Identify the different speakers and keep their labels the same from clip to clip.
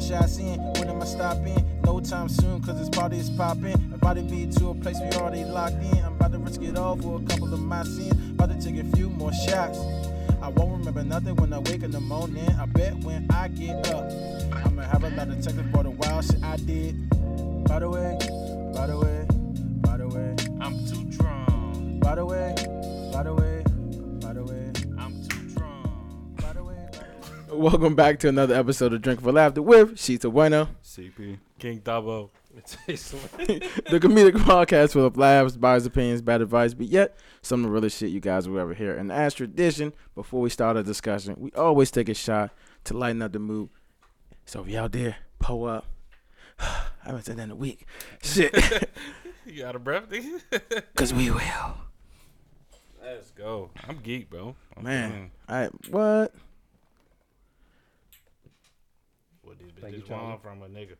Speaker 1: shots in. When am I stopping? No time soon, cause this party is popping. Invited me to a place we already locked in. I'm about to risk it all for a couple of my sins. About to take a few more shots. I won't remember nothing when I wake in the morning. I bet when I get up, I'ma have a lot of texts for the wild shit I did. By the way, by the way, by the way,
Speaker 2: I'm too drunk.
Speaker 1: by the way, by the way, by the way,
Speaker 2: I'm too drunk.
Speaker 1: by the way. By the way.
Speaker 3: Welcome back to another episode of Drink for Laughter with Sheeta Bueno,
Speaker 4: CP.
Speaker 2: King Dabo.
Speaker 3: the comedic podcast full of laughs, biased opinions, bad advice, but yet some of the realest shit you guys will ever hear. And as tradition, before we start our discussion, we always take a shot to lighten up the mood. So if you out there, pull up. I haven't said that in a week. Shit,
Speaker 2: you out of breath? nigga?
Speaker 3: cause we will.
Speaker 2: Let's go. I'm geek, bro. I'm
Speaker 3: Man, I what?
Speaker 2: What this
Speaker 4: Thank you,
Speaker 2: bitch
Speaker 4: Charlie.
Speaker 2: want from a nigga?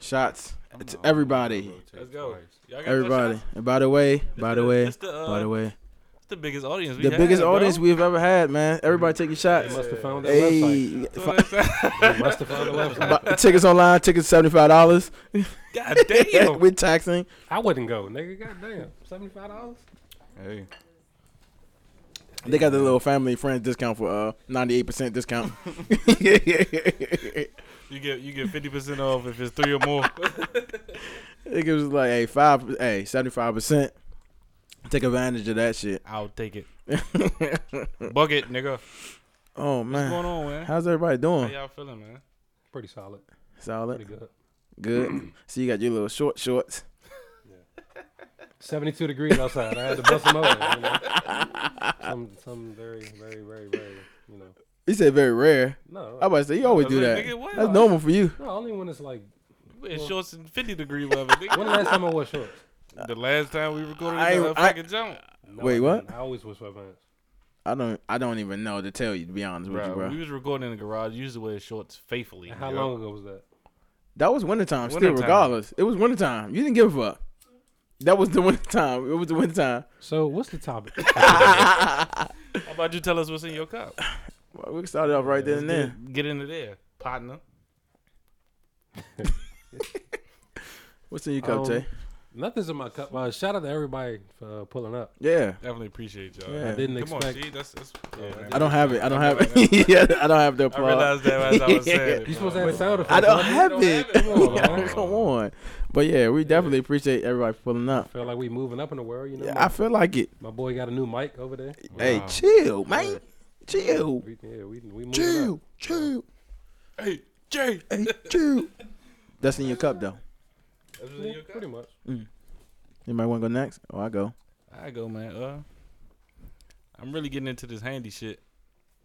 Speaker 3: Shots to everybody,
Speaker 2: Let's go. Y'all got your
Speaker 3: everybody.
Speaker 2: shots?
Speaker 3: And by the way, by the way,
Speaker 2: It's the, uh,
Speaker 3: by the way,
Speaker 2: it's the biggest audience. We
Speaker 3: the
Speaker 2: had,
Speaker 3: biggest
Speaker 2: bro.
Speaker 3: audience we've ever had, man. Everybody taking shots.
Speaker 4: must have found that website.
Speaker 3: Hey,
Speaker 2: That's what I'm saying.
Speaker 4: They must have found the website.
Speaker 3: Bu- tickets online, tickets seventy five dollars
Speaker 2: God damn.
Speaker 3: with taxing.
Speaker 5: I wouldn't go, nigga. Goddamn, seventy five dollars.
Speaker 4: Hey,
Speaker 3: They got the little family and friends discount for uh ninety eight percent discount.
Speaker 2: you get you get fifty percent off if it's three or more.
Speaker 3: it was like hey five hey seventy five percent. Take advantage of that shit.
Speaker 2: I'll take it. Bucket, nigga.
Speaker 3: oh
Speaker 2: What's going
Speaker 3: man,
Speaker 2: on, man?
Speaker 3: how's everybody
Speaker 2: How
Speaker 3: doing?
Speaker 2: y'all feeling, man?
Speaker 5: Pretty solid. Pretty
Speaker 3: Solid,
Speaker 5: good.
Speaker 2: Mm-hmm.
Speaker 3: good. So you got your little short shorts.
Speaker 5: Seventy two degrees outside. I had to bust them over. You know? some, some very, very, very, very. You know.
Speaker 3: You said very rare.
Speaker 5: No.
Speaker 3: I about to say you always do
Speaker 2: Nigga,
Speaker 3: that.
Speaker 2: what?
Speaker 3: That's normal for you.
Speaker 5: no, only when it's like.
Speaker 2: In shorts and fifty degree weather. nigga.
Speaker 5: When the last time I wore shorts?
Speaker 2: The last time we recorded
Speaker 3: I-
Speaker 2: the
Speaker 3: I-
Speaker 2: fucking jump.
Speaker 5: No,
Speaker 3: Wait,
Speaker 5: I
Speaker 3: what?
Speaker 5: didn't. I always wear sweatpants.
Speaker 3: I don't. I don't even know to tell you to be honest with you,
Speaker 2: Bro, we
Speaker 3: bro.
Speaker 2: was recording in the garage. You used to wear shorts faithfully.
Speaker 5: And how
Speaker 2: nigga.
Speaker 5: long ago was that?
Speaker 3: That was wintertime, still,
Speaker 2: Wintertime.
Speaker 3: regardless. It was wintertime. You didn't give a fuck. That was the wintertime. It was the wintertime.
Speaker 5: So what's the topic?
Speaker 2: How about you tell us what's in your cup?
Speaker 3: Well, we started off right then and there.
Speaker 2: Get, get into there, partner.
Speaker 3: What's in your cup,
Speaker 5: Um,
Speaker 3: Tay?
Speaker 5: Nothing's in my cup. Uh, shout out to everybody for uh, pulling up.
Speaker 3: Yeah.
Speaker 2: Definitely appreciate y'all.
Speaker 3: Yeah.
Speaker 5: I didn't
Speaker 2: Come
Speaker 5: expect.
Speaker 2: on, G. That's, that's, oh, man.
Speaker 3: I don't have it. I don't have
Speaker 2: I
Speaker 3: it. yeah, I don't have the
Speaker 2: I
Speaker 3: applause.
Speaker 2: realized that as I was saying. it,
Speaker 5: you supposed to
Speaker 2: bro.
Speaker 5: have sound effects.
Speaker 3: I don't
Speaker 5: huh?
Speaker 3: have it.
Speaker 2: have it.
Speaker 3: Come on,
Speaker 5: Come on,
Speaker 3: man.
Speaker 5: man.
Speaker 3: Come on. But yeah, we definitely appreciate everybody pulling up.
Speaker 5: Feel like we moving up in the world. You know.
Speaker 3: Yeah,
Speaker 5: my,
Speaker 3: I feel like it.
Speaker 5: my boy got a new mic over there.
Speaker 3: Hey,
Speaker 2: Wow.
Speaker 3: chill, man. Chill.
Speaker 5: We, yeah, we we moving up.
Speaker 3: Chill. Chill.
Speaker 2: Hey, Jay.
Speaker 3: Hey, chill. That's in your cup, though.
Speaker 2: That's what's in
Speaker 5: Yeah,
Speaker 2: your cup?
Speaker 5: pretty much.
Speaker 3: You might want to go next. Oh, I go.
Speaker 2: I go, man. Uh, I'm really getting into this handy shit.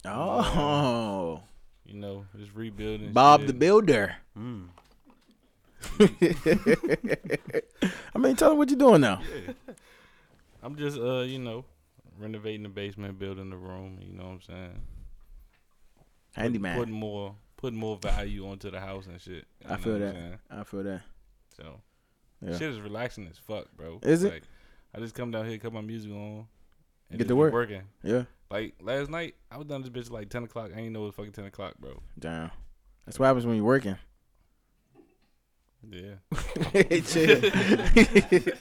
Speaker 3: Oh,
Speaker 2: You know, this rebuilding.
Speaker 3: Bob
Speaker 2: shit.
Speaker 3: the Builder.
Speaker 4: mm.
Speaker 3: I mean, tell him what you're doing now.
Speaker 2: I'm just, uh, you know, renovating the basement, building the room. You know what I'm saying? Putting
Speaker 3: Handyman.
Speaker 2: more, putting more value onto the house and shit. You
Speaker 3: I feel
Speaker 2: what I'm
Speaker 3: that.
Speaker 2: saying?
Speaker 3: I feel that.
Speaker 2: So,
Speaker 3: Yeah.
Speaker 2: shit is relaxing as fuck, bro.
Speaker 3: Is it?
Speaker 2: Like, I just come down here, cut my music on,
Speaker 3: Get
Speaker 2: and
Speaker 3: to
Speaker 2: just be
Speaker 3: work.
Speaker 2: Working.
Speaker 3: Yeah.
Speaker 2: Like last night, I was done this bitch like ten o'clock. I ain't know it was fucking ten o'clock, bro.
Speaker 3: Damn. That's what happens when you're working.
Speaker 2: Yeah.
Speaker 3: Chill.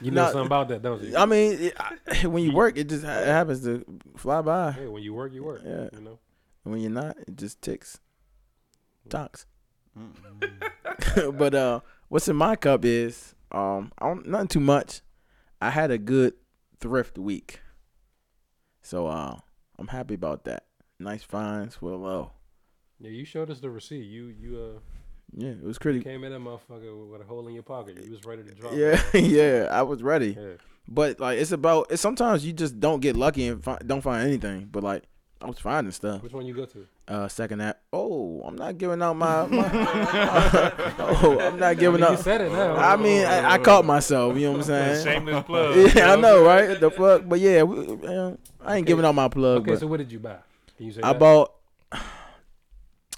Speaker 5: You know
Speaker 3: Nah.
Speaker 5: something about that, don't you?
Speaker 3: I mean, it, I, when you work, it just ha- it happens to fly by.
Speaker 5: Hey, when you work, you work.
Speaker 3: Yeah.
Speaker 5: You know.
Speaker 3: And when you're not, it just ticks, talks.
Speaker 4: Mm-mm.
Speaker 3: but uh, what's in my cup is um, I don't, nothing too much. I had a good thrift week, so uh, I'm happy about that. Nice finds for the low.
Speaker 5: Yeah, you showed us the receipt. You you
Speaker 3: Yeah, it was
Speaker 5: uh
Speaker 3: pretty.
Speaker 5: came in that motherfucker with- with a hole in your pocket. You was ready to drop.
Speaker 3: Yeah,
Speaker 5: it.
Speaker 3: yeah, I was ready.
Speaker 5: Yeah.
Speaker 3: But like, it's about. It's sometimes you just don't get lucky and fi- don't find anything. But like, I was finding stuff.
Speaker 5: Which one you go to?
Speaker 3: Uh, second that. Oh, I'm not giving out my. my oh, I'm not giving
Speaker 5: You
Speaker 3: up.
Speaker 5: said it now.
Speaker 3: I mean, I, I caught myself. You know what I'm saying?
Speaker 2: Shameless plug.
Speaker 3: Yeah, I
Speaker 2: bro.
Speaker 3: know, right? The plug, but yeah, we, yeah, I ain't giving out my plug.
Speaker 5: okay,
Speaker 3: but
Speaker 5: so what did you buy? Can you say
Speaker 3: I
Speaker 5: that?
Speaker 3: bought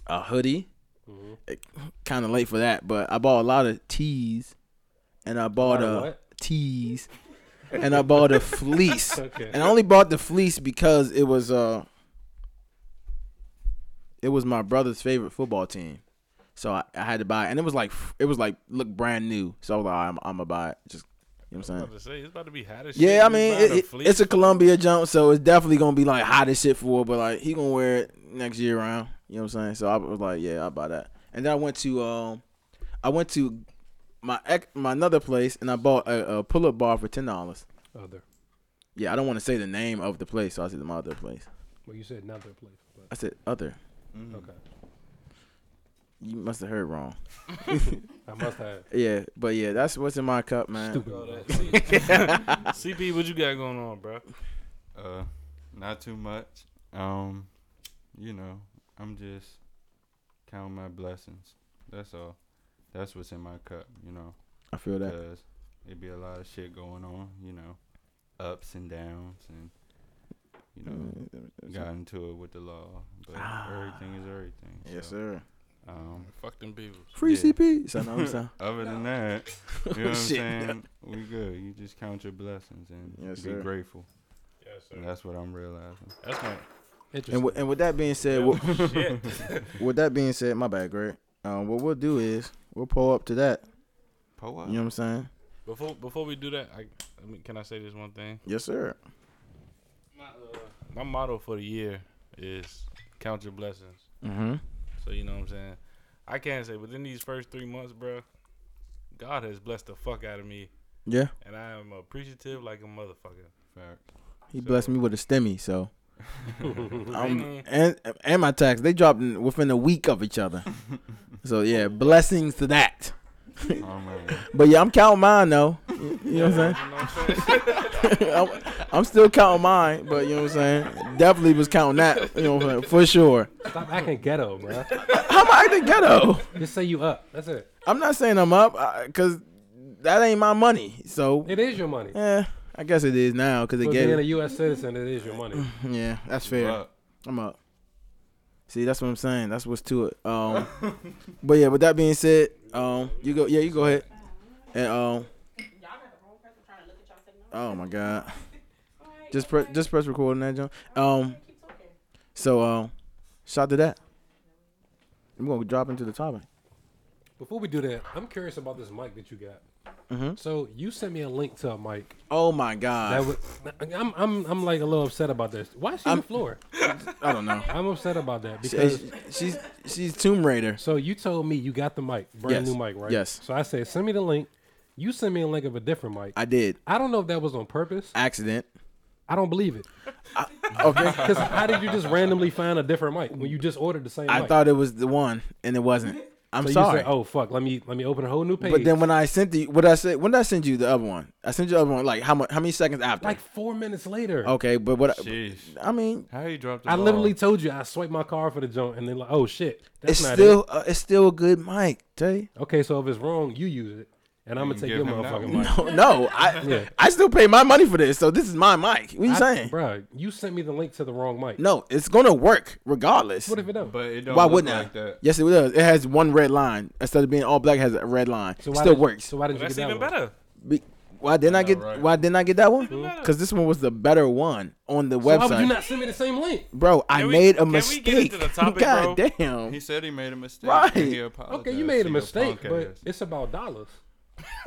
Speaker 3: a hoodie.
Speaker 5: Mhm.
Speaker 3: Kind of late for that, but I bought a lot of tees, and I bought uh,
Speaker 5: lot
Speaker 3: a,
Speaker 5: of what?
Speaker 3: tees, and I bought a fleece.
Speaker 5: Okay.
Speaker 3: And I only bought the fleece because it was uh it was my brother's favorite football team. So I, I had to buy it. And it was like it was like look brand new. So I was like, I'm I'm gonna buy it. Just you know what I'm
Speaker 2: I
Speaker 3: saying?
Speaker 2: was about to say, it's about to be hot as shit.
Speaker 3: Yeah, I
Speaker 2: You
Speaker 3: mean,
Speaker 2: buying
Speaker 3: it, it-
Speaker 2: fleece?
Speaker 3: it's a Columbia jump, so it's definitely gonna be like hot as shit for. But like, he gonna wear it next year round. You know what I'm saying? So I was like, yeah, I will buy that. And then I went to, um, I went to my ex, my another place, and I bought a, a pull up bar for ten dollars.
Speaker 5: Other.
Speaker 3: Yeah, I don't want to say the name of the place, so I said my other place.
Speaker 5: Well, you said another place, but
Speaker 3: I said other.
Speaker 4: Mm-hmm.
Speaker 5: okay.
Speaker 3: You must have heard wrong.
Speaker 5: I must have.
Speaker 3: Yeah, but yeah, that's what's in my cup, man.
Speaker 5: Stupid.
Speaker 2: Oh,
Speaker 5: motherfucker.
Speaker 2: that- see- CP, what you got going on, bro?
Speaker 4: Uh, not too much. Um, you know, I'm just counting my blessings. That's all. That's what's in my cup. You know,
Speaker 3: I feel that.
Speaker 4: because it be a lot of shit going on. You know, ups and downs, and you know,
Speaker 3: Mm,
Speaker 4: got into it with the law, but everything is everything.
Speaker 3: Ah. Yes,
Speaker 4: so,
Speaker 3: sir.
Speaker 4: Um,
Speaker 2: Fuck them people.
Speaker 3: Free
Speaker 4: Yeah.
Speaker 3: CP. So no, I'm sorry.
Speaker 4: other than that, you know what I'm
Speaker 3: Shit.
Speaker 4: saying? We good. You just count your blessings and
Speaker 3: Yes,
Speaker 4: be
Speaker 3: sir.
Speaker 4: grateful.
Speaker 2: Yes,
Speaker 4: And that's what I'm realizing.
Speaker 2: That's my
Speaker 3: And, w- and with that being said, what, with that being said, my bad, Greg. Um, what we'll do is we'll pull up to that.
Speaker 4: Po
Speaker 3: You know what I'm saying?
Speaker 2: Before before we do that, I, I mean, can I say this one thing?
Speaker 3: Yes, sir.
Speaker 2: My, uh, my motto for the year is count your blessings.
Speaker 3: Mm-hmm.
Speaker 2: So you know what I'm saying. I can't say within these first three months, bro. God has blessed the fuck out of me,
Speaker 3: Yeah,
Speaker 2: and I am appreciative like a motherfucker.
Speaker 3: he
Speaker 2: So-
Speaker 3: blessed me with a stemmy, so um,
Speaker 2: Mhm.
Speaker 3: and and my tax they dropped in, within a week of each other. so yeah, blessings to that.
Speaker 4: Oh man.
Speaker 3: But yeah, I'm counting mine though. You know what I'm saying?
Speaker 2: You know what I'm saying?
Speaker 3: I'm, I'm still counting mine, but you know what I'm saying? Definitely was counting that. You know what I'm saying? For sure.
Speaker 5: Stop acting ghetto, bro.
Speaker 3: How am I the ghetto?
Speaker 5: Just say you up. That's it.
Speaker 3: I'm not saying I'm up, uh, cause that ain't my money. So
Speaker 5: It is your money.
Speaker 3: yeah, I guess it is now, cause they
Speaker 5: But
Speaker 3: gave
Speaker 5: being a
Speaker 3: it.
Speaker 5: U.S. citizen, it is your money.
Speaker 3: Yeah, that's fair.
Speaker 4: Fuck.
Speaker 3: I'm up. See, that's what I'm saying. That's what's to it. Um, but yeah, with that being said, um, you go. Yeah, you go ahead. And um, oh my god, just press just press record on that John. Um, so um, shout to that. I'm gonna drop into the topic.
Speaker 5: Before we do that, I'm curious about this mic that you got.
Speaker 3: Mhm.
Speaker 5: So you sent me a link to a mic.
Speaker 3: Oh my
Speaker 5: That
Speaker 3: god,
Speaker 5: would, I'm, I'm, I'm like a little upset about this. Why is she on the floor?
Speaker 3: I don't know.
Speaker 5: I'm upset about that because.
Speaker 3: She- She's she's Tomb Raider.
Speaker 5: So you told me you got the mic, brand
Speaker 3: Yes.
Speaker 5: new mic, right?
Speaker 3: Yes.
Speaker 5: So I said, send me the link. You sent me a link of a different mic. I,
Speaker 3: I did
Speaker 5: don't know if that was on purpose.
Speaker 3: accident.
Speaker 5: I don't believe it.
Speaker 3: Okay.
Speaker 5: Because how did you just randomly find a different mic when you just ordered the same
Speaker 3: I
Speaker 5: mic?
Speaker 3: thought it was the one, and it wasn't. I'm
Speaker 5: so you
Speaker 3: sorry.
Speaker 5: said, oh fuck, let me let me open a whole new page.
Speaker 3: But then when I sent the what I said when did I send you the other one? I sent you the other one like how much how many seconds after?
Speaker 5: like four minutes later.
Speaker 3: okay, but what
Speaker 4: Sheesh.
Speaker 3: I mean
Speaker 4: How you dropped the
Speaker 5: I
Speaker 4: ball?
Speaker 5: literally told you I swiped my car for the joint, and then like, oh shit, that's
Speaker 3: it's
Speaker 5: not
Speaker 3: still uh, it's still a good mic, tell you.
Speaker 5: it. Okay, so if it's wrong, you use it, and I'm gonna
Speaker 4: You can
Speaker 5: take
Speaker 4: give
Speaker 5: your
Speaker 4: him that
Speaker 5: motherfucking
Speaker 4: one.
Speaker 5: mic.
Speaker 3: No, no, I
Speaker 5: Yeah.
Speaker 3: I still pay my money for this, so this is my mic. What you saying?
Speaker 5: bro? You sent me the link to the wrong mic.
Speaker 3: No, it's gonna work regardless.
Speaker 5: What if it don't?
Speaker 4: But it don't
Speaker 3: why
Speaker 4: look
Speaker 3: wouldn't
Speaker 4: like
Speaker 3: I?
Speaker 4: that.
Speaker 3: Yes, it does. It has one red line instead of being all black. It has a red line.
Speaker 5: so
Speaker 3: it
Speaker 5: why
Speaker 3: still
Speaker 5: did-
Speaker 3: works.
Speaker 5: So why did you
Speaker 2: That's
Speaker 5: get that
Speaker 2: even
Speaker 5: one?
Speaker 2: better.
Speaker 3: Be- why didn't I
Speaker 4: know,
Speaker 3: get?
Speaker 4: right?
Speaker 3: Why didn't I get that one?
Speaker 2: better.
Speaker 3: Because this one was the better one on the
Speaker 5: So
Speaker 3: website.
Speaker 5: why would you not send me the same link?
Speaker 3: Bro, I
Speaker 2: Can we-
Speaker 3: made a
Speaker 2: can we
Speaker 3: mistake.
Speaker 2: get into the topic,
Speaker 3: God
Speaker 2: bro?
Speaker 3: damn.
Speaker 4: He said he made a mistake.
Speaker 3: Right.
Speaker 4: and he apologized
Speaker 5: Okay, you made
Speaker 4: to
Speaker 5: a
Speaker 4: your
Speaker 5: mistake,
Speaker 4: punk
Speaker 5: but
Speaker 4: ass.
Speaker 5: it's about dollars.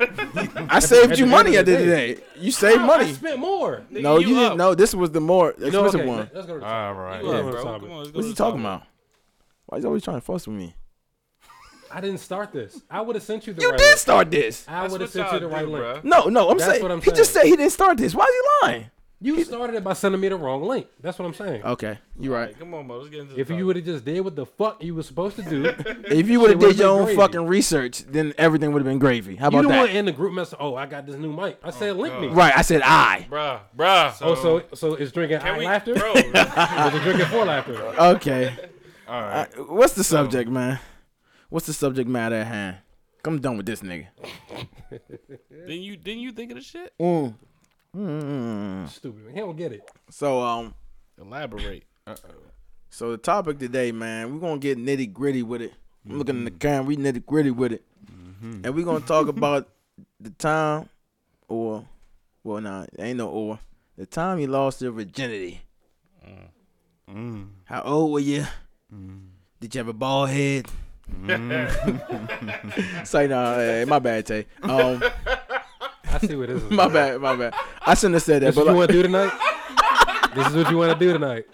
Speaker 3: I saved
Speaker 5: at
Speaker 3: you
Speaker 5: the
Speaker 3: money at
Speaker 5: end
Speaker 3: the
Speaker 5: of
Speaker 3: end of
Speaker 5: the
Speaker 3: the day. You saved
Speaker 5: I
Speaker 3: money.
Speaker 5: spent more.
Speaker 2: Nigga,
Speaker 3: No, you,
Speaker 2: up.
Speaker 3: didn't. No, this was the more
Speaker 5: No,
Speaker 3: expensive
Speaker 5: okay,
Speaker 3: one.
Speaker 5: let- Let's go to the topic.
Speaker 4: all right.
Speaker 2: You up,
Speaker 5: Yeah.
Speaker 2: bro.
Speaker 5: Topic.
Speaker 2: Come on, let's
Speaker 3: What's
Speaker 2: go to
Speaker 3: he
Speaker 2: the
Speaker 3: talking
Speaker 2: topic.
Speaker 3: about? Why is he always trying to fuss with me?
Speaker 5: I didn't start this. I would have sent you the
Speaker 3: You
Speaker 5: right
Speaker 3: did
Speaker 5: link.
Speaker 3: start this.
Speaker 5: I
Speaker 2: That's
Speaker 5: would have
Speaker 2: what
Speaker 5: sent you
Speaker 2: y'all
Speaker 5: the
Speaker 2: do,
Speaker 5: right link.
Speaker 2: bruh.
Speaker 3: No, no, I'm
Speaker 5: That's
Speaker 3: saying
Speaker 5: what I'm
Speaker 3: he just said
Speaker 5: saying.
Speaker 3: he didn't start this. Why is he lying?
Speaker 5: You started it by sending me the wrong link. That's what I'm saying.
Speaker 3: Okay, you're
Speaker 2: Hey,
Speaker 3: right.
Speaker 2: come on, bro. Let's get into the
Speaker 5: If
Speaker 4: uh.
Speaker 5: you
Speaker 2: topic.
Speaker 5: would have just did what the fuck you was supposed to do, you
Speaker 3: If you would have did
Speaker 5: would've
Speaker 3: your
Speaker 5: been
Speaker 3: own
Speaker 5: gravy.
Speaker 3: fucking research, then everything would have been gravy. How about
Speaker 5: don't want
Speaker 3: that?
Speaker 5: to end the group mess. Oh, I got this new mic. I
Speaker 2: Oh,
Speaker 5: said, link me.
Speaker 3: Right, I said I.
Speaker 2: bruh, bruh.
Speaker 5: Oh, so so it's drinking I
Speaker 2: Can we-
Speaker 5: laughter.
Speaker 2: bro,
Speaker 5: Or is it drinking for laughter. Oh,
Speaker 3: Okay.
Speaker 4: All
Speaker 3: Uh,
Speaker 4: right.
Speaker 3: what's the subject, man? What's the subject matter at hand? Come done with this nigga.
Speaker 2: Then you didn't you think of the shit?
Speaker 3: Mm. Mm.
Speaker 5: Stupid. He don't get it.
Speaker 3: So um,
Speaker 2: Elaborate.
Speaker 3: so the topic today, man, we're gonna get nitty gritty with it. I'm looking
Speaker 4: Mm-hmm.
Speaker 3: in the camera, we nitty gritty with it, and we're gonna talk about the time, or, well, nah, ain't no or, the time you lost your virginity.
Speaker 4: Mm.
Speaker 2: Mm.
Speaker 3: How old were you? Did you have a bald head?
Speaker 4: Mm.
Speaker 3: Say no, hey, my bad, Tay. Um,
Speaker 5: I see what this is.
Speaker 3: my bad, my bad. I shouldn't have said that,
Speaker 5: This is what
Speaker 3: but
Speaker 5: you
Speaker 3: like,
Speaker 5: want to do tonight? this is what you want to do tonight.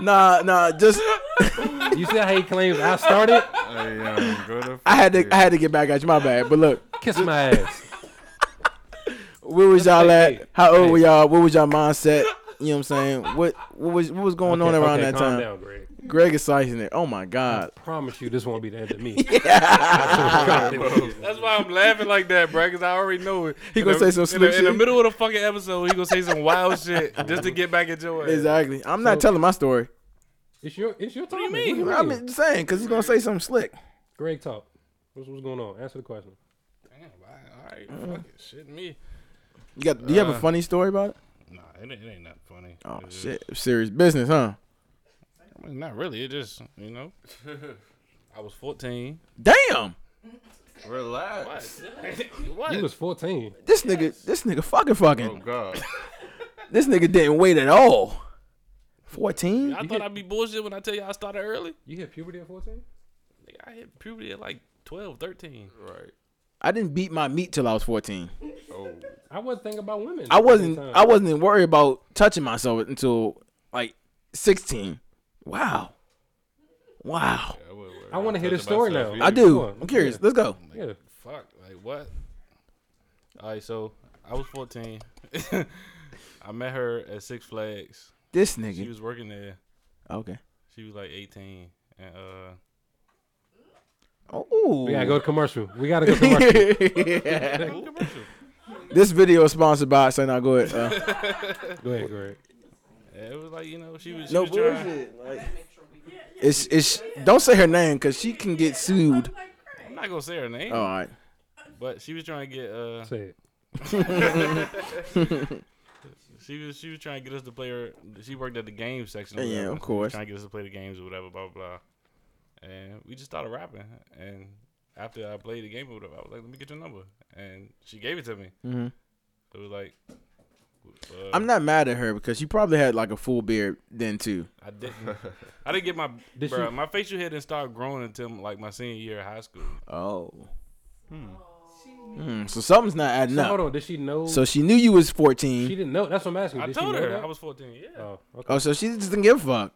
Speaker 3: nah, nah. Just
Speaker 5: You see how he claims I started?
Speaker 4: Hey, um, go to
Speaker 3: I had to, I
Speaker 4: fuck
Speaker 3: had to get back at you. My bad. But look,
Speaker 5: Kiss my ass.
Speaker 3: where was y'all
Speaker 5: Hey, hey,
Speaker 3: at? How old
Speaker 5: hey.
Speaker 3: were y'all? What was y'all mindset? You know what I'm saying? What what was what was going on
Speaker 5: Okay,
Speaker 3: around
Speaker 5: okay,
Speaker 3: that
Speaker 5: calm
Speaker 3: time?
Speaker 5: Down, Greg.
Speaker 3: Greg is slicing it. Oh my god.
Speaker 5: Promise you, this won't be the end of me.
Speaker 2: That's why I'm laughing like that, bro. Cause I already know it.
Speaker 3: He
Speaker 2: In
Speaker 3: gonna
Speaker 2: the-
Speaker 3: say some
Speaker 2: in
Speaker 3: slick
Speaker 2: the, in the
Speaker 3: shit.
Speaker 2: middle of the fucking episode. He gonna say some wild shit just to get back at your ass.
Speaker 3: Exactly. I'm not telling my story.
Speaker 5: It's your, it's your time.
Speaker 2: you
Speaker 5: man.
Speaker 2: mean?
Speaker 5: What
Speaker 3: I'm just saying because he's gonna say something slick.
Speaker 5: Greg, talk. What's, what's going on? Answer the question.
Speaker 2: Damn, I, all right, fuck it, shit, me.
Speaker 3: You got? Do you have a
Speaker 2: Uh,
Speaker 3: funny story about it?
Speaker 2: Nah, it ain't, it ain't that funny.
Speaker 3: Oh
Speaker 2: It's just-
Speaker 3: shit, serious business, huh?
Speaker 2: I mean, not really. It just, you know, I was 14.
Speaker 3: Damn,
Speaker 4: it. Relax.
Speaker 2: what?
Speaker 5: He was 14.
Speaker 3: this nigga, this nigga fucking fucking.
Speaker 4: Oh God.
Speaker 3: This nigga didn't wait at all. 14?
Speaker 2: I thought I'd be bullshit when I tell you I started early.
Speaker 5: You hit puberty at 14?
Speaker 2: Nigga, I hit puberty at like 12, 13.
Speaker 4: Right.
Speaker 3: I didn't beat my meat till I was 14.
Speaker 4: Oh.
Speaker 5: I wasn't thinking about women.
Speaker 3: I
Speaker 5: at that
Speaker 3: wasn't
Speaker 5: time.
Speaker 3: I wasn't even worried about touching myself until like 16. Wow. Wow.
Speaker 4: I, would worry
Speaker 5: I wanna
Speaker 4: about
Speaker 5: hear the
Speaker 4: touching
Speaker 5: story
Speaker 4: myself
Speaker 5: now.
Speaker 4: either.
Speaker 3: I
Speaker 5: Come
Speaker 3: do.
Speaker 5: on.
Speaker 3: I'm curious. Let's go.
Speaker 2: Like,
Speaker 5: Yeah.
Speaker 2: Fuck. Like, what? All right, so I was 14. I met her at Six Flags.
Speaker 3: This
Speaker 2: She
Speaker 3: nigga.
Speaker 2: was working there.
Speaker 3: Okay.
Speaker 2: She was like 18. And, uh,
Speaker 3: Oh.
Speaker 5: We gotta go to commercial. We gotta go to commercial.
Speaker 3: This video is sponsored by so now go ahead. Uh,
Speaker 5: go ahead, Greg.
Speaker 2: yeah, it was like, you know, she was, she
Speaker 3: no
Speaker 2: was trying.
Speaker 3: bullshit. Like, it's it's don't say her name because she can get sued.
Speaker 2: I'm not going to say her name,
Speaker 3: All right.
Speaker 2: but she was trying to get, uh,
Speaker 5: Say it.
Speaker 2: She was she was trying to get us to play her. She worked at the game section. or
Speaker 3: Yeah,
Speaker 2: whatever.
Speaker 3: of course.
Speaker 2: Trying to get us to play the games or whatever, blah blah. blah. And we just started rapping. And after I played the game or whatever, I was like, "Let me get your number." And she gave it to me.
Speaker 3: Mhm.
Speaker 2: It was like, uh,
Speaker 3: I'm not mad at her because she probably had like a full beard then too.
Speaker 2: I didn't. I didn't get my
Speaker 5: Did
Speaker 2: bruh,
Speaker 5: you-
Speaker 2: my facial hair didn't start growing until like my senior year of high school.
Speaker 3: Oh. Hmm, so something's not adding
Speaker 5: So hold
Speaker 3: up.
Speaker 5: on. Did she know?
Speaker 3: So she knew you was
Speaker 5: she
Speaker 3: 14.
Speaker 5: didn't know. That's what I'm asking.
Speaker 2: I
Speaker 5: Did
Speaker 2: told
Speaker 5: she know
Speaker 2: her
Speaker 5: that?
Speaker 2: I was 14. Yeah.
Speaker 5: Oh, okay.
Speaker 3: Oh, so she just didn't give a fuck.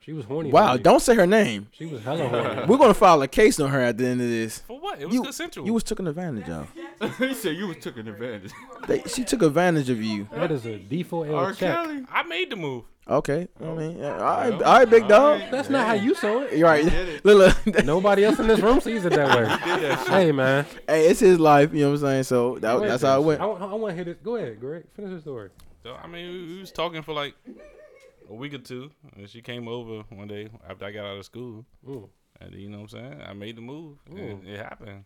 Speaker 5: She was horny.
Speaker 3: Wow,
Speaker 5: horny.
Speaker 3: don't say her name.
Speaker 5: She was hella horny.
Speaker 3: We're gonna file a case on her at the end of this.
Speaker 2: For what? It was
Speaker 3: You,
Speaker 2: consensual.
Speaker 3: you was taken advantage of.
Speaker 4: he said you was taking advantage.
Speaker 3: They, she took advantage of you.
Speaker 5: that is a
Speaker 4: R.
Speaker 3: Oh,
Speaker 5: D4L check.
Speaker 4: Kelly.
Speaker 2: I made the move.
Speaker 3: Okay, I mean, all right, all right, big dog.
Speaker 5: That's not how you saw it.
Speaker 3: You're right. Look, look.
Speaker 5: Nobody else in this room sees it that way. hey man,
Speaker 3: hey, it's his life. You know what I'm saying? So that, Oh, that's how it went.
Speaker 5: I, want to hear this. Go ahead, Greg. Finish the story.
Speaker 2: So I mean, we, we was talking for like a week or two, and she came over one day after I got out of school,
Speaker 5: Mm.
Speaker 2: and Uh, you know what I'm saying. I made the move, and it happened.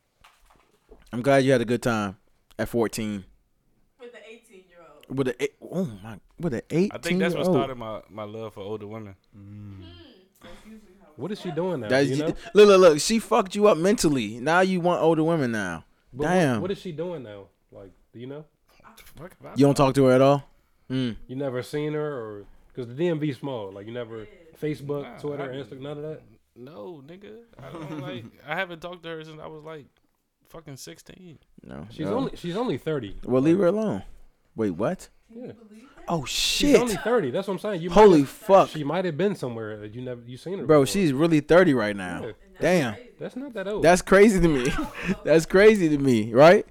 Speaker 3: I'm glad you had a good time at 14
Speaker 6: With the 18 year old.
Speaker 3: with a eight, oh my with an 18.
Speaker 2: I think that's what
Speaker 3: year old.
Speaker 2: started my, my love for older women.
Speaker 5: What is she doing now?
Speaker 3: That's,
Speaker 5: you know?
Speaker 3: Look, look, look. She fucked you up mentally. Now you want older women now.
Speaker 5: But what-
Speaker 3: Damn.
Speaker 5: what is she doing now? Like, do you know?
Speaker 2: Fuck if I
Speaker 3: You don't talk to her at all. Mm.
Speaker 5: You never seen her or because the DMV small. Like you never Facebook,
Speaker 2: Nah,
Speaker 5: Twitter,
Speaker 2: I-
Speaker 5: Instagram, none of that.
Speaker 2: know. No, nigga. I don't like. I haven't talked to her since I was like fucking 16.
Speaker 3: No.
Speaker 5: She's
Speaker 3: no.
Speaker 5: only she's only thirty.
Speaker 3: Well, leave her alone. Wait, what?
Speaker 5: Yeah.
Speaker 3: Oh
Speaker 5: She's
Speaker 3: shit!
Speaker 5: only thirty. That's what I'm saying. You might
Speaker 3: Holy
Speaker 5: have-
Speaker 3: fuck,
Speaker 5: She might have been somewhere that you never you seen her.
Speaker 3: bro!
Speaker 5: before.
Speaker 3: She's really thirty right now.
Speaker 5: Yeah.
Speaker 3: Damn,
Speaker 5: that's not that old.
Speaker 3: that's crazy to me. that's crazy to me, right?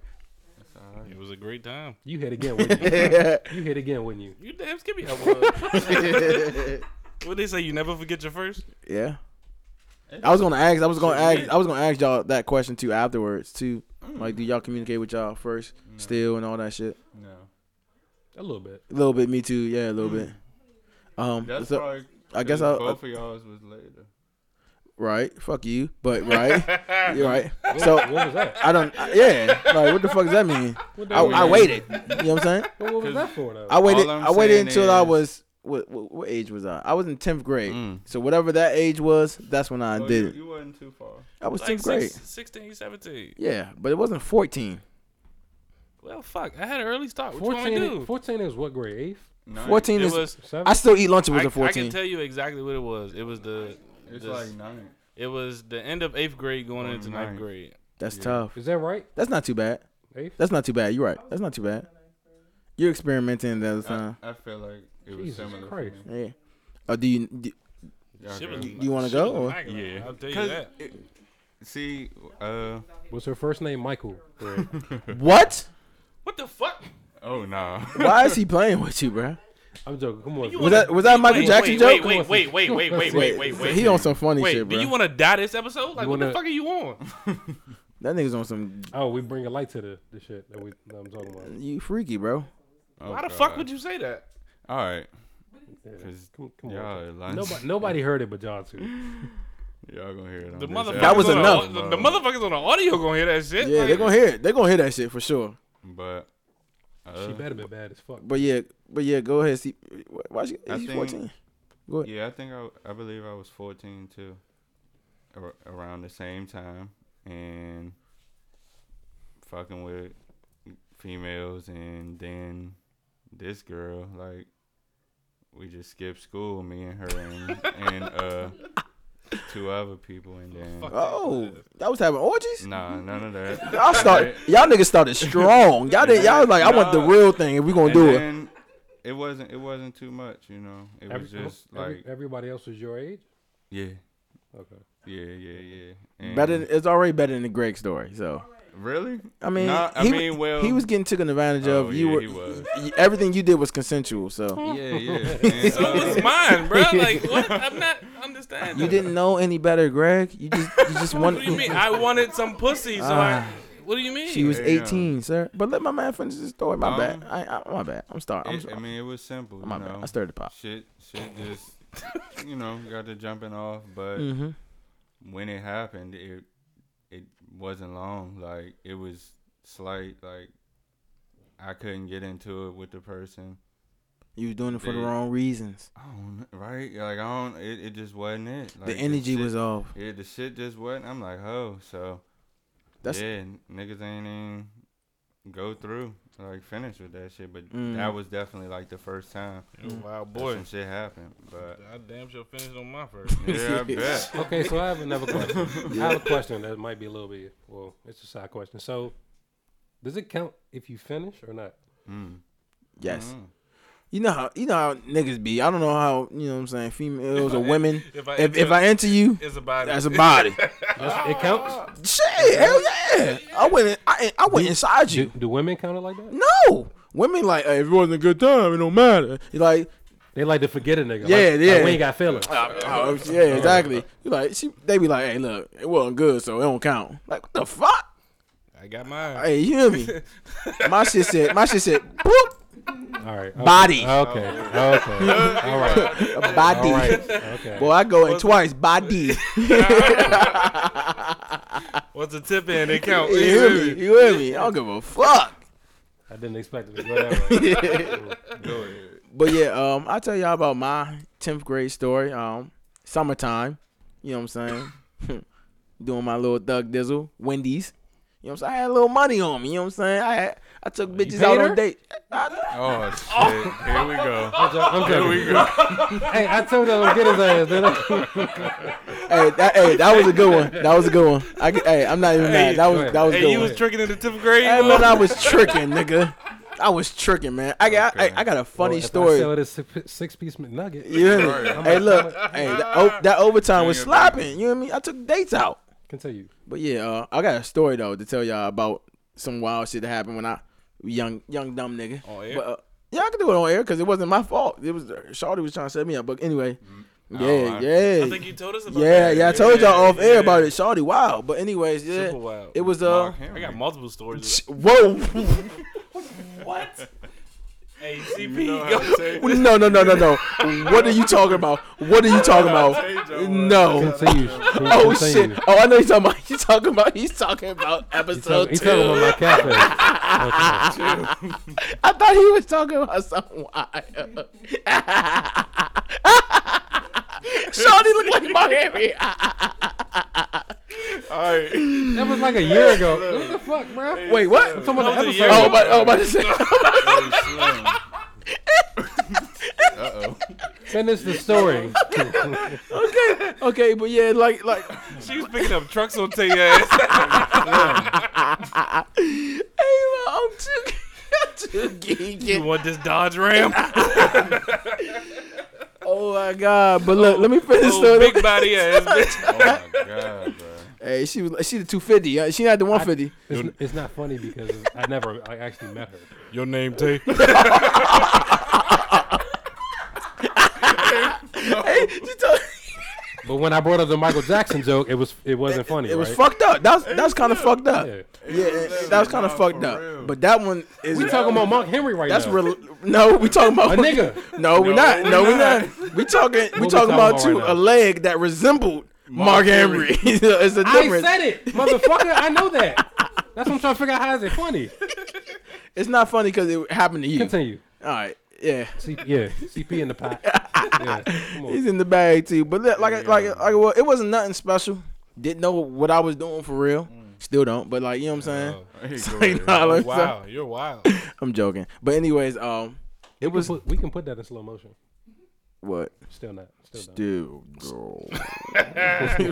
Speaker 2: It was a great time.
Speaker 5: you hit again, wouldn't you?
Speaker 3: yeah,
Speaker 5: you hit again, wouldn't you?
Speaker 2: You damn skippy. I was. what they say? You never forget your first.
Speaker 3: I was gonna ask. I was gonna ask. I was gonna ask y'all that question too afterwards too.
Speaker 5: Mm.
Speaker 3: Like, do y'all communicate with y'all first, still, and all that shit?
Speaker 4: No.
Speaker 5: A little bit.
Speaker 3: A little bit, me too. Yeah, a little bit. Um,
Speaker 4: That's
Speaker 3: so-
Speaker 4: probably.
Speaker 3: I guess
Speaker 4: because
Speaker 3: I'll- uh,
Speaker 4: both of y'all's was later.
Speaker 3: right. Fuck you, but right, you're right. So
Speaker 5: What was that?
Speaker 3: I don't. I- yeah, like what the fuck does that mean?
Speaker 5: What the
Speaker 3: I,
Speaker 5: hell was
Speaker 3: I
Speaker 5: that?
Speaker 3: waited. You know what I'm saying?
Speaker 5: What was that for though?
Speaker 3: I waited.
Speaker 4: I'm
Speaker 3: I waited
Speaker 4: saying
Speaker 3: until I
Speaker 4: is-
Speaker 3: was what, what, what age was I? I was in tenth grade.
Speaker 4: Mm.
Speaker 3: So whatever that age was, that's when I
Speaker 4: Oh,
Speaker 3: did
Speaker 4: you,
Speaker 3: it.
Speaker 4: you wasn't too far.
Speaker 3: I was
Speaker 2: Like
Speaker 3: tenth grade.
Speaker 2: six, 16, 17.
Speaker 3: Yeah, but it wasn't fourteen.
Speaker 2: Well, fuck. I had an early start. What you want me to do?
Speaker 5: 14, 14 is what grade? Eighth?
Speaker 4: Nine.
Speaker 3: Fourteen
Speaker 2: It
Speaker 3: is.
Speaker 2: was
Speaker 5: Seven?
Speaker 3: I still eat lunch with
Speaker 2: I,
Speaker 3: a
Speaker 2: I can
Speaker 3: fourteen.
Speaker 2: tell you exactly what it was. It was the
Speaker 4: It's
Speaker 2: Just-
Speaker 4: like nine.
Speaker 2: It was the end of eighth grade going
Speaker 4: Oh,
Speaker 2: into
Speaker 4: nice.
Speaker 2: ninth grade.
Speaker 3: That's
Speaker 4: Yeah.
Speaker 3: tough.
Speaker 5: Is that right?
Speaker 3: That's not too bad.
Speaker 5: Eighth?
Speaker 3: That's not too bad. You're right. That's not too bad. You're experimenting the
Speaker 4: Uh,
Speaker 3: other time.
Speaker 4: I, I feel like it was
Speaker 5: Jesus
Speaker 4: similar. for
Speaker 5: Christ.
Speaker 4: me.
Speaker 3: yeah. Oh, do you? Do,
Speaker 4: Y'all
Speaker 2: Shit
Speaker 4: good.
Speaker 2: was-
Speaker 3: You- you wanna
Speaker 2: shit
Speaker 3: go,
Speaker 2: was
Speaker 3: or-
Speaker 2: immaculate.
Speaker 4: Yeah.
Speaker 2: I'll tell you
Speaker 4: 'Cause
Speaker 2: that.
Speaker 4: it- see, uh,
Speaker 5: What's her first name? Michael. Right.
Speaker 3: what?
Speaker 2: What the fuck?
Speaker 4: oh nah.
Speaker 3: Why is he playing with you, bro?
Speaker 5: I'm joking. Come on.
Speaker 2: You
Speaker 3: Was that was that a Michael
Speaker 2: wait,
Speaker 3: Jackson
Speaker 2: wait,
Speaker 3: joke?
Speaker 2: Wait, wait, wait, wait, wait, wait, wait, wait.
Speaker 3: He on some funny
Speaker 2: Wait,
Speaker 3: shit,
Speaker 2: do
Speaker 3: bro.
Speaker 2: you want to die this episode? Like,
Speaker 5: You
Speaker 2: what
Speaker 5: wanna-
Speaker 2: the fuck are you on?
Speaker 3: that nigga's on some.
Speaker 5: oh, we bring a light to the, the shit that we that I'm talking about.
Speaker 3: You freaky, bro.
Speaker 2: Why the fuck would you say Oh, that?
Speaker 4: All right,
Speaker 5: Yeah.
Speaker 4: 'Cause
Speaker 5: Come, come on.
Speaker 4: y'all are lying.
Speaker 5: Nobody, nobody heard it but y'all two.
Speaker 4: Y'all gonna hear it. On
Speaker 2: The
Speaker 4: this
Speaker 2: motherfuckers
Speaker 3: That was
Speaker 2: on the-
Speaker 3: enough.
Speaker 2: The, the motherfuckers on the audio gonna hear that shit.
Speaker 3: Yeah,
Speaker 2: like,
Speaker 3: they're gonna hear it. They're gonna hear that shit for sure.
Speaker 4: But uh,
Speaker 5: She better be bad as fuck.
Speaker 3: But yeah, but yeah, go ahead. See, why she?
Speaker 4: I
Speaker 3: He's
Speaker 4: think-
Speaker 3: fourteen. Go ahead.
Speaker 4: Yeah, I think I, I believe I was 14 too, ar- around the same time, and fucking with females, and then this girl, like, we just skipped school, me and her, and, and uh, two other people, and then
Speaker 3: Oh, that was having orgies.
Speaker 4: nah, none of that.
Speaker 3: Y'all start. Y'all niggas started strong. Y'all did. Y'all was like, I want the
Speaker 4: Nah.
Speaker 3: real thing. If we gonna
Speaker 4: And
Speaker 3: do it,
Speaker 4: then it wasn't it wasn't too much, you know. It was
Speaker 5: Every-
Speaker 4: just
Speaker 5: every-
Speaker 4: like
Speaker 5: everybody else was your age.
Speaker 4: yeah,
Speaker 5: Okay.
Speaker 4: yeah, yeah, yeah. And
Speaker 3: better. than- It's already better than the Greg story. So
Speaker 4: really?
Speaker 3: I mean,
Speaker 4: Nah, I
Speaker 3: he,
Speaker 4: mean, well,
Speaker 3: he was getting taken advantage
Speaker 4: Oh,
Speaker 3: of. You
Speaker 4: yeah,
Speaker 3: were.
Speaker 4: he was.
Speaker 3: y- everything you did was consensual. So
Speaker 4: Yeah, yeah. And,
Speaker 2: So
Speaker 4: uh,
Speaker 2: it's mine, bro. Like, what? I'm not understanding.
Speaker 3: you didn't know any better, Greg. You just. You just
Speaker 2: What
Speaker 3: wanted.
Speaker 2: do you mean? I wanted some pussy, so I.
Speaker 3: Ah.
Speaker 2: What do you mean?
Speaker 3: She was
Speaker 4: Yeah.
Speaker 3: 18, sir. But let my man finish his story. My
Speaker 4: Um,
Speaker 3: bad. I, I, my bad. I'm sorry. I'm
Speaker 4: it-
Speaker 3: sorry.
Speaker 4: I mean, it was simple. You
Speaker 3: my
Speaker 4: know,
Speaker 3: bad. I started to pop.
Speaker 4: shit, shit just, you know, got to jumping off. But
Speaker 3: hmm
Speaker 4: when it happened, it it wasn't long. Like it was slight. Like I couldn't get into it with the person.
Speaker 3: You was doing it for the
Speaker 4: Yeah.
Speaker 3: wrong reasons.
Speaker 4: I don't know, right? Like I don't. It, it just wasn't it. Like,
Speaker 3: the energy
Speaker 4: shit,
Speaker 3: was off.
Speaker 4: Yeah, the shit just wasn't. I'm like, oh, so
Speaker 3: That's
Speaker 4: yeah, n- niggas ain't even go through like finish with that shit. But
Speaker 3: Mm.
Speaker 4: that was definitely like the first time.
Speaker 2: You wild
Speaker 4: that
Speaker 2: boy.
Speaker 4: some shit happened. But
Speaker 2: I damn sure finished on my first.
Speaker 4: yeah, I bet.
Speaker 5: Okay, so I have another question. I have a question that might be a little bit. Well, it's a side question. So, does it count if you finish or not?
Speaker 4: Mm.
Speaker 3: yes.
Speaker 4: Mm.
Speaker 3: You know how you know how niggas be. I don't know how you know what I'm saying females
Speaker 2: If I-
Speaker 3: or women.
Speaker 2: if I
Speaker 3: if,
Speaker 2: enter-
Speaker 3: if I enter you
Speaker 2: It's a body.
Speaker 3: as a body,
Speaker 5: That's- it counts.
Speaker 3: shit, hell yeah! I went I I went inside
Speaker 5: Do,
Speaker 3: you.
Speaker 5: do women count it like that?
Speaker 3: No, women like "Hey, if it wasn't a good time, it don't matter. You like
Speaker 5: They like to forget a nigga.
Speaker 3: Yeah,
Speaker 5: like,
Speaker 3: yeah.
Speaker 5: Like we ain't got feelings.
Speaker 3: Oh, yeah, exactly. You like she? They be like, "Hey, look, it wasn't good, so it don't count." Like, what the fuck?
Speaker 2: I got mine.
Speaker 3: Hey, you hear me? My shit said, my shit said, boop,
Speaker 5: All right. Okay.
Speaker 3: Body.
Speaker 5: Okay. Okay. All right.
Speaker 3: body.
Speaker 5: All right. Okay.
Speaker 3: Boy, I go in twice, body. You
Speaker 2: What's the tip in? It count. You
Speaker 3: hear
Speaker 2: feel me?
Speaker 3: me? You hear me? I don't give a fuck.
Speaker 5: I didn't expect it to go that way.
Speaker 3: But yeah, um, I tell y'all about my tenth grade story. Um, summertime. You know what I'm saying? Doing my little thug dizzle, Wendy's. You know what I'm saying? I had a little money on me. You know what I'm saying? I had, I took bitches
Speaker 5: paid
Speaker 3: out
Speaker 5: her?
Speaker 3: on date. I-
Speaker 4: Oh shit! Here we go.
Speaker 5: I'm jo- I'm joking. Hey, I told him to get his ass. Then I,
Speaker 3: hey, that, hey, that was a good one. That was a good one. I, get- hey, I'm not even mad. That was that was a
Speaker 2: Hey,
Speaker 3: good.
Speaker 2: you
Speaker 3: one.
Speaker 2: was tricking in the tenth grade.
Speaker 3: Hey
Speaker 2: bro?
Speaker 3: man, I was tricking, nigga. I was tricking, man. I got I,
Speaker 4: Okay.
Speaker 3: I got a funny
Speaker 5: if I sell
Speaker 3: story.
Speaker 5: it as six- six-piece McNugget.
Speaker 3: You hear me?
Speaker 4: Sorry.
Speaker 3: hey, look, hey, that, o- that overtime was
Speaker 4: Bring it back.
Speaker 3: slapping. You know what I mean? I took dates out.
Speaker 5: Continue.
Speaker 3: But yeah, uh, I got a story though to tell y'all about some wild shit that happened when I young young dumb nigga.
Speaker 2: Oh, yeah?
Speaker 3: But, uh, yeah, I could do it on air because it wasn't my fault. It was uh, Shawty was trying to set me up. But anyway, yeah,
Speaker 4: I-
Speaker 3: yeah,
Speaker 2: Mm. I think you told us about
Speaker 3: yeah,
Speaker 2: that.
Speaker 3: yeah. I told y'all off air
Speaker 2: yeah.
Speaker 3: about it. Shawty, wild. But anyways, yeah,
Speaker 2: Super wild.
Speaker 3: it was uh.
Speaker 4: Mark Henry.
Speaker 2: I got multiple stories.
Speaker 3: Whoa.
Speaker 2: what? Hey, CP.
Speaker 4: how to say it.
Speaker 3: No, no, no, no, no. What are you talking about? What are you talking
Speaker 4: Change
Speaker 3: about?
Speaker 4: your
Speaker 3: No.
Speaker 5: Continue.
Speaker 3: Oh shit.
Speaker 5: Continue.
Speaker 3: Oh, I know he's talking about. He's talking about. He's talking about
Speaker 5: He's talking,
Speaker 3: episode
Speaker 5: he's
Speaker 3: two.
Speaker 5: talking about my cafe. Okay.
Speaker 3: I thought he was talking about something wild. Shawty looked like Miami.
Speaker 4: All right.
Speaker 5: That was like a year ago. What the fuck, bro?
Speaker 3: Wait, what?
Speaker 5: Some of the
Speaker 2: That was a
Speaker 5: episodes.
Speaker 2: year
Speaker 3: Oh,
Speaker 2: ago.
Speaker 3: but oh, but to say.
Speaker 4: Uh oh.
Speaker 5: Finish the story.
Speaker 3: Okay, but yeah, like like
Speaker 2: She was picking up trucks on Tay ass.
Speaker 3: hey, well, I'm too too
Speaker 2: You
Speaker 3: geeking.
Speaker 2: want this Dodge Ram?
Speaker 3: Oh my god! But look, let me finish the
Speaker 2: Oh,
Speaker 3: story.
Speaker 2: big body ass bitch.
Speaker 4: Oh my god, bro.
Speaker 3: Hey, she was she the 250. uh, She not the 150.
Speaker 5: It's, it's not funny because I never, I actually met her.
Speaker 2: Your name Tay.
Speaker 3: hey, she told,
Speaker 5: But when I brought up the Michael Jackson joke, it was, it wasn't funny.
Speaker 3: it was
Speaker 5: right?
Speaker 3: fucked up. That's that's kind of fucked up.
Speaker 5: Yeah.
Speaker 3: Yeah, it- that was kind of
Speaker 4: Nah,
Speaker 3: fucked
Speaker 4: for
Speaker 3: up.
Speaker 4: real.
Speaker 3: But that one is
Speaker 5: We talking about Mark Henry right
Speaker 3: That's
Speaker 5: now.
Speaker 3: real. No, we talking about
Speaker 5: A nigga.
Speaker 3: No, we're
Speaker 4: No,
Speaker 3: not.
Speaker 4: we're
Speaker 3: No, we're not. We talking. We
Speaker 5: we
Speaker 3: talking
Speaker 5: talking
Speaker 3: about
Speaker 5: about
Speaker 3: two
Speaker 5: right
Speaker 3: a
Speaker 5: now?
Speaker 3: leg that resembled Mark Henry. it's a
Speaker 5: I
Speaker 3: difference.
Speaker 5: said it, motherfucker. I know that. That's what I'm trying to figure out. How is it funny?
Speaker 3: It's not funny because it happened to you. All
Speaker 5: Continue.
Speaker 3: right. Yeah.
Speaker 5: C- yeah, CP in the pot. Yeah, come
Speaker 3: He's
Speaker 5: on.
Speaker 3: in the bag too. But look, like, like, like, well, it wasn't nothing special. Didn't know what I was doing for real.
Speaker 5: Mm.
Speaker 3: Still don't. But like, you know what I'm
Speaker 5: Oh,
Speaker 3: saying?
Speaker 4: Here you
Speaker 3: It's
Speaker 4: go,
Speaker 3: like, nah,
Speaker 4: bro.
Speaker 2: Oh,
Speaker 3: like,
Speaker 2: wow, Oh, you're wild. Oh,
Speaker 3: I'm joking. But anyways, um, it
Speaker 5: We can
Speaker 3: was
Speaker 5: put, we can put that in slow motion.
Speaker 3: what
Speaker 5: Still not. Still not.
Speaker 3: still girl.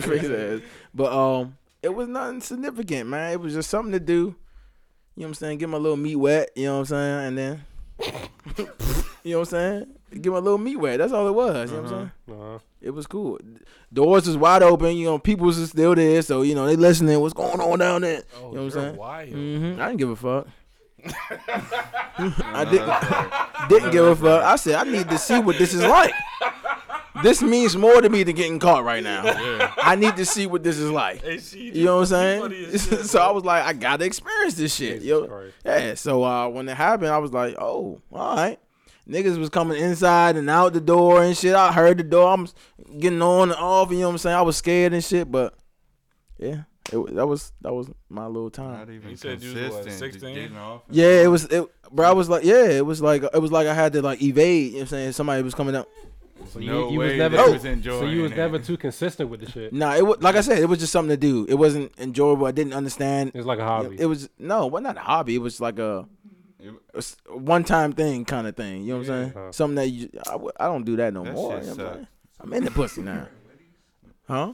Speaker 3: Face ass. But um, it was nothing significant, man. It was just something to do. You know what I'm saying? Get my little meat wet. You know what I'm saying? And then, you know what I'm saying? Get my little meat wet. That's all it was. You know what I'm saying?
Speaker 5: Uh-huh.
Speaker 3: It was cool. Doors was wide open. You know, people was still there, so you know they listening. What's going on down there? you
Speaker 2: Oh,
Speaker 3: know what I'm
Speaker 2: you're
Speaker 3: saying?
Speaker 2: wild.
Speaker 3: hmm I didn't give a fuck. I
Speaker 4: No,
Speaker 3: didn't
Speaker 4: that's right.
Speaker 3: didn't give a fuck. I said I need to see what this is like. This means more to me than getting caught right now.
Speaker 2: Yeah.
Speaker 3: I need to see what this is like.
Speaker 2: Hey, she,
Speaker 3: You know what I'm
Speaker 2: funny
Speaker 3: saying?
Speaker 2: as shit,
Speaker 3: so
Speaker 2: bro.
Speaker 3: I was like, I gotta experience this shit.
Speaker 5: Jesus
Speaker 3: Yo,
Speaker 5: Christ.
Speaker 3: yeah. So uh, when it happened, I was like, oh, all right. Niggas was coming inside and out the door and shit. I heard the door. I'm getting on and off. You know what I'm saying? I was scared and shit, but yeah, it, wa- that was that was my little
Speaker 4: Not
Speaker 3: time.
Speaker 4: even
Speaker 2: You said
Speaker 4: consistent.
Speaker 2: you was, what,
Speaker 4: just
Speaker 2: 16?
Speaker 4: getting off and-
Speaker 3: Yeah, it was. It, bro, I was like, yeah, it was like it was like I had to like evade. You know what I'm saying? Somebody was coming up.
Speaker 5: So
Speaker 4: No
Speaker 5: you, you was
Speaker 4: way
Speaker 5: never.
Speaker 3: Oh.
Speaker 4: that
Speaker 5: too-
Speaker 4: was enjoying
Speaker 5: so you was
Speaker 4: it.
Speaker 5: never too consistent with the shit.
Speaker 3: Nah, it was like I said, it was just something to do. It wasn't enjoyable. I didn't understand.
Speaker 5: It was like a hobby.
Speaker 3: It was no, well, not a hobby. It was like a,
Speaker 4: It-
Speaker 3: one time thing kind of thing. You know what I'm saying?
Speaker 5: Yeah.
Speaker 3: Something that you, I, w- I don't do that no
Speaker 4: That
Speaker 3: more.
Speaker 4: shit
Speaker 3: you know what I'm,
Speaker 4: sucks.
Speaker 3: saying? I'm in the pussy now. Huh?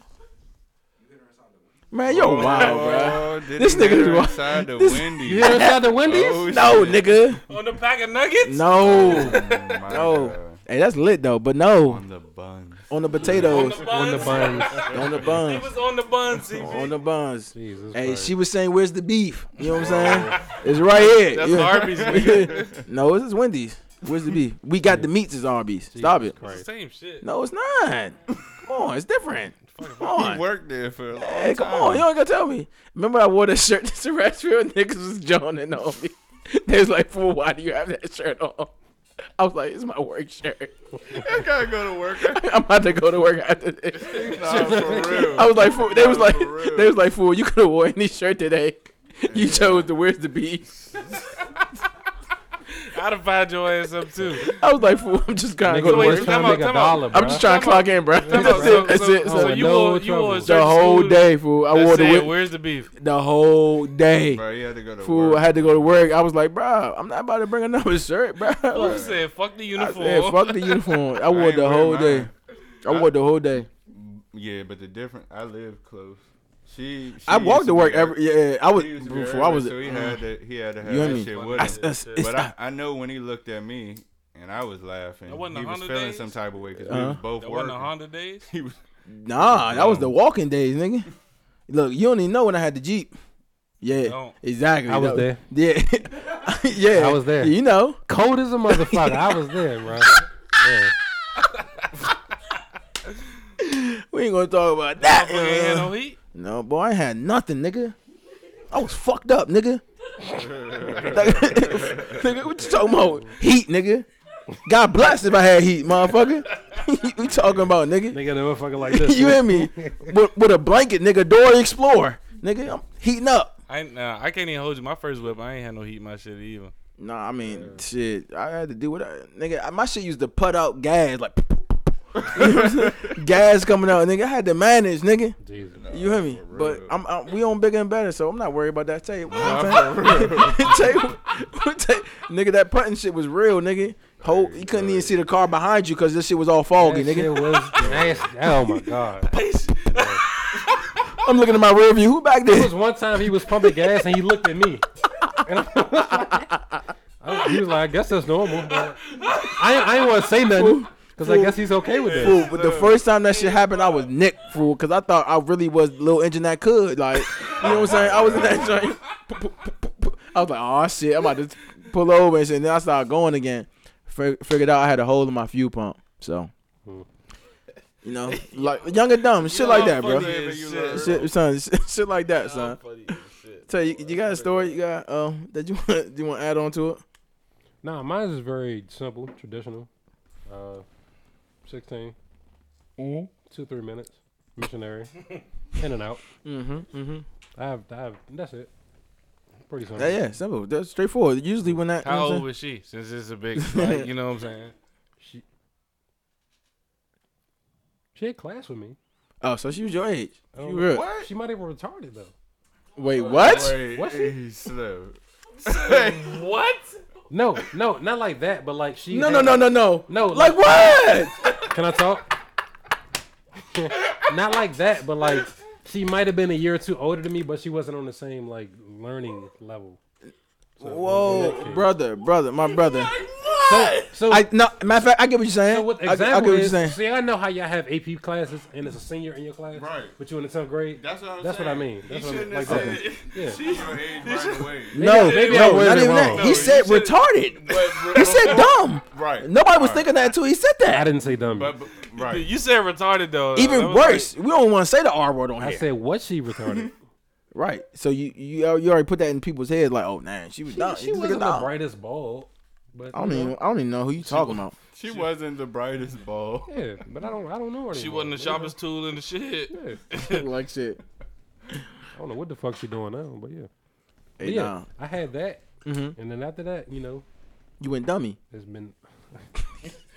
Speaker 3: Man, you're wild, bro.
Speaker 4: Oh, did
Speaker 3: Oh, This
Speaker 4: he hit
Speaker 3: nigga's
Speaker 4: her
Speaker 3: wild.
Speaker 4: inside the
Speaker 3: This-
Speaker 4: Wendy's.
Speaker 5: you hear inside the Wendy's?
Speaker 4: Oh,
Speaker 3: No,
Speaker 4: shit.
Speaker 3: nigga.
Speaker 2: on the pack of nuggets.
Speaker 3: No.
Speaker 4: Oh, my
Speaker 3: No.
Speaker 4: God.
Speaker 3: Hey, that's lit though, but no.
Speaker 4: On the bun.
Speaker 3: On the potatoes.
Speaker 5: On the buns.
Speaker 3: On the
Speaker 2: He
Speaker 3: buns.
Speaker 2: was on the buns. CP.
Speaker 3: On the buns.
Speaker 5: Jesus
Speaker 3: Hey,
Speaker 5: Christ.
Speaker 3: she was saying, "Where's the beef?" You know what I'm saying? It's right here.
Speaker 2: That's
Speaker 3: Yeah.
Speaker 2: Arby's, nigga.
Speaker 3: no, this is Wendy's. Where's the beef? We got the meats as Arby's. Stop
Speaker 5: Jesus
Speaker 3: it.
Speaker 2: It's the
Speaker 5: Christ.
Speaker 2: same shit.
Speaker 3: No, it's not. Come on, it's different. Come
Speaker 4: He
Speaker 3: on.
Speaker 4: worked there for a long
Speaker 3: Hey, come
Speaker 4: time.
Speaker 3: on. You don't gotta tell me. Remember, I wore that shirt to Terrestrial niggas was joning on me. They was like, "Fool, why do you have that shirt on?" I was like, "It's my work shirt.
Speaker 4: I gotta go to work.
Speaker 3: I'm about to go to work after this."
Speaker 4: Nah, for real.
Speaker 3: I was like, "Fool," they was like,
Speaker 4: For real.
Speaker 3: "They was like, fool, you could have wore any shirt today. You chose the where's the beef."
Speaker 2: I'd have fired your ass up too.
Speaker 3: I was like, "Fool, I'm just gonna go
Speaker 5: Nigga
Speaker 3: to
Speaker 2: wait,
Speaker 5: was
Speaker 3: work."
Speaker 2: time
Speaker 5: trying to
Speaker 2: out,
Speaker 5: make a
Speaker 2: time out.
Speaker 5: dollar, bro.
Speaker 3: I'm just trying to clock in, bro.
Speaker 2: Time
Speaker 3: That's
Speaker 2: out. So-
Speaker 3: it. That's
Speaker 2: so-
Speaker 3: it.
Speaker 2: So
Speaker 5: Oh,
Speaker 2: you
Speaker 5: no
Speaker 2: wore you wore a
Speaker 5: trouble.
Speaker 2: shirt
Speaker 3: the
Speaker 2: to
Speaker 3: whole
Speaker 2: school
Speaker 3: day, fool. I
Speaker 2: that
Speaker 3: wore the
Speaker 2: said,
Speaker 3: whip
Speaker 2: Where's the beef?
Speaker 3: the whole day.
Speaker 4: Bro, you had to go to
Speaker 3: Fool, I
Speaker 4: work.
Speaker 3: had to go to work. I was like, bro, I'm not about to bring another shirt, bro.
Speaker 2: You said fuck the
Speaker 3: I
Speaker 2: uniform.
Speaker 3: said, fuck the uniform. I wore
Speaker 4: ain't
Speaker 3: the
Speaker 4: wear
Speaker 3: whole
Speaker 4: mine.
Speaker 3: day. I wore the whole day.
Speaker 4: Yeah, but the different. I live close. She. she
Speaker 3: I walked
Speaker 4: used
Speaker 3: to work
Speaker 4: be
Speaker 3: every. Yeah, I was.
Speaker 4: she used to be
Speaker 3: Before I
Speaker 4: everywhere,
Speaker 3: was.
Speaker 4: So he had to. He had to have
Speaker 3: You
Speaker 4: that
Speaker 3: and me.
Speaker 4: shit
Speaker 2: Funny
Speaker 4: with
Speaker 3: I,
Speaker 4: him.
Speaker 2: as
Speaker 3: it's- it's
Speaker 4: But I,
Speaker 3: not-
Speaker 4: I know when he looked at me, and I was laughing.
Speaker 2: That wasn't
Speaker 4: he
Speaker 2: the
Speaker 4: was
Speaker 2: Honda
Speaker 4: feeling
Speaker 2: days?
Speaker 4: some type of way because we
Speaker 3: Uh-huh.
Speaker 4: was both
Speaker 2: That wasn't the
Speaker 4: working.
Speaker 2: Honda days.
Speaker 4: He was,
Speaker 3: nah, that was
Speaker 4: No.
Speaker 3: the walking days, nigga. Look, you don't even know when I had the Jeep. Yeah,
Speaker 2: No.
Speaker 3: exactly.
Speaker 5: I was
Speaker 3: That
Speaker 5: there.
Speaker 3: Yeah, yeah.
Speaker 5: I was there.
Speaker 3: You know,
Speaker 5: Cold as a motherfucker. I was there, bro. Yeah.
Speaker 3: we ain't gonna talk about that.
Speaker 2: Fucking had no heat.
Speaker 3: No, boy, I ain't had nothing, nigga. I was fucked up, nigga. nigga, what you talking about? Heat, nigga. God bless if I had heat, motherfucker. we talking about, nigga.
Speaker 5: Nigga, the motherfucker like this.
Speaker 3: you hear me? With, with a blanket, nigga. Door Explorer, nigga. I'm heating up.
Speaker 2: I nah, I can't even hold you. My first whip, I ain't had no heat in my shit either.
Speaker 3: Nah, I mean, shit. I had to do what, I, nigga. I- My shit used to put out gas, like You know what I'm saying? gas coming out, nigga. I had to manage, nigga.
Speaker 5: Jesus.
Speaker 3: You hear me? But I'm, i we on bigger and better, so I'm not worried about that. Tell you what, I'm saying. Tell you what- tell you- nigga, that putting shit was real, nigga. Whole,
Speaker 4: Very
Speaker 3: you couldn't even
Speaker 4: good.
Speaker 3: see the car behind you because this shit was all foggy,
Speaker 5: That
Speaker 3: nigga.
Speaker 5: shit was nasty. Oh my god.
Speaker 3: I'm looking at my rear view. Who back
Speaker 5: There
Speaker 3: there?
Speaker 5: was one time he was pumping gas and he looked at me. And I- I- he was like, I guess that's normal. But I, I didn't want to say nothing because I guess he's okay with
Speaker 3: Fool,
Speaker 5: it.
Speaker 3: but the first time that shit happened, I was Nick fool because I thought I really was little engine that could. Like, you know what I'm saying? I was in that joint. I was like, oh shit, I'm about to pull over and shit. And then I started going again. Fig- figured out I had a hole in my fuel pump. So,
Speaker 5: Hmm.
Speaker 3: you know, like young and dumb shit like that, bro. Shit, son, shit, shit like that, son. Tell you, you got a story? You got um that you want? Do you want to add on to it?
Speaker 5: Nah, mine is very simple, traditional. Uh, 16, two, three minutes, missionary, in and out.
Speaker 3: Mm-hmm. Mm-hmm.
Speaker 5: I have, I have, that's it. Pretty simple.
Speaker 3: Yeah, yeah, simple, that's straightforward. Usually when that, you know
Speaker 2: How
Speaker 3: what I'm
Speaker 2: old was she? Since it's a big, like, you know what I'm saying?
Speaker 5: She, she had class with me. Oh.
Speaker 3: saying? oh, so she was your age.
Speaker 5: I don't
Speaker 3: You
Speaker 5: know-
Speaker 3: good?
Speaker 5: She might even retarded though.
Speaker 3: Wait, what?
Speaker 5: What?
Speaker 4: What? He slow.
Speaker 2: What?
Speaker 5: No, no, not like that, but like she.
Speaker 3: No,
Speaker 5: had-
Speaker 3: no, no, no, no.
Speaker 5: No,
Speaker 3: Like what?
Speaker 5: Can I talk? Not like that, but like she might have been a year or two older than me, but she wasn't on the same like learning level.
Speaker 3: Whoa, brother, brother, my brother.
Speaker 5: So, so,
Speaker 3: I no. Matter of fact, I get what you're saying.
Speaker 5: so what
Speaker 3: I, I get
Speaker 5: example
Speaker 3: what you're
Speaker 5: is?
Speaker 3: saying.
Speaker 5: See, I know how y'all have AP classes, and it's a senior in your class,
Speaker 4: Right.
Speaker 5: But you in the tenth grade.
Speaker 4: That's what I'm
Speaker 5: That's what I
Speaker 4: saying.
Speaker 5: mean.
Speaker 4: He
Speaker 5: That's what I mean.
Speaker 4: shouldn't have
Speaker 5: Like that.
Speaker 4: said
Speaker 5: Yeah.
Speaker 4: she's your age right away.
Speaker 3: No,
Speaker 5: maybe I
Speaker 3: no,
Speaker 5: worded
Speaker 3: not
Speaker 5: it
Speaker 3: even that.
Speaker 5: wrong.
Speaker 3: he
Speaker 4: No,
Speaker 3: said
Speaker 4: you should-
Speaker 3: retarded.
Speaker 4: But-
Speaker 3: He said dumb.
Speaker 4: Right.
Speaker 3: Nobody was
Speaker 4: Right.
Speaker 3: thinking that too. He said
Speaker 5: I
Speaker 3: that.
Speaker 5: didn't say dumb.
Speaker 4: But, but right.
Speaker 2: You said retarded though. That
Speaker 3: Even
Speaker 2: was like-
Speaker 3: worse. we don't want to say the R word on
Speaker 5: I
Speaker 3: here.
Speaker 5: said, was she retarded?
Speaker 3: Right. So you you al- you already put that in people's heads like, oh man, she was dumb.
Speaker 5: she
Speaker 3: This nigga
Speaker 5: wasn't the
Speaker 3: dumb.
Speaker 5: brightest bulb, but
Speaker 3: I don't
Speaker 5: you know,
Speaker 3: even I don't even know who you talking about.
Speaker 4: She wasn't the brightest ball.
Speaker 5: Yeah, but I don't. I don't know her.
Speaker 2: She
Speaker 5: anymore.
Speaker 2: wasn't the
Speaker 5: Yeah.
Speaker 2: sharpest tool in the shit.
Speaker 5: Yeah.
Speaker 3: like shit.
Speaker 5: I don't know what the fuck she doing now, but yeah. But
Speaker 3: Hey,
Speaker 5: yeah,
Speaker 3: nah.
Speaker 5: I had that,
Speaker 3: Mhm.
Speaker 5: and then after that, you know,
Speaker 3: You went dummy.
Speaker 5: it's been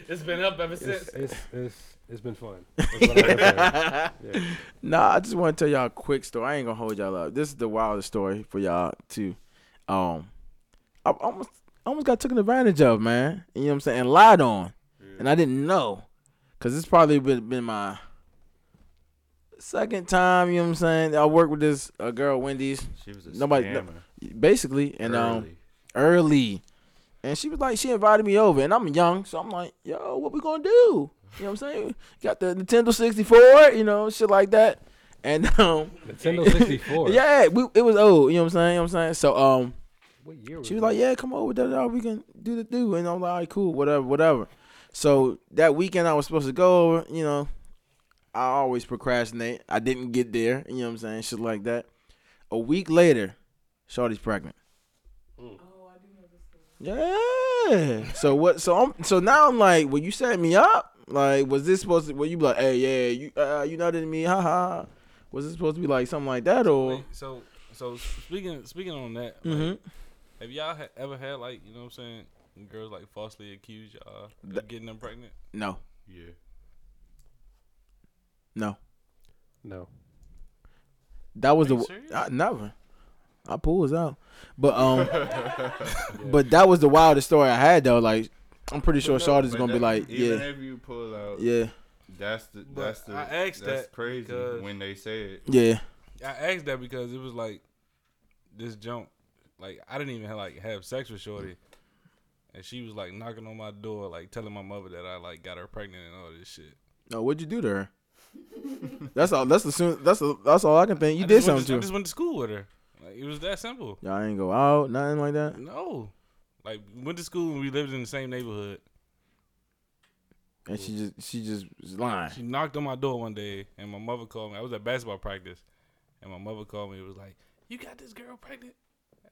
Speaker 2: It's been up ever
Speaker 5: it's
Speaker 2: since.
Speaker 5: it's it's, it's been fun. That's what I gotta say.
Speaker 3: Nah, I just want to tell y'all a quick story. I ain't gonna hold y'all up. This is the wildest story for y'all too. Um, I almost I almost got taken advantage of, man. You know what I'm saying? Lied on, and I didn't know, cause it's probably been, been my second time. You know what I'm saying? I worked with this uh, girl, Wendy's,
Speaker 4: She was a
Speaker 3: Nobody- no-
Speaker 4: scammer.
Speaker 3: basically, and um,
Speaker 4: Early.
Speaker 3: early. And she was like, she invited me over, and I'm young, so I'm like, yo, what we gonna do? You know what I'm saying? Got the Nintendo 64, you know, shit like that. And um,
Speaker 5: Nintendo sixty four.
Speaker 3: yeah, we, it was old. You know what I'm saying? You know what I'm saying? So um,
Speaker 5: What year was
Speaker 3: she was like, "Yeah, come over, da, da, da, we can do the do." And I'm like, "All right, "Cool, whatever, whatever." So that weekend I was supposed to go over. You know, I always procrastinate. I didn't get there. You know what I'm saying? Shit like that. A week later, Shorty's pregnant.
Speaker 6: Oh, I do know this story.
Speaker 3: Yeah. So what? So I'm. So now I'm like, well, you set me up. Like, was this supposed to? Were you be like, hey, yeah, you, uh, you nutted me, haha. Was it supposed to be like something like that or?
Speaker 2: Wait, so so speaking speaking on that, like,
Speaker 3: Mhm.
Speaker 2: have y'all ha- ever had like you know what I'm saying? Girls like falsely accuse y'all
Speaker 3: Th-
Speaker 2: of getting them pregnant.
Speaker 3: No,
Speaker 4: Yeah.
Speaker 3: no.
Speaker 5: No.
Speaker 3: That was
Speaker 2: Are
Speaker 3: the
Speaker 2: you
Speaker 3: w-
Speaker 2: serious?
Speaker 3: I, never. I pulls out, but um, but that was the wildest story I had though. Like, I'm pretty sure Shawty's
Speaker 4: But
Speaker 3: gonna be
Speaker 4: that-
Speaker 3: like,
Speaker 4: even
Speaker 3: yeah,
Speaker 4: if you pull out,
Speaker 3: yeah,
Speaker 4: that's the
Speaker 2: But
Speaker 4: that's the
Speaker 2: I asked
Speaker 4: that's
Speaker 2: that
Speaker 4: crazy
Speaker 2: because-
Speaker 4: when they say it.
Speaker 3: yeah.
Speaker 2: I asked that because it was like this jump. Like I didn't even like have sex with Shorty, and she was like knocking on my door, like telling my mother that I like got her pregnant and all this shit.
Speaker 3: No, what'd you do to her? that's all. That's the soon. That's the, that's all I can think. You
Speaker 2: I
Speaker 3: did
Speaker 2: just went
Speaker 3: something
Speaker 2: to, I
Speaker 3: to. her.
Speaker 2: just went to school with her. Like it was that simple.
Speaker 3: Y'all ain't go out, nothing like that.
Speaker 2: No, like went to school and we lived in the same neighborhood.
Speaker 3: And she just she just was lying.
Speaker 2: She knocked on my door one day, and my mother called me. I was at basketball practice, and my mother called me. It was like, "You got this girl pregnant."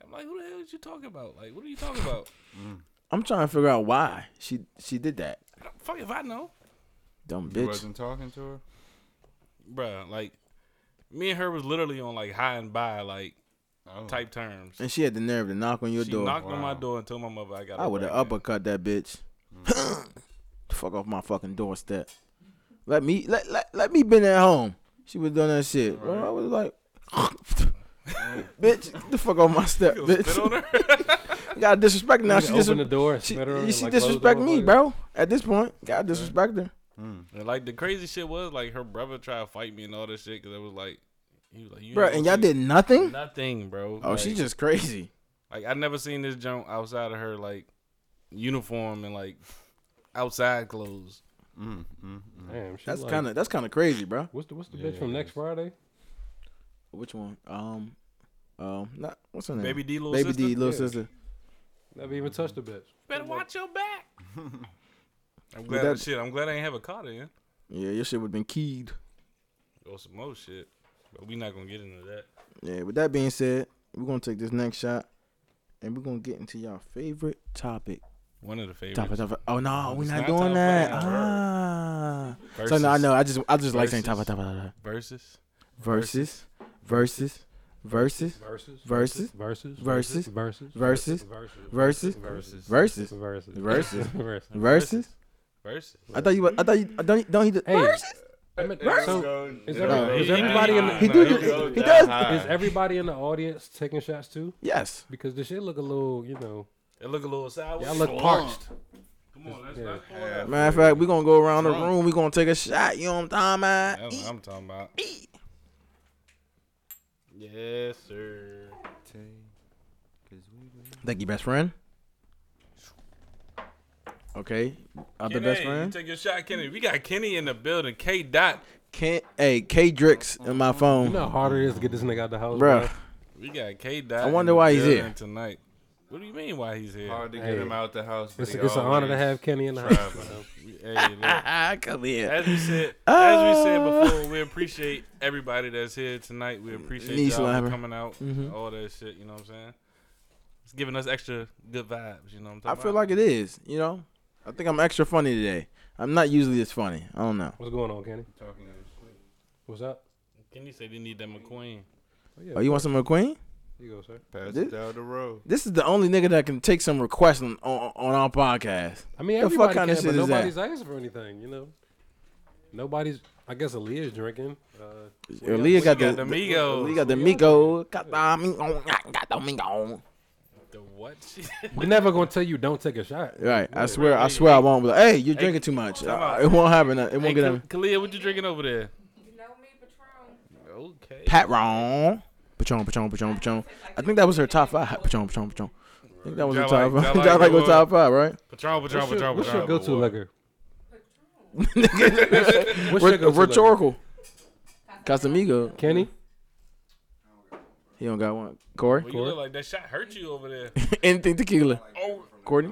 Speaker 2: I'm like, "Who the hell is you talking about? Like, what are you talking about?"
Speaker 3: I'm trying to figure out why she she did that.
Speaker 2: I don't- Fuck if I know,
Speaker 3: Dumb
Speaker 4: You
Speaker 3: bitch.
Speaker 4: wasn't talking to her.
Speaker 2: Bruh, Like, me and her was literally on like high and by like
Speaker 4: Oh.
Speaker 2: type terms.
Speaker 3: And she had the nerve to knock on your
Speaker 2: She
Speaker 3: door.
Speaker 2: knocked on my
Speaker 4: Wow.
Speaker 2: door and told my mother I got.
Speaker 3: I
Speaker 2: her
Speaker 3: would have
Speaker 2: pregnant.
Speaker 3: uppercut that bitch.
Speaker 2: Mm.
Speaker 3: Fuck off my fucking doorstep. Let me let let, let me been at home. She was doing that shit. Bro, I was like, bitch, get the fuck on my step,
Speaker 2: You gonna
Speaker 3: bitch.
Speaker 2: spit on her?
Speaker 3: You gotta disrespect now.
Speaker 5: You
Speaker 3: She,
Speaker 5: open
Speaker 3: dis-
Speaker 5: the door, and
Speaker 3: she,
Speaker 5: spit on her,
Speaker 3: she,
Speaker 5: and, like, close the
Speaker 3: disrespect me,
Speaker 5: motherfucker.
Speaker 3: bro. At this point, gotta disrespect her.
Speaker 4: Mm.
Speaker 2: And like the crazy shit was like her brother tried to fight me and all that shit because it was like he was like you
Speaker 3: Bro,
Speaker 2: ain't
Speaker 3: and y'all
Speaker 2: gonna
Speaker 3: did nothing?
Speaker 2: see nothing, bro.
Speaker 3: Oh,
Speaker 2: like,
Speaker 3: she just crazy.
Speaker 2: like I never seen this junk outside of her like uniform and like outside clothes.
Speaker 4: Mm. Mm. Mm.
Speaker 5: Damn, she
Speaker 3: That's
Speaker 5: like-
Speaker 3: kind of that's kind of crazy, bro.
Speaker 5: What's the what's the
Speaker 4: Yeah,
Speaker 5: bitch from
Speaker 4: it
Speaker 5: next
Speaker 4: is.
Speaker 5: Friday?
Speaker 3: Which one? Um, um, not what's her name?
Speaker 2: Baby D, little
Speaker 3: Baby
Speaker 2: sister?
Speaker 3: D, little
Speaker 5: Yeah.
Speaker 3: sister.
Speaker 5: Never even touched the bitch.
Speaker 2: Better watch your back. I'm
Speaker 3: But
Speaker 2: glad
Speaker 3: that-
Speaker 2: shit. I'm glad I ain't have a car then.
Speaker 3: Yeah, your shit would have been keyed.
Speaker 2: Or some more shit. But we not gonna get into that.
Speaker 3: Yeah. With that being said, we're gonna take this next shot, and we're gonna get into y'all favorite topic.
Speaker 2: One of the favorites.
Speaker 3: Topic, topic. Oh no, we're
Speaker 2: It's
Speaker 3: not
Speaker 2: not
Speaker 3: doing
Speaker 2: top
Speaker 3: that.
Speaker 2: five, bro.
Speaker 3: Ah. So
Speaker 2: Versus,
Speaker 3: no, I know. I just I just like saying topic,
Speaker 2: Versus.
Speaker 3: topic, topic.
Speaker 2: Versus.
Speaker 3: Versus, versus, versus,
Speaker 5: Versus.
Speaker 3: Versus. Versus.
Speaker 5: Versus. Versus.
Speaker 3: Versus.
Speaker 5: Versus.
Speaker 3: Versus. versus, Versus.
Speaker 5: Versus. Versus. Versus.
Speaker 3: versus.
Speaker 2: Versus.
Speaker 3: I thought you. were- I thought you. Don't. you- Don't he? do-
Speaker 5: Hey. I mean, so is, every,
Speaker 3: No,
Speaker 5: is
Speaker 2: he-
Speaker 5: everybody in
Speaker 3: He
Speaker 2: he-
Speaker 5: the,
Speaker 2: No,
Speaker 3: do.
Speaker 2: he
Speaker 4: goes
Speaker 3: He
Speaker 4: down
Speaker 3: does.
Speaker 4: high.
Speaker 5: is everybody in the audience taking shots too?
Speaker 3: Yes.
Speaker 5: Because this shit look a little, you know,
Speaker 2: It look a little sideways.
Speaker 5: y'all look parched.
Speaker 2: Come on, let's
Speaker 5: Yeah.
Speaker 2: not pour it out.
Speaker 3: Matter of fact, we're gonna go around the room. We're gonna take a shot. You know what I'm talking
Speaker 2: That's
Speaker 3: about?
Speaker 2: what I'm talking about. Yes, sir.
Speaker 3: Thank you, best friend. Okay, other best friend.
Speaker 2: take your shot, Kenny. We got Kenny in the building. K dot.
Speaker 3: Can hey K Drix in my
Speaker 5: You
Speaker 3: phone,
Speaker 5: know how hard it is to get this nigga out the house,
Speaker 3: Bruh.
Speaker 5: bruh?
Speaker 2: We got K
Speaker 3: I
Speaker 2: dot.
Speaker 3: wonder
Speaker 2: in the
Speaker 3: why he's
Speaker 2: building
Speaker 3: here.
Speaker 2: tonight. What do you mean why he's here?
Speaker 4: Hard to
Speaker 5: Hey.
Speaker 4: get him out the house. but
Speaker 5: It's,
Speaker 4: he
Speaker 5: it's an honor to
Speaker 4: always
Speaker 5: have Kenny in the house.
Speaker 4: traveling.
Speaker 2: We- hey, look.
Speaker 3: Ah, Come here.
Speaker 2: As we said, as we
Speaker 3: Ah.
Speaker 2: said before, we appreciate everybody that's here tonight. We appreciate
Speaker 3: Knee
Speaker 2: y'all
Speaker 3: slapper.
Speaker 2: for coming out,
Speaker 5: Mm-hmm.
Speaker 2: all that shit. You know what I'm saying? It's giving us extra good vibes. You know what I'm
Speaker 3: I
Speaker 2: talking
Speaker 3: feel
Speaker 2: about?
Speaker 3: like it is. You know, I think I'm extra funny today. I'm not usually this funny. I don't know.
Speaker 5: What's going on, Kenny?
Speaker 4: Talking to him.
Speaker 5: What's up?
Speaker 2: Kenny said they need that McQueen.
Speaker 5: Oh, yeah.
Speaker 3: Oh, you want some McQueen?
Speaker 5: Here you go, sir.
Speaker 4: Pass
Speaker 3: This-
Speaker 4: it down the road.
Speaker 3: This is the only nigga that can take some requests on, on, on our podcast.
Speaker 5: I mean,
Speaker 3: The fuck
Speaker 5: everybody
Speaker 3: kinda
Speaker 5: can,
Speaker 3: shit
Speaker 5: but
Speaker 3: is that?
Speaker 5: nobody's asking for anything, you know. Nobody's. I guess Aaliyah's drinking. Uh,
Speaker 3: Leah got,
Speaker 2: we got
Speaker 3: the
Speaker 2: the Migos.
Speaker 3: Leah got the Miko. Got the Miko. Got the Miko.
Speaker 2: The what?
Speaker 5: we're never gonna tell you don't take a shot.
Speaker 3: Right. I swear. I swear. I won't be like, hey, you're drinking too much. Uh,
Speaker 2: out.
Speaker 3: it won't happen. It won't
Speaker 2: hey,
Speaker 3: get
Speaker 2: Ka-
Speaker 3: him.
Speaker 2: Kalia, what you drinking over there?
Speaker 6: You know me, Patron.
Speaker 2: Okay.
Speaker 3: Pat Ron. Patron. Patron. Patron. Patron. I think that was her top five. Patron. Patron. Patron. I think that was her
Speaker 2: Y'all
Speaker 3: top
Speaker 2: like-
Speaker 3: five.
Speaker 2: y'all
Speaker 3: Y'all like
Speaker 2: like
Speaker 3: her
Speaker 2: what?
Speaker 3: top five, right?
Speaker 2: Patron, Patron,
Speaker 5: What's your,
Speaker 2: Patron,
Speaker 5: what's
Speaker 2: Patron.
Speaker 5: your go-to liquor? What's your
Speaker 3: Ret-
Speaker 5: go-to liquor?
Speaker 3: Rhetorical. Casamigo.
Speaker 5: Kenny,
Speaker 3: He don't got one. Corey.
Speaker 2: Well, you look like that shot hurt you over there.
Speaker 3: Anything tequila.
Speaker 2: Oh,
Speaker 3: Courtney.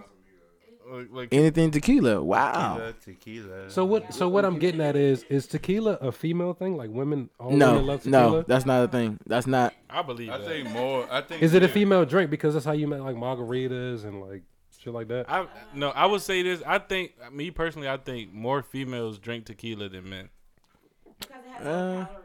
Speaker 2: like, like
Speaker 3: Anything tequila. Wow.
Speaker 4: Tequila, tequila.
Speaker 5: so what? So what I'm getting at is, is tequila a female thing? Like women, all women
Speaker 3: No.
Speaker 5: love tequila.
Speaker 3: No. That's not a thing. That's not.
Speaker 2: I believe
Speaker 4: I
Speaker 2: that.
Speaker 4: think more. I think
Speaker 5: Is it a
Speaker 4: yeah.
Speaker 5: female drink? Because that's how you met like margaritas and like shit like that.
Speaker 2: I no, I would say this. I think me personally, I think more females drink tequila than men.
Speaker 6: Because it has
Speaker 3: Uh.
Speaker 6: no calories.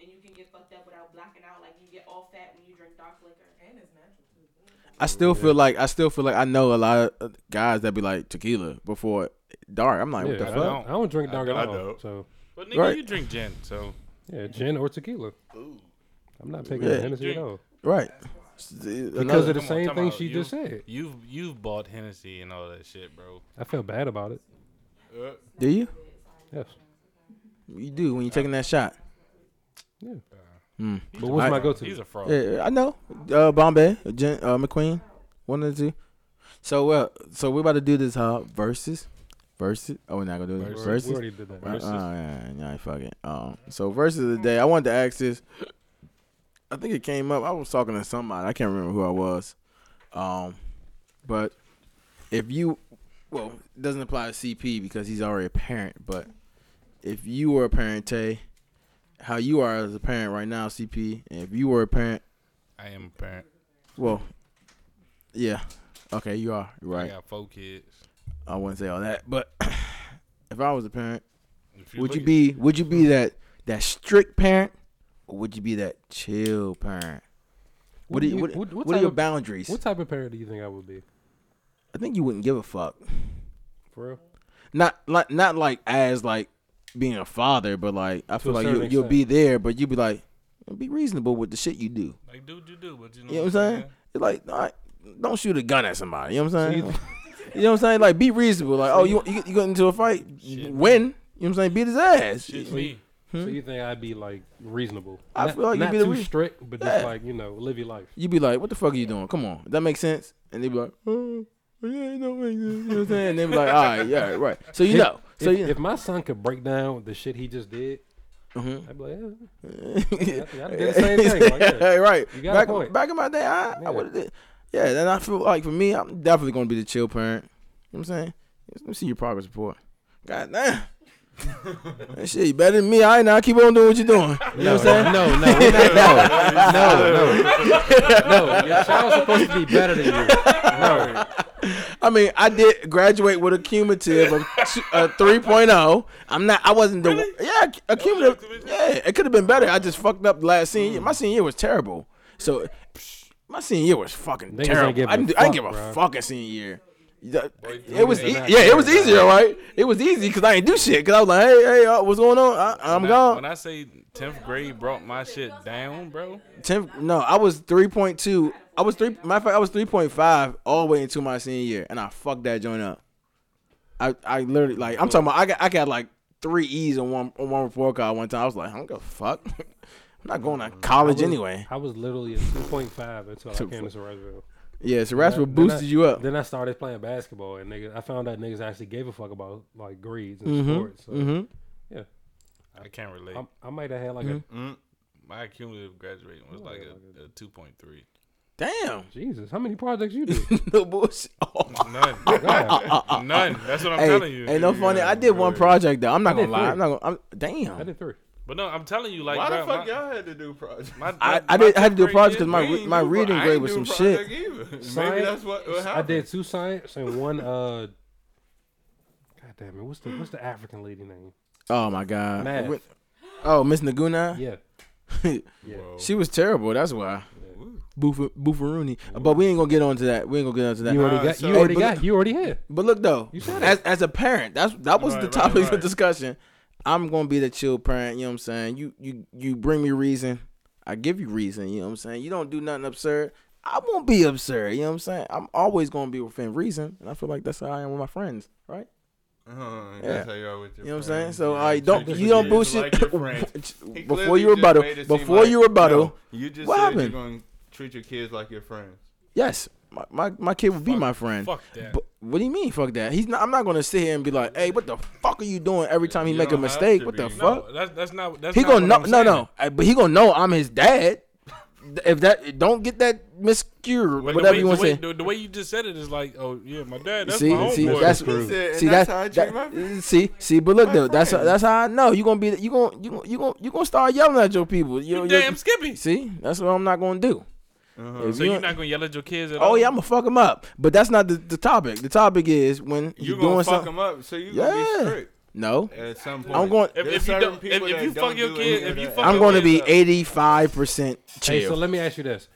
Speaker 6: And you can get fucked up without blacking out. Like, you get all fat when you drink dark liquor. And it's natural, too.
Speaker 3: I still feel like I still feel like I know a lot of guys that be like tequila before dark. I'm like,
Speaker 5: yeah,
Speaker 3: what the
Speaker 5: I,
Speaker 3: fuck?
Speaker 5: don't, I don't drink dark
Speaker 4: I
Speaker 5: at all.
Speaker 4: don't.
Speaker 5: So
Speaker 2: But nigga,
Speaker 3: Right.
Speaker 2: you drink gin, so
Speaker 5: yeah, gin or tequila. I'm not picking
Speaker 3: Yeah.
Speaker 5: Hennessy at all
Speaker 3: Right.
Speaker 5: because
Speaker 3: Another,
Speaker 5: of the
Speaker 2: Come on,
Speaker 5: same
Speaker 2: time
Speaker 5: thing
Speaker 2: out.
Speaker 5: she
Speaker 2: You-
Speaker 5: just said.
Speaker 2: you've you've bought Hennessy and all that shit, bro.
Speaker 5: I feel bad about it.
Speaker 4: Uh,
Speaker 3: do you?
Speaker 5: Yes.
Speaker 3: You do when you're taking that shot. Hmm.
Speaker 5: But what's
Speaker 3: I-
Speaker 5: my go-to?
Speaker 2: He's a fraud.
Speaker 3: Yeah, I know. Uh, Bombay, Jen, uh, McQueen, one of the two. So uh, so we're about to do this uh, versus, versus. Oh, we're not gonna do this
Speaker 5: We
Speaker 3: versus.
Speaker 5: already- We already did that.
Speaker 3: Uh,
Speaker 2: Versus.
Speaker 3: uh, yeah, yeah, fuck it. Um, so versus of the day, I wanted to ask this. I think it came up. I was talking to somebody. I can't remember who I was. Um, but if you, well, it doesn't apply to CP because he's already a parent. But if you were a parent, Tay, how you are as a parent right now, CP, and if you were a parent,
Speaker 2: I am a parent.
Speaker 3: well, yeah, okay, you are you're
Speaker 2: I
Speaker 3: right.
Speaker 2: got four kids.
Speaker 3: I wouldn't say all that, but if I was a parent,
Speaker 2: If
Speaker 3: would you
Speaker 2: look
Speaker 3: be would you be that that strict parent or would you be that chill parent? What, do you, what, what, are
Speaker 5: type
Speaker 3: your
Speaker 5: of-
Speaker 3: boundaries?
Speaker 5: What type of parent do you think I would be?
Speaker 3: I think you wouldn't give a fuck.
Speaker 5: For real?
Speaker 3: Not like not like as like being a father, but like I feel
Speaker 5: a
Speaker 3: like
Speaker 5: certain
Speaker 3: you you'll be there, but you'd be like, and be reasonable with the shit you do.
Speaker 2: Like, do what you do, but you know,
Speaker 3: You know what I'm saying? It's like, all right, don't shoot a gun at somebody. You know what I'm saying? you know what I'm saying? Like, be reasonable. Like, oh, you you, you got into a fight, win. You know what I'm saying? Beat his ass.
Speaker 2: Shit's me.
Speaker 5: So you think I'd be like reasonable?
Speaker 3: I
Speaker 5: Not-
Speaker 3: feel like you'd
Speaker 5: not
Speaker 3: be the
Speaker 5: too
Speaker 3: rea-
Speaker 5: strict, but
Speaker 3: Yeah.
Speaker 5: just like you know, live your life.
Speaker 3: You be like, what the fuck are you doing? Come on, that makes sense. And they be like, oh, yeah, it don't make sense. You know what I'm saying? And they be like, all right, yeah, right. So you
Speaker 5: If-
Speaker 3: know. So
Speaker 5: if,
Speaker 3: you know.
Speaker 5: if my son could break down the shit he just did,
Speaker 3: Mhm.
Speaker 5: I'd be like, yeah. I did the same thing, like, yeah.
Speaker 3: right.
Speaker 5: You got a
Speaker 3: Back,
Speaker 5: point.
Speaker 3: back in my day, I, I
Speaker 5: Yeah.
Speaker 3: would have did. Yeah, then I feel like for me, I'm definitely going to be the chill parent. You know what I'm saying? Let me see your progress report. God damn. that shit, you better than me. I now keep on doing what you're doing. You know what I'm saying?
Speaker 5: No, no, we're not- no, no, no, no. Your child's supposed to be better than you. No,
Speaker 3: I mean, I did graduate with a cumulative of two, uh, 3.0. I'm not. I wasn't the. Yeah, a cumulative. Yeah, it could have been better. I just fucked up last senior. year. My senior year was terrible. So my senior year was fucking
Speaker 5: Niggas ain't
Speaker 3: terrible.
Speaker 5: give
Speaker 3: I
Speaker 5: a
Speaker 3: didn't do- I didn't give
Speaker 5: fuck,
Speaker 3: a
Speaker 5: bruh.
Speaker 3: fucking senior year. The- It
Speaker 2: niggas
Speaker 3: was
Speaker 2: ain't
Speaker 3: e-
Speaker 5: not
Speaker 3: yeah, it was
Speaker 5: caring,
Speaker 3: easier, right? It was easy because I ain't do shit. Cause I was like, hey, hey, uh, what's going on? I, I'm
Speaker 2: When I-
Speaker 3: gone.
Speaker 2: When I say 10th grade brought my shit down, bro,
Speaker 3: Ten, no, I was three point two. I was three. Matter of fact, I was three point five all the way into my senior year, and I fucked that joint up. I, I literally like I'm talking about. I got I got like three E's on one on one report card one time. I was like, I don't give a fuck. I'm not going to college anyway.
Speaker 5: Mm-hmm. I was literally a 2.5 until I came to Surpriseville.
Speaker 3: Yeah, so that's what
Speaker 5: Then
Speaker 3: boosted
Speaker 5: I-
Speaker 3: you up.
Speaker 5: Then I started playing basketball, and niggas, I found out niggas actually gave a fuck about like grades and sports. So
Speaker 3: Mm-hmm.
Speaker 2: I can't relate.
Speaker 5: I'm- I, might have had like
Speaker 4: Mm,
Speaker 2: My cumulative graduating was like a, a 2.3.
Speaker 3: Damn,
Speaker 5: a Jesus. How many projects you did?
Speaker 3: Mm-hmm. no bullshit. Oh, uh,
Speaker 5: God,
Speaker 2: None. That's what I'm
Speaker 3: hey,
Speaker 2: telling you.
Speaker 3: ain't no funny. I did one project though. I'm not gonna
Speaker 5: did
Speaker 3: lie.
Speaker 5: three.
Speaker 3: I'm not gonna. I'm,
Speaker 5: I
Speaker 3: damn.
Speaker 5: did three.
Speaker 2: But no, I'm telling you, like,
Speaker 4: Why
Speaker 2: bro,
Speaker 4: the fuck
Speaker 2: my,
Speaker 4: y'all had to do projects?
Speaker 2: my,
Speaker 3: I,
Speaker 2: my-
Speaker 3: I
Speaker 2: my
Speaker 3: did I had to do a
Speaker 2: tenth grade
Speaker 3: project because my
Speaker 2: year-
Speaker 4: We
Speaker 3: re-
Speaker 4: ain't
Speaker 3: my
Speaker 4: do pro-
Speaker 3: reading
Speaker 4: I
Speaker 3: grade
Speaker 4: ain't
Speaker 3: was
Speaker 4: do
Speaker 3: some
Speaker 4: project
Speaker 3: shit.
Speaker 4: either. Maybe
Speaker 5: Science-
Speaker 4: that's what, what
Speaker 5: I
Speaker 3: Uh-huh.
Speaker 4: happened.
Speaker 5: did two science and one. uh God damn it! What's the what's the African lady name?
Speaker 3: Oh my god.
Speaker 5: Math.
Speaker 3: Wait- Oh, Miss Naguna.
Speaker 5: Yeah.
Speaker 3: She was terrible. That's why.
Speaker 4: Ooh.
Speaker 3: Boofa- Boofaroonie. But we ain't gonna get onto that. We ain't gonna get onto that.
Speaker 5: You
Speaker 4: Nah,
Speaker 5: already got.
Speaker 4: so-
Speaker 5: You already
Speaker 3: Hey, but-
Speaker 5: got. You already had.
Speaker 3: but look though,
Speaker 5: You said it.
Speaker 3: as as a parent, that's that was the
Speaker 4: Right, right,
Speaker 3: topic of
Speaker 4: right.
Speaker 3: discussion. I'm gonna be the chill parent. You know what I'm saying? You you you bring me reason. I give you reason. You know what I'm saying? You don't do nothing absurd. I won't be absurd. You know what I'm saying? I'm always gonna be within reason, and I feel like that's how I am with my friends, right?
Speaker 4: Uh,
Speaker 3: Yeah.
Speaker 4: that's how y'all with your
Speaker 3: You know what I'm
Speaker 4: friends.
Speaker 3: saying? So
Speaker 4: Yeah,
Speaker 3: I
Speaker 4: treat
Speaker 3: don't.
Speaker 4: your
Speaker 3: You don't
Speaker 4: kids
Speaker 3: bullshit.
Speaker 4: like your friends. He
Speaker 3: before
Speaker 4: clearly
Speaker 3: you
Speaker 4: just
Speaker 3: rebuttal.
Speaker 4: made it seem
Speaker 3: Before
Speaker 4: like-
Speaker 3: you rebuttal.
Speaker 4: No, you just
Speaker 3: What
Speaker 4: said
Speaker 3: happened?
Speaker 4: you're going to treat your kids like your friends.
Speaker 3: Yes, my, my, my kid will be
Speaker 2: Fuck-
Speaker 3: my friend.
Speaker 2: Fuck that.
Speaker 3: But what do you mean? Fuck that. He's not. I'm not gonna sit here and be like, "Hey, what the fuck are you doing?" Every time he
Speaker 4: You
Speaker 3: make a
Speaker 4: don't have
Speaker 3: mistake,
Speaker 4: to
Speaker 3: what the
Speaker 4: be.
Speaker 3: fuck?
Speaker 2: no, that's, that's not. That's
Speaker 3: he
Speaker 2: not
Speaker 3: gonna
Speaker 2: what
Speaker 3: know.
Speaker 2: I'm
Speaker 3: No,
Speaker 2: saying.
Speaker 3: no. Uh, But he gonna know I'm his dad. If that don't get that miscued,
Speaker 2: But
Speaker 3: whatever
Speaker 2: the way,
Speaker 3: you want
Speaker 2: the
Speaker 3: to
Speaker 2: way,
Speaker 3: say.
Speaker 2: The, the way you just said it is like, oh yeah, my dad. That's my
Speaker 3: See, see,
Speaker 2: homeboy.
Speaker 3: that's
Speaker 4: He said, "And
Speaker 3: see, that's,
Speaker 4: that's how I treat my
Speaker 3: that,
Speaker 4: friends."
Speaker 3: see, see. But look,
Speaker 4: My
Speaker 3: though, that's
Speaker 4: friends.
Speaker 3: that's how I know you gonna be. You gonna you gonna you gonna you gonna start yelling at your people. You,
Speaker 2: you
Speaker 3: you-
Speaker 2: damn Skippy.
Speaker 3: See, that's what I'm not gonna do.
Speaker 4: Uh-huh.
Speaker 3: If
Speaker 2: So
Speaker 3: you
Speaker 2: you're
Speaker 3: ain't-
Speaker 2: not gonna yell at your kids at all?
Speaker 3: Oh yeah, I'm gonna fuck him up. But that's not the, the topic. The topic is when you're,
Speaker 4: You are
Speaker 3: doing
Speaker 4: gonna fuck
Speaker 3: something.
Speaker 4: them up, so you
Speaker 3: Yeah.
Speaker 4: gonna be strict
Speaker 3: No,
Speaker 4: at some point.
Speaker 3: I'm going.
Speaker 2: If,
Speaker 4: There's
Speaker 2: if you
Speaker 4: certain
Speaker 2: don't, if,
Speaker 4: people
Speaker 2: if
Speaker 4: that
Speaker 2: you
Speaker 4: don't
Speaker 2: fuck your
Speaker 4: do
Speaker 2: kid,
Speaker 4: any
Speaker 2: if
Speaker 4: of
Speaker 2: you
Speaker 4: that.
Speaker 2: fuck
Speaker 3: I'm
Speaker 2: your
Speaker 3: going to
Speaker 2: kids
Speaker 3: be
Speaker 2: up-
Speaker 3: 85 percent
Speaker 5: Hey, so
Speaker 3: chill.
Speaker 5: let me ask you this: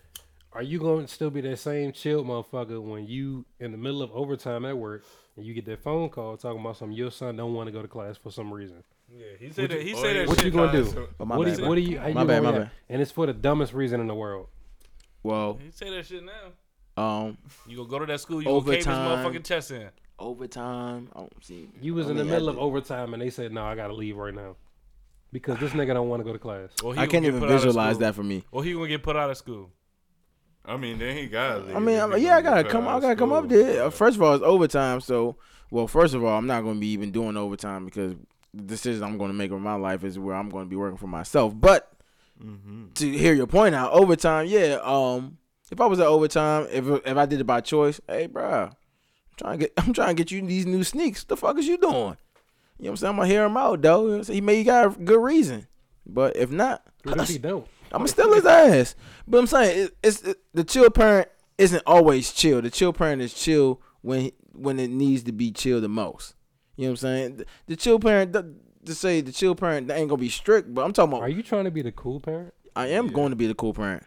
Speaker 5: Are you going to still be that same chill motherfucker when you in the middle of overtime at work and you get that phone call talking about some your son don't want to go to class for some reason?
Speaker 2: Yeah, he said that. He
Speaker 4: Or
Speaker 2: said that.
Speaker 5: What
Speaker 2: shit.
Speaker 5: you gonna do?
Speaker 4: So-
Speaker 3: Oh, my
Speaker 5: what,
Speaker 3: bad,
Speaker 5: do
Speaker 3: bro.
Speaker 5: you, what do you? How you
Speaker 3: My bad,
Speaker 5: gonna
Speaker 3: my
Speaker 5: react?
Speaker 3: bad.
Speaker 5: And it's for the dumbest reason in the world.
Speaker 3: Well,
Speaker 2: He said that shit now.
Speaker 3: um,
Speaker 2: You gonna go to that school? You gonna cave his
Speaker 3: Overtime.
Speaker 2: motherfucking chest in?
Speaker 3: overtime. I don't see.
Speaker 5: You was
Speaker 3: I
Speaker 5: in the
Speaker 3: mean,
Speaker 5: middle
Speaker 3: I
Speaker 5: of overtime and they said, "No, I gotta leave right now," because this nigga don't want to go to class.
Speaker 2: Or he
Speaker 3: I
Speaker 2: gonna
Speaker 3: can't
Speaker 2: get
Speaker 3: even
Speaker 2: put out of
Speaker 3: visualize
Speaker 2: school.
Speaker 3: that for me.
Speaker 2: Or he gonna get put out of school.
Speaker 4: I mean, then he gotta leave.
Speaker 3: I mean,
Speaker 4: if
Speaker 3: I'm,
Speaker 4: he
Speaker 3: yeah, I gotta
Speaker 4: gonna cut
Speaker 3: come.
Speaker 4: out
Speaker 3: I
Speaker 4: of
Speaker 3: gotta come
Speaker 4: school.
Speaker 3: up there. Uh, First of all, it's overtime. So, well, first of all, I'm not gonna be even doing overtime because the decision I'm gonna make with my life is where I'm gonna be working for myself. But
Speaker 4: Mhm.
Speaker 3: to hear your point out, overtime, yeah. Um, if I was at overtime, if if I did it by choice, hey, bruh, I'm trying to get I'm trying to get you these new sneaks. The fuck is you doing? You know what I'm saying? I'm gonna hear him out though. You know what I'm saying? He may got a good reason, but if not,
Speaker 5: What if he don't?
Speaker 3: I'm gonna steal his ass. But I'm saying it, it's it, the chill parent isn't always chill. The chill parent is chill when when it needs to be chill the most. You know what I'm saying? The, the chill parent. th- to say the chill parent they ain't gonna be strict, but I'm talking about
Speaker 5: Are you trying to be the cool parent?
Speaker 3: I am going to be the cool parent.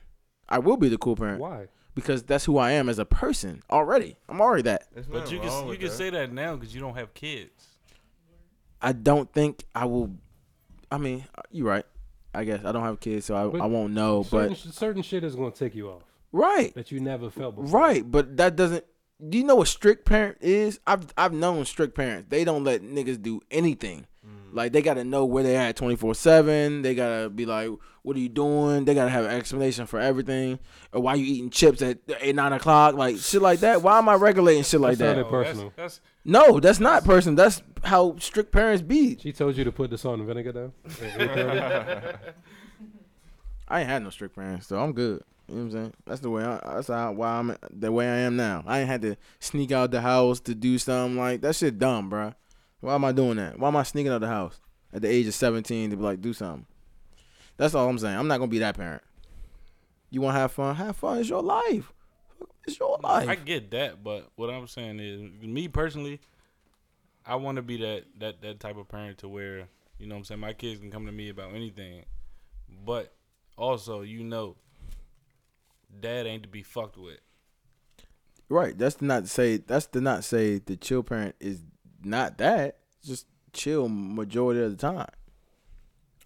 Speaker 3: I will be the cool parent
Speaker 5: Why?
Speaker 3: because that's who I am as a person already. I'm already that.
Speaker 4: There's
Speaker 2: But
Speaker 4: nothing
Speaker 2: you can
Speaker 4: wrong
Speaker 2: you
Speaker 4: with
Speaker 2: can
Speaker 4: that.
Speaker 2: say that now because you don't have kids.
Speaker 3: I don't think I will. I mean, you're uh, right. I guess I don't have kids, so I,
Speaker 5: But
Speaker 3: I won't know.
Speaker 5: certain,
Speaker 3: But
Speaker 5: sh- certain shit is gonna tick you off
Speaker 3: right,
Speaker 5: that you never felt before.
Speaker 3: right. But that doesn't. Do you know what strict parent is? I've I've known strict parents. They don't let niggas do anything. Like they gotta know where they at twenty four seven. They gotta be like, what are you doing? They gotta have an explanation for everything. Or why you eating chips at eight nine o'clock? Like shit like that. Why am I regulating shit like that?
Speaker 5: sounded
Speaker 2: Oh,
Speaker 5: personal.
Speaker 2: That's,
Speaker 3: No, that's not personal. That's how strict parents be.
Speaker 5: She told you to put the salt and vinegar down.
Speaker 3: I ain't had no strict parents, so I'm good. You know what I'm saying? That's the way. I, that's how, why I'm the way I am now. I ain't had to sneak out the house to do something like that. Shit, dumb, bruh. Why am I doing that? Why am I sneaking out the house at the age of 17 to be like do something? That's all I'm saying. I'm not gonna be that parent. You wanna have fun? Have fun. It's your life. It's your life.
Speaker 2: I get that, but what I'm saying is, me personally, I want to be that that that type of parent to where you know what I'm saying my kids can come to me about anything, but also you know, dad ain't to be fucked with.
Speaker 3: Right. That's to not say that's to not say the chill parent is not that. Just chill majority of the time.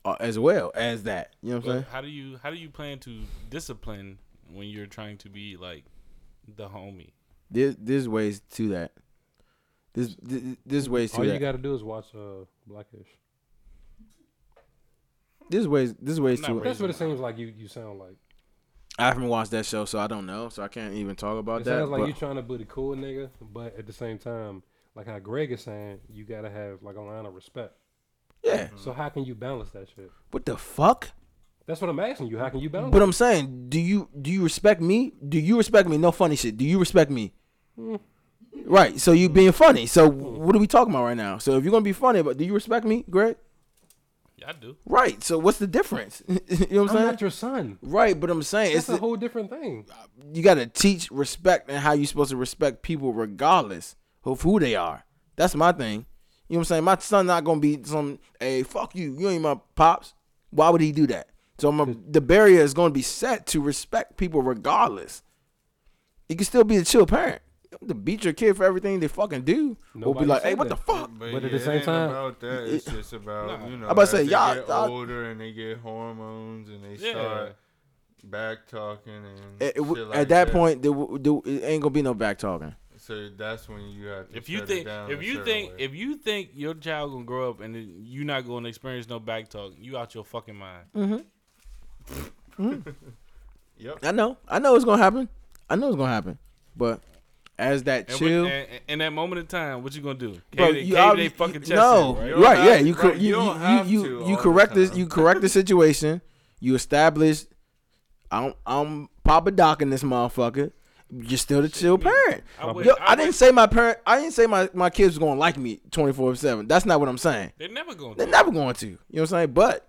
Speaker 3: Uh, as well as that. You know what I'm
Speaker 2: But
Speaker 3: saying?
Speaker 2: how do you how do you plan to discipline when you're trying to be like the homie?
Speaker 3: There's there's ways to that. There's th- there's ways to
Speaker 5: All you
Speaker 3: that.
Speaker 5: gotta do is watch uh, Blackish.
Speaker 3: there's ways there's ways
Speaker 2: I'm not
Speaker 3: to it.
Speaker 5: That's what it seems like. You you sound like.
Speaker 3: I haven't watched that show, so I don't know. So I can't even talk about
Speaker 5: It
Speaker 3: that.
Speaker 5: sounds like
Speaker 3: but-
Speaker 5: you trying to be the cool nigga, but at the same time, like how Greg is saying, you gotta have like a line of respect.
Speaker 3: yeah.
Speaker 5: So how can you balance that shit?
Speaker 3: What the fuck?
Speaker 5: That's what I'm asking you. How can you balance?
Speaker 3: But I'm saying, do you do you respect me? Do you respect me? No funny shit. Do you respect me?
Speaker 5: Hmm.
Speaker 3: Right. So you being funny. So what are we talking about right now? So if you're gonna be funny, but do you respect me, Greg?
Speaker 2: Yeah, I do.
Speaker 3: Right. So what's the difference? you know
Speaker 5: it?
Speaker 3: what
Speaker 5: I'm
Speaker 3: I'm saying?
Speaker 5: not your son.
Speaker 3: right. But I'm saying
Speaker 5: That's
Speaker 3: it's
Speaker 5: a whole different thing.
Speaker 3: you got to teach respect and how you're supposed to respect people regardless of who they are. That's my thing. You know what I'm saying? My son not gonna be some. Hey, fuck you. You ain't my pops. Why would he do that? So my, the barrier is gonna be set to respect people regardless. You can still be a chill parent. You don't have to beat your kid for everything they fucking do, or
Speaker 5: Nobody
Speaker 3: be like, "Hey,
Speaker 5: said
Speaker 3: what
Speaker 5: that.
Speaker 3: the fuck?"
Speaker 5: But at the
Speaker 4: yeah, it
Speaker 5: same
Speaker 4: ain't
Speaker 5: time-
Speaker 4: about that. It's just about you know.
Speaker 3: I'm about to
Speaker 4: as
Speaker 3: say,
Speaker 4: they
Speaker 3: y'all-
Speaker 4: get
Speaker 3: y'all-
Speaker 4: older and they get hormones and they
Speaker 2: Yeah.
Speaker 4: start back talking and
Speaker 3: It- it w-
Speaker 4: shit
Speaker 3: at
Speaker 4: like
Speaker 3: that, point, there, w- there it ain't gonna be no back talking.
Speaker 4: So that's when you have to.
Speaker 2: If you
Speaker 4: shut it
Speaker 2: think
Speaker 4: down
Speaker 2: if
Speaker 4: a
Speaker 2: you
Speaker 4: certain
Speaker 2: think
Speaker 4: way.
Speaker 2: if you think your child gonna grow up and then you not gonna experience no back talk, you out your fucking mind.
Speaker 4: yep.
Speaker 3: I know. I know it's gonna happen. I know it's gonna happen. But as that
Speaker 2: And,
Speaker 3: chill,
Speaker 2: What, and, and that moment in time, what you gonna do?
Speaker 3: Bro,
Speaker 2: Cave, they-
Speaker 3: you
Speaker 2: cave
Speaker 3: already-
Speaker 2: they fucking chest
Speaker 3: no,
Speaker 2: in, right?
Speaker 4: You
Speaker 3: right?
Speaker 4: don't have-
Speaker 3: yeah, you cor-
Speaker 4: right, you
Speaker 3: you
Speaker 4: don't
Speaker 3: you
Speaker 4: have
Speaker 3: you,
Speaker 4: to
Speaker 3: you,
Speaker 4: all the
Speaker 3: correct this.
Speaker 4: time.
Speaker 3: You correct the situation. You establish. I'm I'm Papa Doc in this motherfucker. You're still the chill parent.
Speaker 2: I would-
Speaker 3: Yo,
Speaker 2: I
Speaker 3: I didn't
Speaker 2: would-
Speaker 3: say my parent. I didn't say my, my kids was gonna like me 24 seven. That's not what I'm saying.
Speaker 2: They're never gonna.
Speaker 3: They're
Speaker 2: do
Speaker 3: never going to. You know what I'm saying? But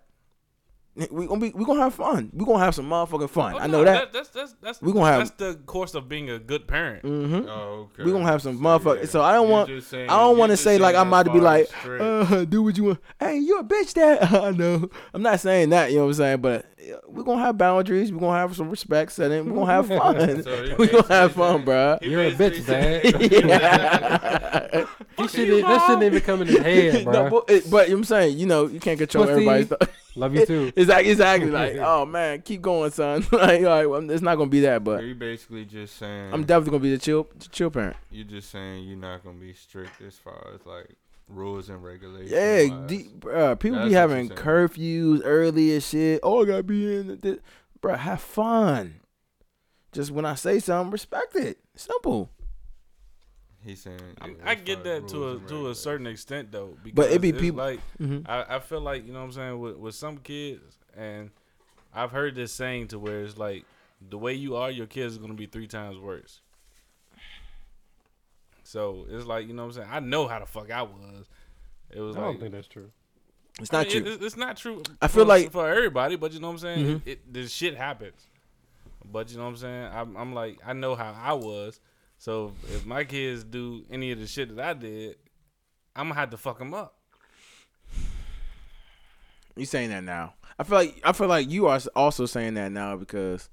Speaker 3: we gonna be we gonna have fun. We gonna have some motherfucking fun.
Speaker 2: it.
Speaker 3: I
Speaker 2: Oh,
Speaker 3: know
Speaker 2: no,
Speaker 3: that.
Speaker 2: That's that's that's
Speaker 3: We gonna have- Mm.
Speaker 2: that's the course of being a good parent.
Speaker 3: Mm-hmm.
Speaker 4: Oh, okay.
Speaker 3: We gonna have some
Speaker 4: So,
Speaker 3: motherfucker.
Speaker 4: yeah.
Speaker 3: So I don't
Speaker 4: You're
Speaker 3: want.
Speaker 4: just saying-
Speaker 3: I don't
Speaker 4: you're
Speaker 3: want to
Speaker 4: just
Speaker 3: say like
Speaker 4: saying
Speaker 3: I'm about to be
Speaker 4: as far as
Speaker 3: like,
Speaker 4: straight.
Speaker 3: uh, do what you want. Hey, you a bitch, dad. I know. I'm not saying that. You know what I'm saying? But we're gonna have boundaries. We're gonna have some respect set in. We're gonna have fun.
Speaker 4: So he
Speaker 3: we're gonna have
Speaker 4: basically
Speaker 3: fun,
Speaker 4: said-
Speaker 3: bruh.
Speaker 4: he
Speaker 5: You're a
Speaker 4: basically
Speaker 5: bitch,
Speaker 4: said-
Speaker 5: dad.
Speaker 3: Yeah.
Speaker 5: That shit, ain't- that shit ain't even coming in his head, bro.
Speaker 3: no, but, it- but you know what I'm saying, you know, you can't control
Speaker 5: Pussy.
Speaker 3: everybody's thought.
Speaker 5: Love you too.
Speaker 3: It's like exactly like, oh man, keep going, son. like, like, well, it's not gonna be that, but
Speaker 4: You're basically just saying.
Speaker 3: I'm definitely gonna be the chill, chill parent.
Speaker 4: You're just saying you're not gonna be strict as far as like rules and regulations.
Speaker 3: Yeah,
Speaker 4: wise.
Speaker 3: d- bruh, people be
Speaker 4: That's what
Speaker 3: having
Speaker 4: you're
Speaker 3: curfews early as shit. Oh, I gotta be in. th- Th- bruh, have fun. Just when I say something, respect it. Simple.
Speaker 4: he's saying.
Speaker 2: I'm-
Speaker 4: yeah,
Speaker 2: I
Speaker 4: as
Speaker 2: get
Speaker 4: far as
Speaker 2: that to
Speaker 4: rules
Speaker 2: a
Speaker 4: and
Speaker 2: to a
Speaker 4: regulations.
Speaker 2: certain extent though, because
Speaker 3: But it be
Speaker 2: it's
Speaker 3: people-
Speaker 2: like
Speaker 3: Mhm.
Speaker 2: I, I feel like you know what I'm saying with with some kids, and I've heard this saying to where it's like the way you are, your kids are gonna be three times worse. So it's like you know what I'm saying. I know how the fuck I was. It
Speaker 5: I
Speaker 2: was
Speaker 5: don't
Speaker 2: like
Speaker 5: think that's true.
Speaker 3: It's
Speaker 2: I
Speaker 3: not
Speaker 2: mean,
Speaker 3: true.
Speaker 2: it- it's- it's not true.
Speaker 3: I feel
Speaker 2: for-
Speaker 3: like- Mm-hmm.
Speaker 2: for everybody, but you know what I'm saying. It, it, this shit happens. But you know what I'm saying. I'm, I'm like I know how I was. So if my kids do any of the shit that I did, I'm gonna have to fuck them up.
Speaker 3: you saying that now. I feel like I feel like you are s- also saying that now because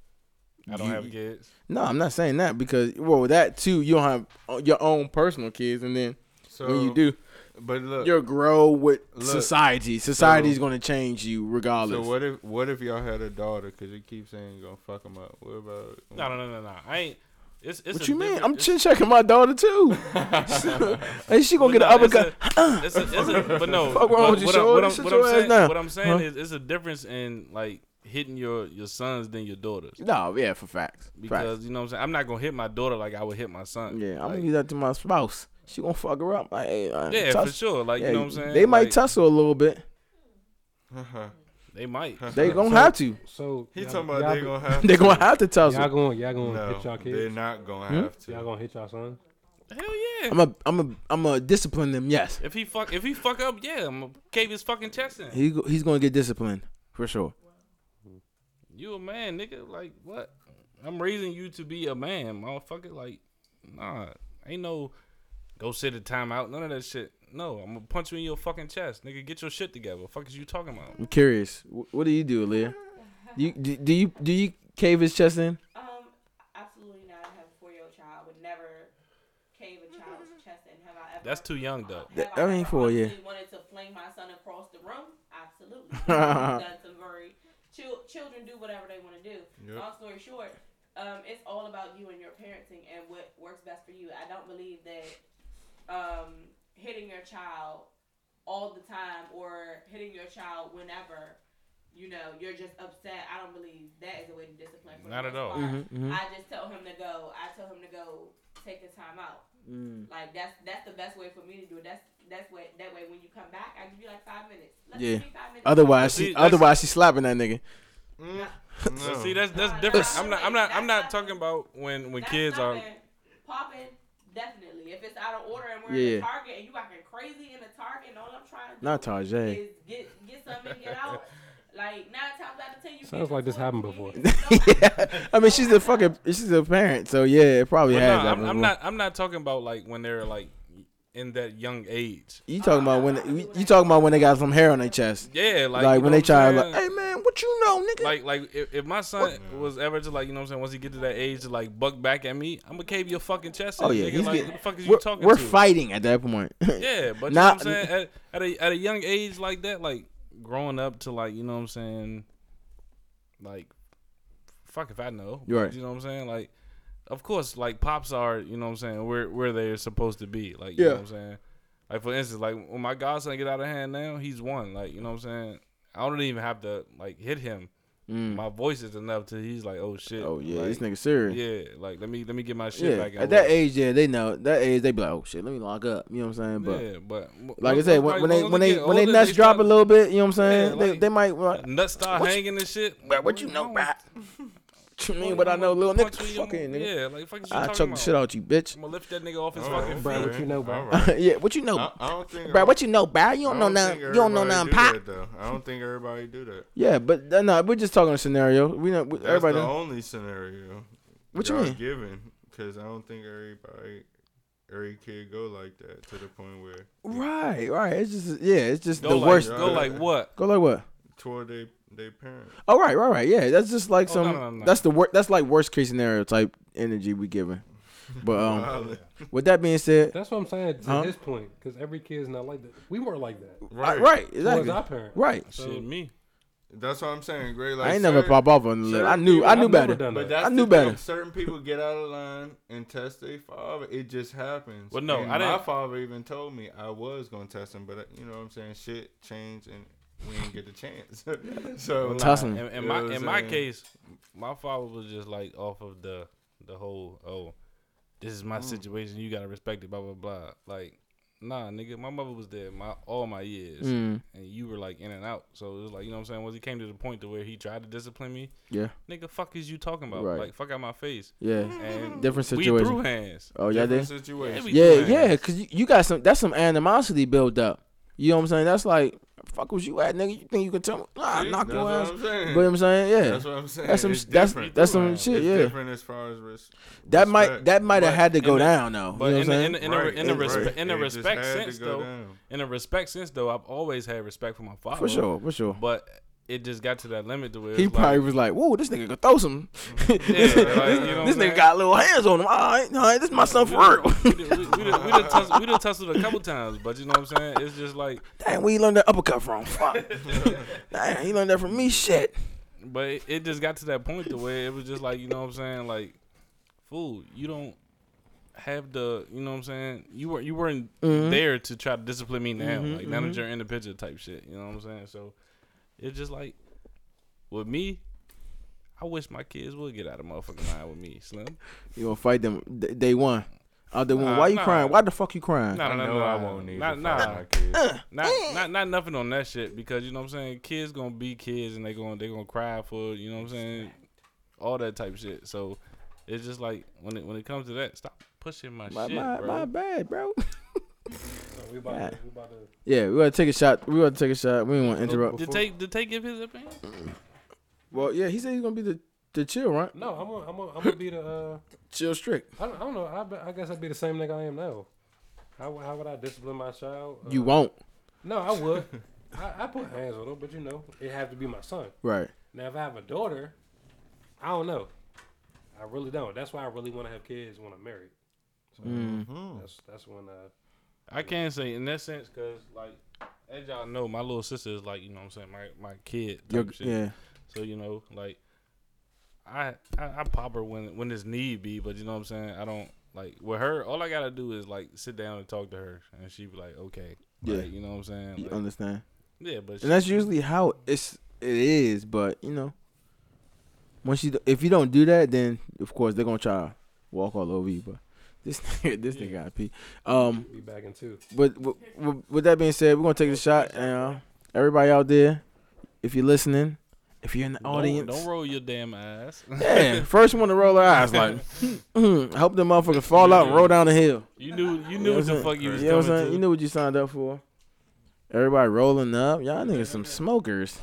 Speaker 2: I don't
Speaker 3: you-
Speaker 2: have kids.
Speaker 3: No, I'm not saying that because well, that too. You don't have uh, your own personal kids, and then
Speaker 4: So
Speaker 3: when you do,
Speaker 4: But look,
Speaker 3: You'll grow with
Speaker 4: Look,
Speaker 3: society. Society's going to change you regardless.
Speaker 4: so what if what if y'all had a daughter? Cause you keep saying you're gonna fuck them up. What about?
Speaker 2: No, no, no, no, no. I ain't. It's, it's
Speaker 3: What
Speaker 2: a
Speaker 3: you mean?
Speaker 2: different-
Speaker 3: I'm
Speaker 2: it's-
Speaker 3: chin checking my daughter too. hey, she gonna
Speaker 2: But
Speaker 3: get an
Speaker 2: no, it's
Speaker 3: uppercut.
Speaker 2: a- it's a- it's a- But no,
Speaker 3: Uh-uh. Fuck
Speaker 2: but
Speaker 3: wrong with you,
Speaker 2: what I- what
Speaker 3: Sean?
Speaker 2: I'm-
Speaker 3: Sit
Speaker 2: what
Speaker 3: your
Speaker 2: I'm
Speaker 3: ass
Speaker 2: saying-
Speaker 3: down.
Speaker 2: what I'm saying
Speaker 3: Huh?
Speaker 2: is, it's a difference in like hitting your your sons than your daughters.
Speaker 3: No, yeah, for facts.
Speaker 2: Because you know what I'm saying. I'm not gonna hit my daughter like I would hit my son.
Speaker 3: facts. Yeah, I'm
Speaker 2: Like,
Speaker 3: gonna do that to my spouse. She gonna fuck her up. Like, hey, uh,
Speaker 2: yeah, for
Speaker 3: tuss-
Speaker 2: sure. Like
Speaker 3: yeah,
Speaker 2: you know what I'm saying.
Speaker 3: They might
Speaker 2: Like,
Speaker 3: tussle a little bit.
Speaker 2: They might.
Speaker 3: They gonna have to.
Speaker 5: So
Speaker 4: He
Speaker 5: y'all-
Speaker 4: talking about
Speaker 5: y'all
Speaker 4: they
Speaker 5: be-
Speaker 4: gonna have.
Speaker 3: They
Speaker 4: to.
Speaker 3: gonna have to tussle.
Speaker 5: Y'all gonna y'all gonna
Speaker 4: No,
Speaker 5: hit y'all
Speaker 4: they're
Speaker 5: kids?
Speaker 4: not gonna
Speaker 3: Hmm?
Speaker 4: have to.
Speaker 5: Y'all gonna hit y'all son?
Speaker 2: Hell yeah.
Speaker 3: I'm a, I'm a, I'm a discipline them. Yes,
Speaker 2: If he fuck, if he fuck up, yeah, I'm gonna cave his fucking chest in.
Speaker 3: he go- he's gonna get disciplined for sure.
Speaker 2: You a man, nigga? Like what? I'm raising you to be a man, motherfucker. Like, nah, ain't no go sit a timeout, none of that shit. No, I'm gonna punch you in your fucking chest, nigga. Get your shit together. What fuck is you talking about?
Speaker 3: I'm curious. Wh- What do you do, Leah? You do, do you do you cave his chest in?
Speaker 6: Um, absolutely not. I have a four-year-old child. I would never cave a child's chest and have I ever.
Speaker 2: That's too young, though.
Speaker 6: Have
Speaker 3: That- I mean,
Speaker 6: ever
Speaker 3: for a year.
Speaker 6: honestly Wanted to fling my son across the room? Absolutely. I've done some very chil- children do whatever they want to do.
Speaker 4: Yep.
Speaker 6: Long story short, um, it's all about you and your parenting and what works best for you. I don't believe that um, hitting your child all the time or hitting your child whenever. You know, you're just upset. I don't believe that is a way to discipline. the
Speaker 2: Not at
Speaker 6: most
Speaker 2: all.
Speaker 6: part.
Speaker 3: Mm-hmm,
Speaker 6: I just tell him to go. I tell him to go take a time out.
Speaker 3: Mm-hmm.
Speaker 6: Like that's that's the best way for me to do it. That's that's way that way when you come back, I give you like five minutes. Let's
Speaker 3: Yeah.
Speaker 6: give me five minutes.
Speaker 3: Otherwise, she
Speaker 2: See, that's-
Speaker 3: otherwise she's slapping that nigga.
Speaker 4: Mm,
Speaker 2: So
Speaker 4: no.
Speaker 2: see, that's that's different.
Speaker 6: Nah, that's-
Speaker 2: I'm not. I'm not. I'm not talking about when when
Speaker 6: That's
Speaker 2: kids are.
Speaker 6: popping. popping. Definitely, if it's out of order and we're
Speaker 3: Yeah,
Speaker 6: in
Speaker 3: yeah.
Speaker 6: the Target and you acting crazy in the Target, and all I'm trying to do
Speaker 3: Not Tajay.
Speaker 6: is get get something and get out. Like nine times out of ten, you
Speaker 5: Sounds
Speaker 6: get
Speaker 5: like this
Speaker 6: your
Speaker 5: happened
Speaker 6: toys, you
Speaker 5: before.
Speaker 6: need to go.
Speaker 3: yeah, I mean she's a fucking she's a parent, so yeah, it probably
Speaker 2: Well,
Speaker 3: has.
Speaker 2: nah, I'm,
Speaker 3: happened
Speaker 2: I'm
Speaker 3: before.
Speaker 2: not. I'm not talking about like when they're like in that young age.
Speaker 3: You talking about when you- you talking about when they got some hair on their chest,
Speaker 2: Yeah,
Speaker 3: like,
Speaker 2: like you know
Speaker 3: when they
Speaker 2: what
Speaker 3: try
Speaker 2: I'm
Speaker 3: like,
Speaker 2: saying?
Speaker 3: hey man, what you know, nigga?
Speaker 2: Like, like if, if my son was ever to like, you know what I'm saying, once he get to that age to like buck back at me, I'm gonna cave your fucking chest.
Speaker 3: oh
Speaker 2: in,
Speaker 3: yeah,
Speaker 2: nigga.
Speaker 3: he's
Speaker 2: like,
Speaker 3: getting,
Speaker 2: what the fuck is
Speaker 3: we're,
Speaker 2: you talking
Speaker 3: we're
Speaker 2: to?
Speaker 3: fighting at that point.
Speaker 2: Yeah, but you know
Speaker 3: Not-
Speaker 2: what I'm saying, at, at a at a young age like that, like growing up to like, you know what I'm saying, like, fuck if I know,
Speaker 3: Right.
Speaker 2: You know what I'm saying, like, of course, like pops are, you know what I'm saying, where where they're supposed to be, like, you
Speaker 3: Yeah.
Speaker 2: know what I'm saying. Like for instance, like when my godson get out of hand now, he's one. Like you know what I'm saying. I don't even have to like hit him.
Speaker 3: Mm.
Speaker 2: My voice is enough to he's like, oh shit.
Speaker 3: Oh yeah,
Speaker 2: like,
Speaker 3: this nigga serious.
Speaker 2: yeah, like let me let me get my shit
Speaker 3: Yeah,
Speaker 2: back. in
Speaker 3: at that
Speaker 2: order.
Speaker 3: age, yeah, they know. That age, they be like, "Oh shit, let me lock up." You know what I'm saying? But
Speaker 2: yeah, but w-
Speaker 3: like I
Speaker 2: once-
Speaker 3: said, when,
Speaker 2: once-
Speaker 3: when they
Speaker 2: once
Speaker 3: when they
Speaker 2: get
Speaker 3: when they
Speaker 2: older,
Speaker 3: nuts drop
Speaker 2: start-
Speaker 3: a little bit, you know what I'm saying?
Speaker 2: Yeah,
Speaker 3: they,
Speaker 2: like-
Speaker 3: they might. Well,
Speaker 2: nuts start
Speaker 3: What you-
Speaker 2: hanging and shit.
Speaker 3: but what you know, bruh? What you mean? But I know, little nigga, fucking nigga.
Speaker 2: Yeah, like fuck is you
Speaker 3: I
Speaker 2: talking
Speaker 3: choke the
Speaker 2: about?
Speaker 3: shit out you, bitch.
Speaker 2: I'm gonna lift that nigga off his
Speaker 4: All
Speaker 2: fucking
Speaker 4: right,
Speaker 5: Bro,
Speaker 2: feet.
Speaker 5: what you know, bro?
Speaker 4: all right.
Speaker 3: yeah, what you know,
Speaker 4: I, I don't think.
Speaker 3: bruh? What you know, bruh? You
Speaker 4: I
Speaker 3: don't know nothing.
Speaker 4: think
Speaker 3: You don't know
Speaker 4: everybody
Speaker 3: nothing,
Speaker 4: do
Speaker 3: pop.
Speaker 4: that, though. I don't think everybody do that.
Speaker 3: Yeah, but uh, no, we're just talking a scenario. We know we-
Speaker 4: That's
Speaker 3: everybody.
Speaker 4: the
Speaker 3: know.
Speaker 4: only scenario.
Speaker 3: What you
Speaker 4: y'all
Speaker 3: mean?
Speaker 4: Given, because I don't think everybody, every kid go like that to the point where
Speaker 3: Right, right. It's just yeah, it's just
Speaker 2: Go
Speaker 3: the
Speaker 2: like,
Speaker 3: worst.
Speaker 2: Go like what?
Speaker 3: Go like what?
Speaker 4: toward they they parents.
Speaker 3: Oh right, right, right. Yeah, that's just like
Speaker 2: Oh,
Speaker 3: some.
Speaker 2: no, no, no.
Speaker 3: That's the worst. That's like worst case scenario type energy we giving. But um,
Speaker 4: Violent.
Speaker 3: with that being said,
Speaker 5: That's what I'm saying to
Speaker 3: Huh?
Speaker 5: his point, because every kid's not like that. We weren't like that.
Speaker 3: right,
Speaker 4: right.
Speaker 3: right
Speaker 5: Towards
Speaker 3: exactly,
Speaker 5: our parents.
Speaker 3: right.
Speaker 5: So-
Speaker 2: Shit, me.
Speaker 4: That's what I'm saying. Great. Like
Speaker 3: I ain't never
Speaker 4: certain-
Speaker 3: pop off on the lip.
Speaker 5: Certain
Speaker 3: I knew,
Speaker 5: people-
Speaker 3: I
Speaker 5: I've
Speaker 3: knew
Speaker 5: never
Speaker 3: better.
Speaker 5: done
Speaker 4: But
Speaker 5: that.
Speaker 4: that's
Speaker 3: I
Speaker 4: the
Speaker 3: knew
Speaker 4: thing.
Speaker 3: better.
Speaker 4: Certain people get out of line and test their father. It just happens.
Speaker 2: Well, no,
Speaker 4: And
Speaker 2: I
Speaker 4: My
Speaker 2: didn't-
Speaker 4: father even told me I was gonna test him, but uh, you know what I'm saying. Shit changed, and we didn't get the chance. so
Speaker 3: Well, Tussle.
Speaker 2: In, in
Speaker 4: You
Speaker 2: my
Speaker 4: know what
Speaker 2: in
Speaker 4: I'm
Speaker 2: my
Speaker 4: saying?
Speaker 2: case, my father was just like off of the the whole oh, this is
Speaker 3: Mm.
Speaker 2: my situation. You gotta respect it. Blah blah blah. Like nah, nigga. My mother was there my all my years,
Speaker 3: Mm,
Speaker 2: and you were like in and out. So it was like you know what I'm saying. Once he came to the point to where he tried to discipline me,
Speaker 3: yeah,
Speaker 2: nigga, fuck is you talking about?
Speaker 3: Right.
Speaker 2: Like fuck out my face.
Speaker 3: yeah.
Speaker 2: And
Speaker 3: Different
Speaker 2: We threw
Speaker 3: situation.
Speaker 2: hands.
Speaker 3: Oh yeah,
Speaker 4: different
Speaker 3: did.
Speaker 4: situation.
Speaker 2: we
Speaker 3: Yeah,
Speaker 2: threw
Speaker 3: yeah.
Speaker 2: hands.
Speaker 3: Cause you, you got some. That's some animosity built up. You know what I'm saying? That's like, fuck, was you at, nigga? You think you can tell me? Nah,
Speaker 4: See?
Speaker 3: knock
Speaker 4: That's
Speaker 3: your
Speaker 4: what
Speaker 3: ass.
Speaker 4: I'm saying.
Speaker 3: But I'm saying, yeah.
Speaker 4: That's what I'm saying.
Speaker 3: That's some
Speaker 4: It's
Speaker 3: that's
Speaker 4: different.
Speaker 3: that's some
Speaker 2: It's
Speaker 3: shit.
Speaker 4: It's
Speaker 3: Yeah,
Speaker 4: different as far as res-
Speaker 3: that might
Speaker 4: respect.
Speaker 3: that might have
Speaker 2: But
Speaker 3: had to go
Speaker 2: in the-
Speaker 3: down though.
Speaker 2: But
Speaker 3: you know
Speaker 2: in,
Speaker 3: what
Speaker 2: the,
Speaker 3: I'm saying?
Speaker 2: in, the- in, the in, the
Speaker 4: Right,
Speaker 2: respe-
Speaker 4: right.
Speaker 2: in the
Speaker 4: It just
Speaker 2: respect
Speaker 4: had to
Speaker 2: sense
Speaker 4: go
Speaker 2: though,
Speaker 4: down.
Speaker 2: in a respect sense though, I've always had respect for my father.
Speaker 3: For sure, for sure.
Speaker 2: But it just got to that limit to where
Speaker 3: He
Speaker 2: it's
Speaker 3: probably
Speaker 2: like, Mm-hmm.
Speaker 3: was like, "Whoa, this nigga could throw some. this
Speaker 2: like, you know
Speaker 3: this
Speaker 2: what I'm saying?
Speaker 3: nigga got little hands on him. All right, all right, this is my son for real."
Speaker 2: we done- we, we, done- we, done tussle- we done tussled a couple times, but you know what I'm saying? It's just like,
Speaker 3: Dang, where you learned that uppercut from? Fuck. Dang, he learned that from me. Shit.
Speaker 2: but it, it just got to that point to where it was just like, you know what I'm saying? Like, fool, you don't have the, you know what I'm saying? You were you weren't
Speaker 3: Mhm.
Speaker 2: there to try to discipline me now.
Speaker 3: Mhm,
Speaker 2: like, now that
Speaker 3: mhm.
Speaker 2: you're in the picture, type shit. You know what I'm saying? So it's just like with me. I wish my kids would get out of motherfucking line with me, Slim.
Speaker 3: You gonna fight them d- day one? Out the one.
Speaker 2: Nah,
Speaker 3: Why you
Speaker 2: nah.
Speaker 3: crying? Why the fuck you crying?
Speaker 2: No, no,
Speaker 4: I
Speaker 2: no,
Speaker 4: know
Speaker 2: no,
Speaker 4: I won't need
Speaker 2: not,
Speaker 4: to
Speaker 2: nah,
Speaker 4: fight my kids.
Speaker 2: not,
Speaker 3: Eh.
Speaker 2: not, not nothing on that shit because you know what I'm saying. Kids gonna be kids and they gonna they gonna cry for it, you know what I'm saying, all that type of shit. So it's just like when it when it comes to that, stop pushing my,
Speaker 3: My,
Speaker 2: shit,
Speaker 3: my,
Speaker 2: bro.
Speaker 3: my bad, bro.
Speaker 5: we about
Speaker 3: Yeah.
Speaker 5: to, we about to
Speaker 3: Yeah, we gotta take a shot. We gotta take a shot. We don't
Speaker 2: Oh,
Speaker 3: want to interrupt.
Speaker 2: Did take did take give his opinion?
Speaker 3: Well, yeah, he said he's gonna be the the chill, right?
Speaker 5: No, I'm gonna, I'm gonna, I'm gonna be the. Uh,
Speaker 3: Chill strict.
Speaker 5: I don't, I don't know. I, be, I guess I'd be the same nigga I am now. How, how would I discipline my child? Uh,
Speaker 3: You won't.
Speaker 5: No, I would. I, I put hands on him, but you know, it have to be my son.
Speaker 3: Right.
Speaker 5: Now, if I have a daughter, I don't know. I really don't. That's why I really want to have kids when I'm married. So
Speaker 2: uh,
Speaker 3: Mm.
Speaker 4: Hmm.
Speaker 5: that's that's when uh,
Speaker 2: I can say in that sense because like as y'all know, my little sister is like you know what I'm saying my my kid. Type
Speaker 3: Your,
Speaker 2: of shit.
Speaker 3: yeah.
Speaker 2: So you know, like, I, I I pop her when when it's need be, but you know what I'm saying. I don't like with her. All I gotta do is like sit down and talk to her, and she be like, okay,
Speaker 3: Yeah.
Speaker 2: Like, you know what I'm saying.
Speaker 3: You
Speaker 2: Like,
Speaker 3: understand?
Speaker 2: yeah, but she,
Speaker 3: And that's usually how it's it is, but you know, once you if you don't do that, then of course they're gonna try to walk all over you. But this nigga, this nigga gotta pee. Um,
Speaker 5: be back in two.
Speaker 3: but w- w- with that being said, we're gonna take a shot, and uh, everybody out there, if you're listening, if you're in the
Speaker 2: don't,
Speaker 3: audience,
Speaker 2: don't roll your damn ass.
Speaker 3: yeah, first one to roll their eyes, like, hmm, I hope the motherfucker fall out and roll down the hill.
Speaker 2: you knew you knew what the fuck you was
Speaker 3: You know what I'm
Speaker 2: coming
Speaker 3: saying?
Speaker 2: to.
Speaker 3: You knew what you signed up for. Everybody rolling up. Y'all niggas some smokers.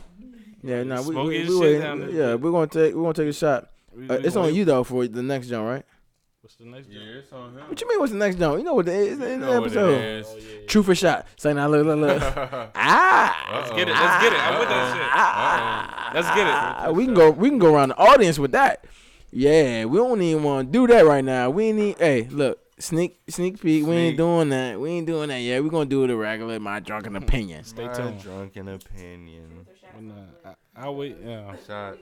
Speaker 3: Yeah, nah, we,
Speaker 2: Smoking
Speaker 3: we, we
Speaker 2: shit
Speaker 3: waiting.
Speaker 2: down there.
Speaker 3: yeah, we're gonna take we're gonna take a shot.
Speaker 2: We-
Speaker 3: Uh,
Speaker 2: we
Speaker 3: it's on
Speaker 2: gonna-
Speaker 3: you though for the next jump, right?
Speaker 2: What's the next?
Speaker 4: Yeah,
Speaker 2: joke?
Speaker 4: it's on him.
Speaker 3: What you mean? What's the next jump? You know what? It is, it's in the
Speaker 4: know what it
Speaker 3: episode.
Speaker 4: is.
Speaker 2: Oh, yeah, yeah.
Speaker 3: True for shot. Say now, look, look, look. ah,
Speaker 2: Let's get it. Let's get it. I'm with that
Speaker 3: ah,
Speaker 2: shit. Let's get it.
Speaker 3: ah. We can go. We can go around the audience with that. Yeah, we don't even want to do that right now. We need. Hey, look, sneak sneak peek. We ain't
Speaker 4: Sneak.
Speaker 3: doing that. We ain't doing that yet. We're gonna do the regular. My drunken opinions.
Speaker 2: Stay
Speaker 4: My
Speaker 2: tuned.
Speaker 4: drunken opinion.
Speaker 6: Truth or shout
Speaker 2: Well,
Speaker 6: out.
Speaker 5: uh,
Speaker 2: nah, I, I'll wait. Yeah.
Speaker 4: Shots.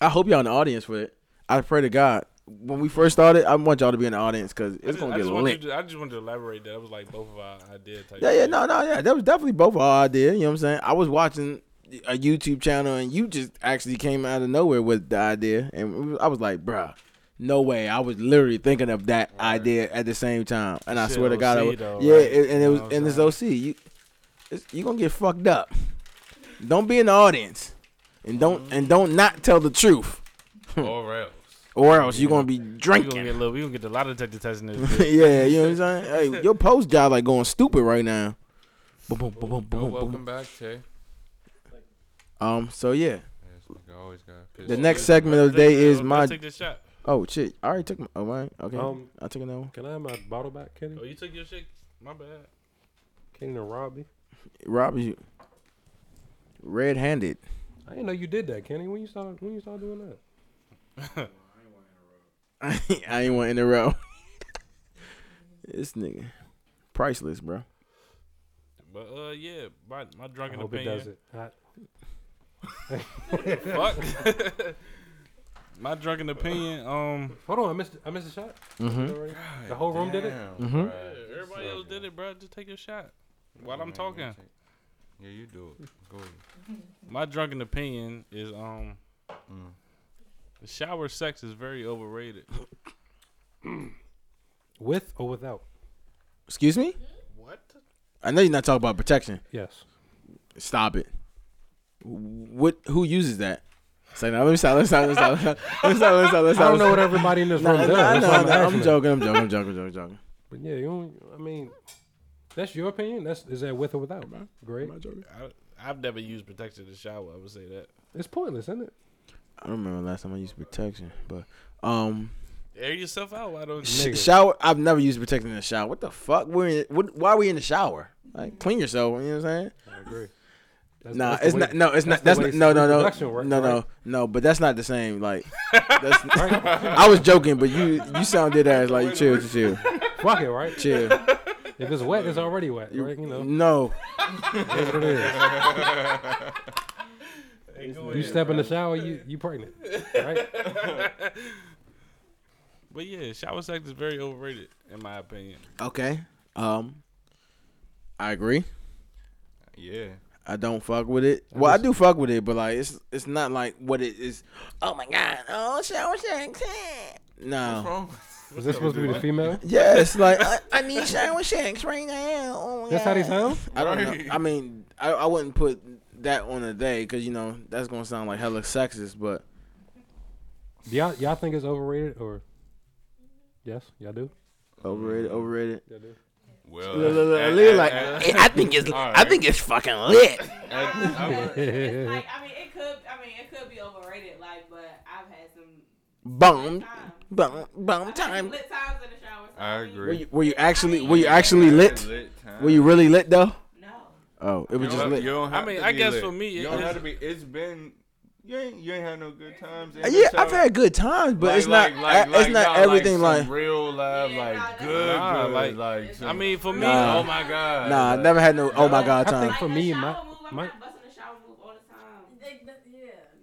Speaker 3: I hope y'all in the audience for it. I pray to God. When we first started, I want y'all to be in the audience because
Speaker 2: I
Speaker 3: it's
Speaker 2: just,
Speaker 3: gonna
Speaker 2: I
Speaker 3: get
Speaker 2: just wanted
Speaker 3: lit.
Speaker 2: you to- I just wanted to elaborate that it was like both of our idea type.
Speaker 3: Yeah, yeah,
Speaker 2: shit.
Speaker 3: no, no, yeah. That was definitely both our idea. You know what I'm saying? I was watching a YouTube channel and you just actually came out of nowhere with the idea, and it was- I was like, bruh. No way! I was literally thinking of that idea at the same time, and I
Speaker 2: Shit,
Speaker 3: swear to God, I
Speaker 2: OC
Speaker 3: was,
Speaker 2: though,
Speaker 3: yeah.
Speaker 2: right?
Speaker 3: It, and it
Speaker 2: You
Speaker 3: was,
Speaker 2: know what
Speaker 3: and
Speaker 2: I'm
Speaker 3: it's
Speaker 2: saying?
Speaker 3: OC. You, it's, you gonna get fucked up. Don't be in the audience, and don't and don't not tell the truth,
Speaker 4: Or else.
Speaker 3: or else you're gonna be
Speaker 2: We gonna
Speaker 3: drinking.
Speaker 2: get a little. We gonna get a lot of detective testing this. bitch.
Speaker 3: yeah, you know what I'm saying? Hey, your post job like going stupid right now. Boom, boom, boom, boom,
Speaker 4: Oh,
Speaker 3: boom, boom.
Speaker 4: welcome back, Tay.
Speaker 3: Um, so yeah,
Speaker 4: Yes, nigga, always got pissed.
Speaker 3: the next segment of the day
Speaker 2: Let's
Speaker 3: is my.
Speaker 2: take this shot.
Speaker 3: Oh shit! I already took my. Oh, all right, okay.
Speaker 5: Um,
Speaker 3: I took another one.
Speaker 5: Can I have my bottle back, Kenny?
Speaker 2: Oh, you took your shit. My bad.
Speaker 5: Kenny and Robbie.
Speaker 3: Rob you. Red-handed.
Speaker 5: I didn't know you did that, Kenny. When you started when you started doing that?
Speaker 3: I ain't want to interrupt. this nigga, priceless, bro.
Speaker 2: But uh, yeah, my my
Speaker 5: I
Speaker 2: drunken
Speaker 5: hope it
Speaker 2: opinion.
Speaker 5: does it. I,
Speaker 2: Fuck. my drunken opinion. Um,
Speaker 5: hold on, I missed I missed a shot.
Speaker 3: Mm-hmm.
Speaker 5: Already? The whole room did it?
Speaker 2: Mm-hmm.
Speaker 3: Mhm.
Speaker 4: bruh.
Speaker 2: everybody else did it, bro. Just take your shot while I'm
Speaker 4: Man,
Speaker 2: talking.
Speaker 4: Yeah, you do it. Go.
Speaker 2: My drunken opinion is um,
Speaker 4: Mm.
Speaker 2: shower sex is very overrated.
Speaker 5: With or without?
Speaker 3: Excuse me.
Speaker 2: What?
Speaker 3: I know you're not talking about protection.
Speaker 5: Yes.
Speaker 3: Stop it. What? Who uses that? Say now. Let me stop. Let me stop. Let me stop. Let me stop. Let me stop. Let me stop.
Speaker 5: I don't know what everybody in this
Speaker 3: Nah,
Speaker 5: room
Speaker 3: nah,
Speaker 5: does. That's why
Speaker 3: nah,
Speaker 5: I'm
Speaker 3: nah, I'm
Speaker 5: asking.
Speaker 3: joking. I'm joking. I'm joking. I'm joking. I'm joking.
Speaker 5: But yeah, you don't, I mean, that's your opinion. That's is that with or without? Great.
Speaker 2: I, I've never used protection in the shower. I would say that.
Speaker 5: It's pointless, isn't it?
Speaker 3: I don't remember last time I used protection, but um,
Speaker 2: Air yourself out. Why don't
Speaker 3: sh-
Speaker 5: Nigga.
Speaker 3: shower. I've never used protection in the shower. What the fuck? We're in, what, why are we in the shower? Like clean yourself. You know what I'm saying?
Speaker 5: I agree. Mm. That's-
Speaker 3: nah,
Speaker 5: that's the
Speaker 3: it's
Speaker 5: way-
Speaker 3: not. No, it's not.
Speaker 5: that's
Speaker 3: That's
Speaker 5: the
Speaker 3: not,
Speaker 5: way
Speaker 3: no, no, no,
Speaker 5: reproduction works,
Speaker 3: no,
Speaker 5: right?
Speaker 3: no, no. But that's not the same. Like, that's, I was joking, but you you sounded as like chill, chill,
Speaker 5: Fuck it, right?
Speaker 3: chill.
Speaker 5: If it's wet, it's already wet. Right? You know,
Speaker 3: No,
Speaker 5: that's what it is.
Speaker 2: Hey, go
Speaker 5: You
Speaker 2: ahead,
Speaker 5: step in the
Speaker 2: bro.
Speaker 5: shower, you you pregnant, right?
Speaker 2: But yeah, shower sex is very overrated in my opinion.
Speaker 3: okay. Um, I agree.
Speaker 4: Yeah.
Speaker 3: I don't fuck with it. Well, I do fuck with it, but like it's it's not like what it is. Oh my god! Oh, shower sex. eh.
Speaker 4: What's
Speaker 3: No.
Speaker 4: wrong?
Speaker 5: Is this supposed to be the female?
Speaker 3: Yes, like I, I need shower sex right now. Oh my
Speaker 5: That's how they
Speaker 3: God.
Speaker 5: sound.
Speaker 3: I don't know. I mean, I, I wouldn't put that on a day because you know that's gonna sound like hella sexist. But
Speaker 5: Do y'all y'all think it's overrated or? Yes, y'all do.
Speaker 3: overrated, overrated.
Speaker 5: Y'all do.
Speaker 4: Well,
Speaker 3: Look, look, look,
Speaker 4: at-
Speaker 3: Leah
Speaker 4: at-
Speaker 3: like,
Speaker 4: at-
Speaker 3: "Eh, I think it's,
Speaker 4: All
Speaker 3: I
Speaker 4: right.
Speaker 3: think it's fucking lit.
Speaker 4: at- I would-
Speaker 6: It's like I mean, it could. I mean, it could be overrated. Like, but I've had some
Speaker 3: Boom,
Speaker 6: time.
Speaker 3: boom, boom
Speaker 6: I've had some
Speaker 3: time.
Speaker 6: lit times in the shower. so
Speaker 4: I
Speaker 6: mean,
Speaker 3: Were
Speaker 4: agree.
Speaker 3: you, were you actually, were you actually lit?
Speaker 4: time.
Speaker 3: Were you really lit though?
Speaker 6: No.
Speaker 3: Oh, it
Speaker 4: You
Speaker 3: was
Speaker 4: don't
Speaker 3: just
Speaker 4: have-
Speaker 3: lit.
Speaker 4: you don't
Speaker 2: I
Speaker 4: have
Speaker 2: mean,
Speaker 4: to
Speaker 2: I
Speaker 4: be
Speaker 2: guess
Speaker 4: lit.
Speaker 2: for me,
Speaker 4: you
Speaker 2: it
Speaker 4: don't have
Speaker 2: is-
Speaker 4: to be. It's been. You ain't you ain't had no good times. in
Speaker 3: Uh, Yeah,
Speaker 4: the
Speaker 3: I've
Speaker 4: shower.
Speaker 3: had good times, but
Speaker 4: Like-
Speaker 3: it's not,
Speaker 4: like- like-
Speaker 3: I-
Speaker 4: like
Speaker 3: it's not
Speaker 4: y'all
Speaker 3: everything
Speaker 4: like,
Speaker 3: like.
Speaker 4: some real life,
Speaker 6: Yeah, nah,
Speaker 4: like
Speaker 6: that's-
Speaker 4: good,
Speaker 2: Nah,
Speaker 4: good,
Speaker 2: like-
Speaker 4: like,
Speaker 2: I mean, for me,
Speaker 3: Nah.
Speaker 4: oh my god,
Speaker 3: Nah, I
Speaker 4: like,
Speaker 3: never had no. Oh my god,
Speaker 5: I think
Speaker 3: time.
Speaker 5: for
Speaker 6: the
Speaker 5: me,
Speaker 6: shower
Speaker 5: my-
Speaker 6: move, I'm
Speaker 5: my-
Speaker 6: not busting the shower move all the time.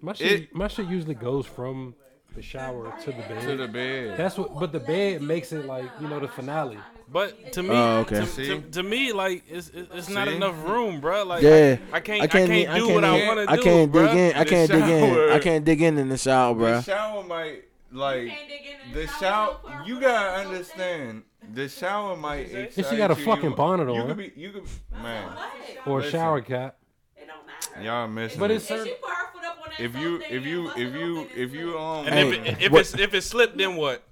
Speaker 5: My shit,
Speaker 4: It-
Speaker 5: my shit usually goes from the shower to the
Speaker 4: to
Speaker 5: bed.
Speaker 4: the bed.
Speaker 5: That's what, but the bed makes it like you know the finale.
Speaker 2: But to me,
Speaker 3: Oh, okay.
Speaker 2: to,
Speaker 4: See?
Speaker 2: to, to me, like it's it's, it's not
Speaker 4: See?
Speaker 2: enough room, bruh. Like
Speaker 3: Yeah.
Speaker 2: I can't I
Speaker 3: I
Speaker 2: can't,
Speaker 3: can't e- I
Speaker 2: do
Speaker 3: can't
Speaker 2: what
Speaker 4: e-
Speaker 2: I want to do.
Speaker 3: I can't dig
Speaker 2: bruh.
Speaker 3: in. I
Speaker 4: The
Speaker 3: can't dig in. I
Speaker 4: shower.
Speaker 3: can't dig in in the shower,
Speaker 4: the
Speaker 3: bruh.
Speaker 4: shower might
Speaker 6: You
Speaker 4: like
Speaker 6: can't dig in the
Speaker 4: the
Speaker 6: shower,
Speaker 4: shower.
Speaker 6: so far
Speaker 4: You
Speaker 6: from
Speaker 4: gotta
Speaker 6: the first thing.
Speaker 4: understand. The shower might.
Speaker 2: say?
Speaker 5: she
Speaker 4: excite
Speaker 5: got a
Speaker 4: you.
Speaker 5: fucking bonnet
Speaker 4: You
Speaker 5: on.
Speaker 4: could be. You could. Man,
Speaker 6: What?
Speaker 5: Or a
Speaker 4: Listen.
Speaker 5: shower cap.
Speaker 6: It don't matter.
Speaker 4: y'all missing.
Speaker 5: But
Speaker 4: it.
Speaker 5: it's
Speaker 6: If
Speaker 5: certain.
Speaker 6: you pour her foot up on that
Speaker 4: if
Speaker 6: soap
Speaker 4: you
Speaker 6: thing
Speaker 4: if
Speaker 6: and
Speaker 4: you
Speaker 6: bust it
Speaker 4: if you
Speaker 6: open,
Speaker 4: if
Speaker 6: it's
Speaker 4: you
Speaker 6: lit.
Speaker 4: um.
Speaker 2: And
Speaker 3: Hey,
Speaker 2: if it, if
Speaker 3: what-
Speaker 2: it's if it slipped, then what?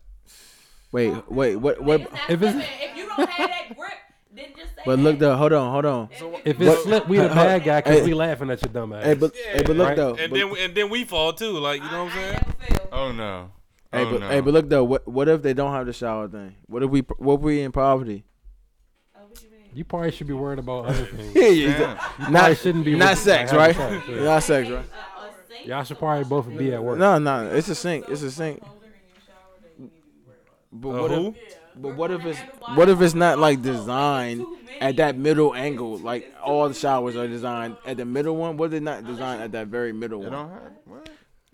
Speaker 3: Wait, wait, what,
Speaker 6: Then
Speaker 3: what?
Speaker 6: it's not
Speaker 5: If it's-
Speaker 6: slipping. if you don't have that grip, then just say.
Speaker 3: But look though, hold on, hold on.
Speaker 5: If
Speaker 3: What-
Speaker 5: it slipped, we the
Speaker 3: Hey,
Speaker 5: bad guy because
Speaker 3: uh, hey.
Speaker 5: we laughing at your dumb ass.
Speaker 3: Hey, but, hey, but look
Speaker 5: Right.
Speaker 3: though.
Speaker 2: And
Speaker 3: but-
Speaker 2: then we- and then we fall too. Like you know what I'm saying?
Speaker 4: Oh no.
Speaker 3: Hey,
Speaker 4: oh,
Speaker 3: but
Speaker 4: no.
Speaker 3: hey, but look though. What what if they don't have the shower thing? What if we what if we in poverty?
Speaker 6: Oh,
Speaker 5: you probably should be worried about other things.
Speaker 3: Yeah,
Speaker 4: Damn.
Speaker 5: probably
Speaker 3: not
Speaker 5: shouldn't be
Speaker 3: not
Speaker 5: with-
Speaker 3: sex,
Speaker 5: like,
Speaker 3: right?
Speaker 5: having sex, yeah.
Speaker 3: Not sex, right?
Speaker 5: Y'all should probably both be at work.
Speaker 3: No, no, it's a sink. It's a sink. But
Speaker 2: Uh,
Speaker 3: what
Speaker 2: who?
Speaker 3: if but what if it's what if it's not like designed at that middle angle? Like all the showers are designed at the middle one. What if they not designed at that very middle
Speaker 4: It
Speaker 3: one?
Speaker 4: don't have. What?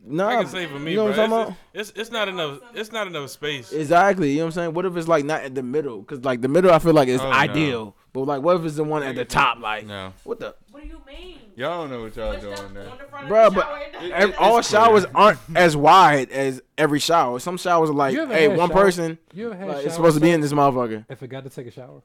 Speaker 3: No,
Speaker 2: I can say for me,
Speaker 3: you know what
Speaker 2: bruh,
Speaker 3: I'm talking
Speaker 2: it's, it's it's not enough. It's not enough space.
Speaker 3: about? Exactly. You know what I'm saying? What if it's like not at the middle? Because like the middle, I feel like is
Speaker 4: Oh, no.
Speaker 3: ideal. But like, what if it's the one at the top? Like,
Speaker 4: No.
Speaker 3: what the?
Speaker 6: What do you mean?
Speaker 4: Y'all don't know what y'all
Speaker 6: Push
Speaker 4: doing
Speaker 6: up
Speaker 4: there.
Speaker 6: on the front
Speaker 3: Bruh,
Speaker 6: of the
Speaker 3: but-
Speaker 6: shower and
Speaker 4: It-
Speaker 6: then-
Speaker 3: Ev- all
Speaker 4: It's clear.
Speaker 3: showers aren't as wide as every shower. Some showers are like,
Speaker 5: You ever
Speaker 3: hey,
Speaker 5: had
Speaker 3: one
Speaker 5: shower-
Speaker 3: person
Speaker 5: You ever had
Speaker 3: like,
Speaker 5: shower
Speaker 3: is supposed to be
Speaker 5: sex
Speaker 3: in this motherfucker.
Speaker 5: And forgot to take a shower.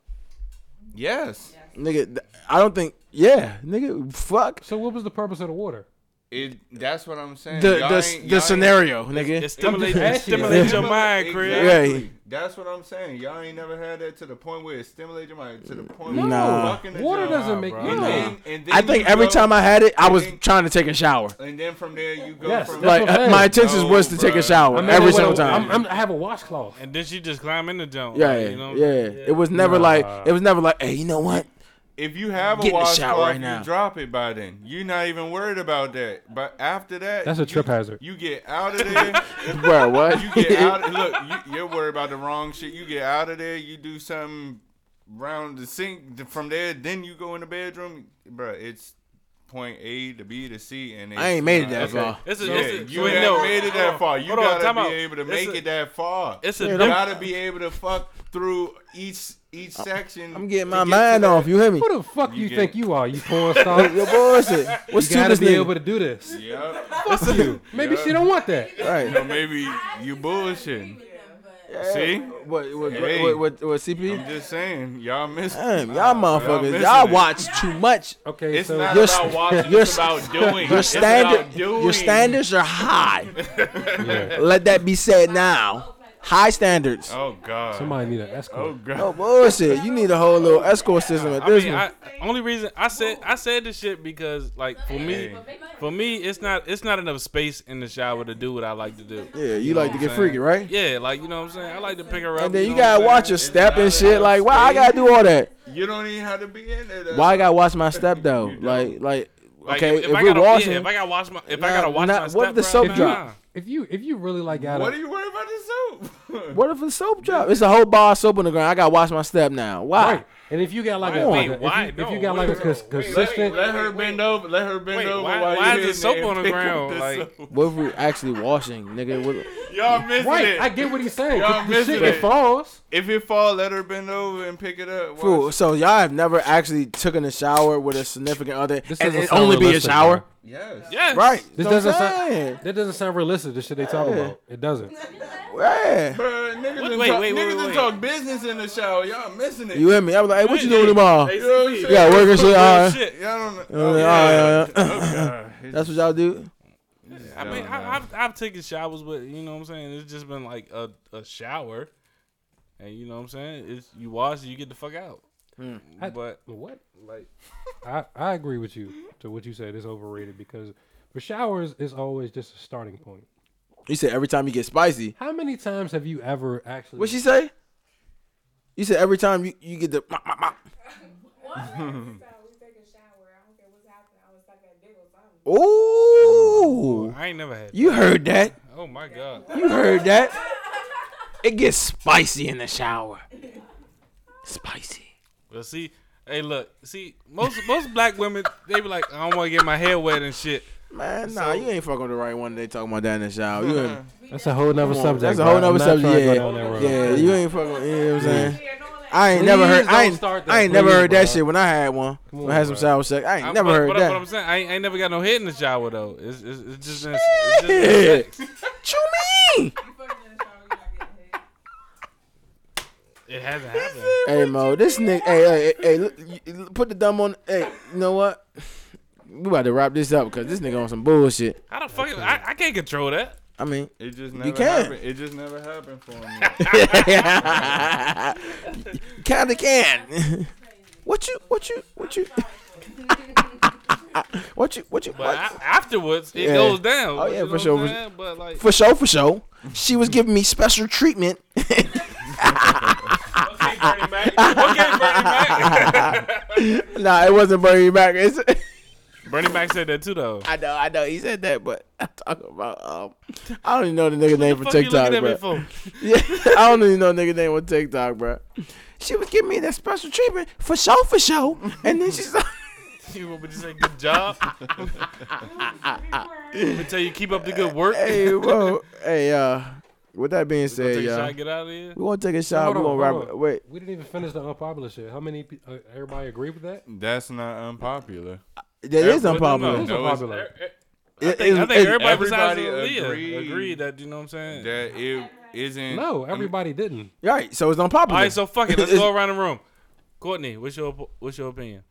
Speaker 4: Yes.
Speaker 3: Nigga, th- I don't think. Yeah, nigga, fuck
Speaker 5: So what was the purpose of the water?
Speaker 4: It. That's what I'm saying.
Speaker 3: the the,
Speaker 4: Y'all
Speaker 3: s-
Speaker 4: ain't- y'all
Speaker 3: the
Speaker 4: ain't-
Speaker 3: scenario, nigga.
Speaker 2: It stimulates
Speaker 5: asking
Speaker 2: it
Speaker 5: you.
Speaker 2: stimulates your
Speaker 4: Stimulate-
Speaker 2: mind, Chris.
Speaker 3: Yeah.
Speaker 4: Exactly. That's what I'm saying. Y'all ain't never had that to the point where it stimulates your mind to the point where
Speaker 3: No.
Speaker 4: you fucking the
Speaker 5: Water
Speaker 4: job,
Speaker 5: doesn't make-
Speaker 4: bro.
Speaker 5: no.
Speaker 4: And then, and then
Speaker 3: I think
Speaker 4: you
Speaker 3: every
Speaker 4: go-
Speaker 3: time I had it, I
Speaker 4: you
Speaker 3: was
Speaker 4: think-
Speaker 3: trying to take a shower.
Speaker 4: And then from there you go
Speaker 5: Yes,
Speaker 4: from
Speaker 5: that's
Speaker 3: Like
Speaker 5: what I'm
Speaker 3: uh,
Speaker 5: saying.
Speaker 3: my intentions
Speaker 4: No,
Speaker 3: was to take a
Speaker 4: bruh.
Speaker 3: shower
Speaker 4: I mean,
Speaker 3: every
Speaker 5: with
Speaker 3: single
Speaker 5: a-
Speaker 3: time.
Speaker 5: I'm, I'm, I have a washcloth.
Speaker 2: And then she just climb in the joint.
Speaker 3: yeah,
Speaker 2: like, you know what I'm
Speaker 3: yeah.
Speaker 2: saying?
Speaker 3: It was never like
Speaker 5: Nah.
Speaker 3: it was never like, hey, you know what?
Speaker 4: if you have
Speaker 3: Get
Speaker 4: a
Speaker 3: in the shower
Speaker 4: washcloth,
Speaker 3: right
Speaker 4: you
Speaker 3: now.
Speaker 4: drop it by then. You're not even worried about that. But after that,
Speaker 5: That's a trip
Speaker 4: you,
Speaker 5: hazard.
Speaker 4: You get out of there.
Speaker 3: Bro, what?
Speaker 4: you get out. Look, you, you're worried about the wrong shit. You get out of there. You do something round the sink. th- From there, then you go in the bedroom, Bruh, It's point A to B to C, and it's
Speaker 3: I ain't made it
Speaker 4: not-
Speaker 3: that far.
Speaker 2: It's a,
Speaker 4: Yeah,
Speaker 2: it's a,
Speaker 4: you
Speaker 2: wait,
Speaker 4: ain't
Speaker 2: no.
Speaker 4: made it that far. You
Speaker 2: Hold on,
Speaker 4: gotta
Speaker 2: time
Speaker 4: be
Speaker 2: out.
Speaker 4: able to
Speaker 2: It's
Speaker 4: make
Speaker 2: a-
Speaker 4: it that far.
Speaker 2: It's a
Speaker 3: Yeah,
Speaker 4: you
Speaker 3: them-
Speaker 4: gotta be able to fuck through each each section.
Speaker 3: I'm getting my
Speaker 4: to get
Speaker 3: mind
Speaker 4: to
Speaker 3: off.
Speaker 4: that-
Speaker 3: You hear me?
Speaker 5: Who the fuck you,
Speaker 4: You get-
Speaker 5: think you are? You porn star?
Speaker 3: Yo, bullshit. What's
Speaker 5: you
Speaker 3: to
Speaker 5: gotta
Speaker 3: this
Speaker 5: be able
Speaker 3: nigga?
Speaker 5: to do this.
Speaker 4: Yep.
Speaker 5: Fuck you. Maybe she don't want that.
Speaker 3: Right.
Speaker 4: You know, maybe you bullshitting. See?
Speaker 3: What what,
Speaker 4: Hey.
Speaker 3: what, what, what CP?
Speaker 4: I'm just saying, y'all missed.
Speaker 3: Damn,
Speaker 4: Nah,
Speaker 3: y'all motherfuckers,
Speaker 4: missing
Speaker 3: y'all
Speaker 4: it.
Speaker 3: watch too much.
Speaker 5: Okay,
Speaker 4: It's
Speaker 5: so
Speaker 4: not
Speaker 3: Your
Speaker 4: about
Speaker 3: st-
Speaker 4: watching.
Speaker 3: your
Speaker 4: It's about doing.
Speaker 3: Your
Speaker 4: It's about
Speaker 3: standard,
Speaker 4: doing.
Speaker 3: your standards are high.
Speaker 5: yeah.
Speaker 3: Let that be said now. High standards.
Speaker 4: Oh God.
Speaker 5: somebody need an escort.
Speaker 4: Oh God.
Speaker 3: Oh bullshit! You need a whole little escort system at
Speaker 2: I
Speaker 3: this
Speaker 2: mean,
Speaker 3: one.
Speaker 2: I, only reason I said I said this shit because like for me, for me, it's not it's not enough space in the shower to do what I like to do.
Speaker 3: yeah, you like to get freaky, right?
Speaker 2: Yeah, like you know what I'm saying. I like to pick her up.
Speaker 3: And then you
Speaker 2: know what I'm
Speaker 3: gotta watch your
Speaker 2: saying?
Speaker 3: step and shit. Like, why I gotta do all that?
Speaker 4: You don't even have to be in it.
Speaker 3: Why I gotta watch my step though?
Speaker 4: You don't.
Speaker 3: Like, like
Speaker 2: Like,
Speaker 3: okay,
Speaker 2: if,
Speaker 3: if
Speaker 2: I
Speaker 3: we're
Speaker 2: gotta, yeah,
Speaker 3: washing-
Speaker 2: if I gotta wash my, if I
Speaker 3: Nah,
Speaker 2: gotta wash
Speaker 3: nah,
Speaker 2: my
Speaker 3: what
Speaker 2: step,
Speaker 3: if the
Speaker 2: bro,
Speaker 3: soap
Speaker 2: nah.
Speaker 3: drop?
Speaker 5: If you if you really like got
Speaker 4: What are
Speaker 5: a
Speaker 4: you worried about the soap?
Speaker 3: What if the soap drop? It's a whole bar of soap on the ground. I gotta wash my step now. Why?
Speaker 5: right, and if you got like
Speaker 2: Wait,
Speaker 5: a
Speaker 2: wait,
Speaker 5: like a- if
Speaker 2: why?
Speaker 5: you- if, you,
Speaker 2: No,
Speaker 5: got like a
Speaker 2: wait,
Speaker 5: cons-
Speaker 2: wait, wait,
Speaker 5: consistent,
Speaker 4: Let her bend over. Let her bend
Speaker 2: Wait,
Speaker 4: over.
Speaker 2: why-
Speaker 4: while
Speaker 2: why
Speaker 4: you
Speaker 2: is the soap
Speaker 4: hitting it
Speaker 2: on the
Speaker 4: and pick up
Speaker 2: ground?
Speaker 4: the
Speaker 2: Like-
Speaker 4: soap.
Speaker 3: What if we actually washing, nigga? What,
Speaker 4: y'all missing
Speaker 5: right?
Speaker 4: it.
Speaker 5: I get what he's saying. 'cause
Speaker 4: Y'all
Speaker 5: the shit
Speaker 4: missing
Speaker 5: that
Speaker 4: it.
Speaker 5: falls.
Speaker 4: if it fall, let her bend over and pick it up.
Speaker 3: fool,
Speaker 4: Watch.
Speaker 3: so y'all have never actually taken a shower with a significant other,
Speaker 5: This
Speaker 3: and
Speaker 5: doesn't
Speaker 3: it
Speaker 5: sound
Speaker 3: only be a
Speaker 5: realistic,
Speaker 3: shower,
Speaker 4: Yes.
Speaker 2: Yes.
Speaker 3: right? Know
Speaker 5: This
Speaker 3: what
Speaker 5: doesn't
Speaker 3: I'm
Speaker 5: sound-
Speaker 3: saying.
Speaker 5: That doesn't sound realistic. The shit they talk
Speaker 3: Yeah.
Speaker 5: about. It doesn't.
Speaker 3: Yeah.
Speaker 4: Bruh, niggas
Speaker 2: Wait,
Speaker 4: done
Speaker 2: wait,
Speaker 4: talk,
Speaker 2: wait,
Speaker 4: niggas
Speaker 2: wait,
Speaker 4: done
Speaker 2: wait.
Speaker 4: talk business in the shower. Y'all missing it.
Speaker 3: You hear me? I was like, hey, what you doing
Speaker 2: They-
Speaker 3: tomorrow?
Speaker 2: they
Speaker 3: You
Speaker 4: know what I'm
Speaker 2: sleep.
Speaker 4: saying?
Speaker 3: got work and shit. all right.
Speaker 2: Shit.
Speaker 4: Y'all don't know.
Speaker 3: Uh,
Speaker 4: Oh,
Speaker 3: yeah,
Speaker 4: yeah. Oh, God.
Speaker 3: That's what y'all do.
Speaker 2: I mean, I, I've, I've taken showers, but you know what I'm saying? It's just been like a, a shower. And you know what I'm saying? It's You wash, you get the fuck out.
Speaker 3: Hmm.
Speaker 5: I-
Speaker 2: But
Speaker 5: What? Like, I I agree with you to what you said. It's overrated because for showers is always just a starting point.
Speaker 3: You said every time you get spicy.
Speaker 5: How many times have you ever actually?
Speaker 3: What she say? You said every time you, you get the mop, mop, mop.
Speaker 7: One last time we take a shower, I don't care what's happening, I was like that dick or something.
Speaker 3: Ooh,
Speaker 2: I ain't never had
Speaker 3: you heard that?
Speaker 2: Oh, my God.
Speaker 3: You heard that? It gets spicy in the shower. Spicy.
Speaker 2: Well, see, hey, look, see, most most black women they be like, I don't want to get my hair wet and shit.
Speaker 3: Man, nah, you ain't fucking with the right one. They talking about that in the shower. You ain't,
Speaker 5: That's a whole nother
Speaker 3: come on,
Speaker 5: subject.
Speaker 3: that's a
Speaker 5: bro.
Speaker 3: whole
Speaker 5: I'm
Speaker 3: nother
Speaker 5: not trying to
Speaker 3: subject.
Speaker 5: go
Speaker 3: Yeah,
Speaker 5: down that road.
Speaker 3: yeah, you ain't fucking. You know what I'm saying?
Speaker 6: Yeah, no, like,
Speaker 3: I ain't never
Speaker 5: Please
Speaker 3: heard. I
Speaker 5: don't
Speaker 3: ain't,
Speaker 5: start that.
Speaker 3: I ain't never
Speaker 5: Please,
Speaker 3: heard that
Speaker 5: bro.
Speaker 3: shit when I had one.
Speaker 5: Come
Speaker 3: when
Speaker 5: on,
Speaker 3: I had some
Speaker 5: bro.
Speaker 3: shower sex. I ain't
Speaker 2: I,
Speaker 3: never
Speaker 2: but,
Speaker 3: heard
Speaker 2: but,
Speaker 3: that.
Speaker 2: But I'm saying I ain't, I ain't never got no head in the shower though. It's it's, it's just been, it's just been
Speaker 3: Shit.
Speaker 2: sex.
Speaker 3: Chew me.
Speaker 6: you fucking in the shower, you not getting hit.
Speaker 2: It hasn't happened.
Speaker 3: Hey Mo, this nigga, hey, hey, hey, hey, look, you- you- put the dumb on. Hey, you know what? We about to wrap this up because this nigga on some bullshit.
Speaker 2: How the fuck? I, I can't control that.
Speaker 3: I mean,
Speaker 4: It just never
Speaker 3: can.
Speaker 4: happened. It just never happened for me.
Speaker 3: kind of can. what you, what you, what you, what you, what you,
Speaker 2: But
Speaker 3: what?
Speaker 2: a- afterwards, it
Speaker 3: Yeah.
Speaker 2: goes down.
Speaker 3: Oh, yeah,
Speaker 2: You know
Speaker 3: for
Speaker 2: what
Speaker 3: sure,
Speaker 2: I'm
Speaker 3: for-
Speaker 2: saying? But like,
Speaker 3: For sure, for sure. She was giving me special treatment.
Speaker 2: okay, Bernie Mac. Okay, Bernie Mac.
Speaker 3: nah, it wasn't Bernie Mac. It's,
Speaker 2: Bernie Mac said that too though.
Speaker 3: I know, I know. He said that, but I'm talking about. Um, I don't even know the nigga name
Speaker 2: What
Speaker 3: from
Speaker 2: the
Speaker 3: TikTok,
Speaker 2: fuck you looking at me
Speaker 3: bro.
Speaker 2: for?
Speaker 3: Yeah, I don't even know nigga name on TikTok, bro. She was giving me that special treatment for sure, for sure. And then she's like,
Speaker 2: You want me to say good job? Let me tell you, keep up the good work.
Speaker 3: "Hey, bro, hey, uh, with that being
Speaker 2: Gonna
Speaker 3: said,
Speaker 2: take a shot,
Speaker 3: yo,
Speaker 2: get out of here.
Speaker 3: we gonna take a shot. We
Speaker 5: Hold
Speaker 3: gonna
Speaker 5: on, hold
Speaker 3: wrap.
Speaker 5: on.
Speaker 3: Wait,
Speaker 5: We didn't even finish the unpopular shit. How many? pe- Uh, everybody agree with that?
Speaker 4: That's not unpopular.
Speaker 3: that is
Speaker 2: no, no,
Speaker 3: unpopular.
Speaker 2: no.
Speaker 5: It's
Speaker 4: No, it's-
Speaker 5: unpopular.
Speaker 2: I
Speaker 3: It-
Speaker 2: think, I
Speaker 3: it-
Speaker 2: think
Speaker 3: it-
Speaker 2: everybody, besides
Speaker 4: everybody
Speaker 2: Aaliyah agreed.
Speaker 4: agreed.
Speaker 2: that you know what I'm saying.
Speaker 4: That it isn't.
Speaker 5: No, everybody didn't.
Speaker 3: right, so it's unpopular.
Speaker 2: All right, so fuck it. Let's
Speaker 3: It's-
Speaker 2: go around the room. Courtney, what's your op- what's your opinion?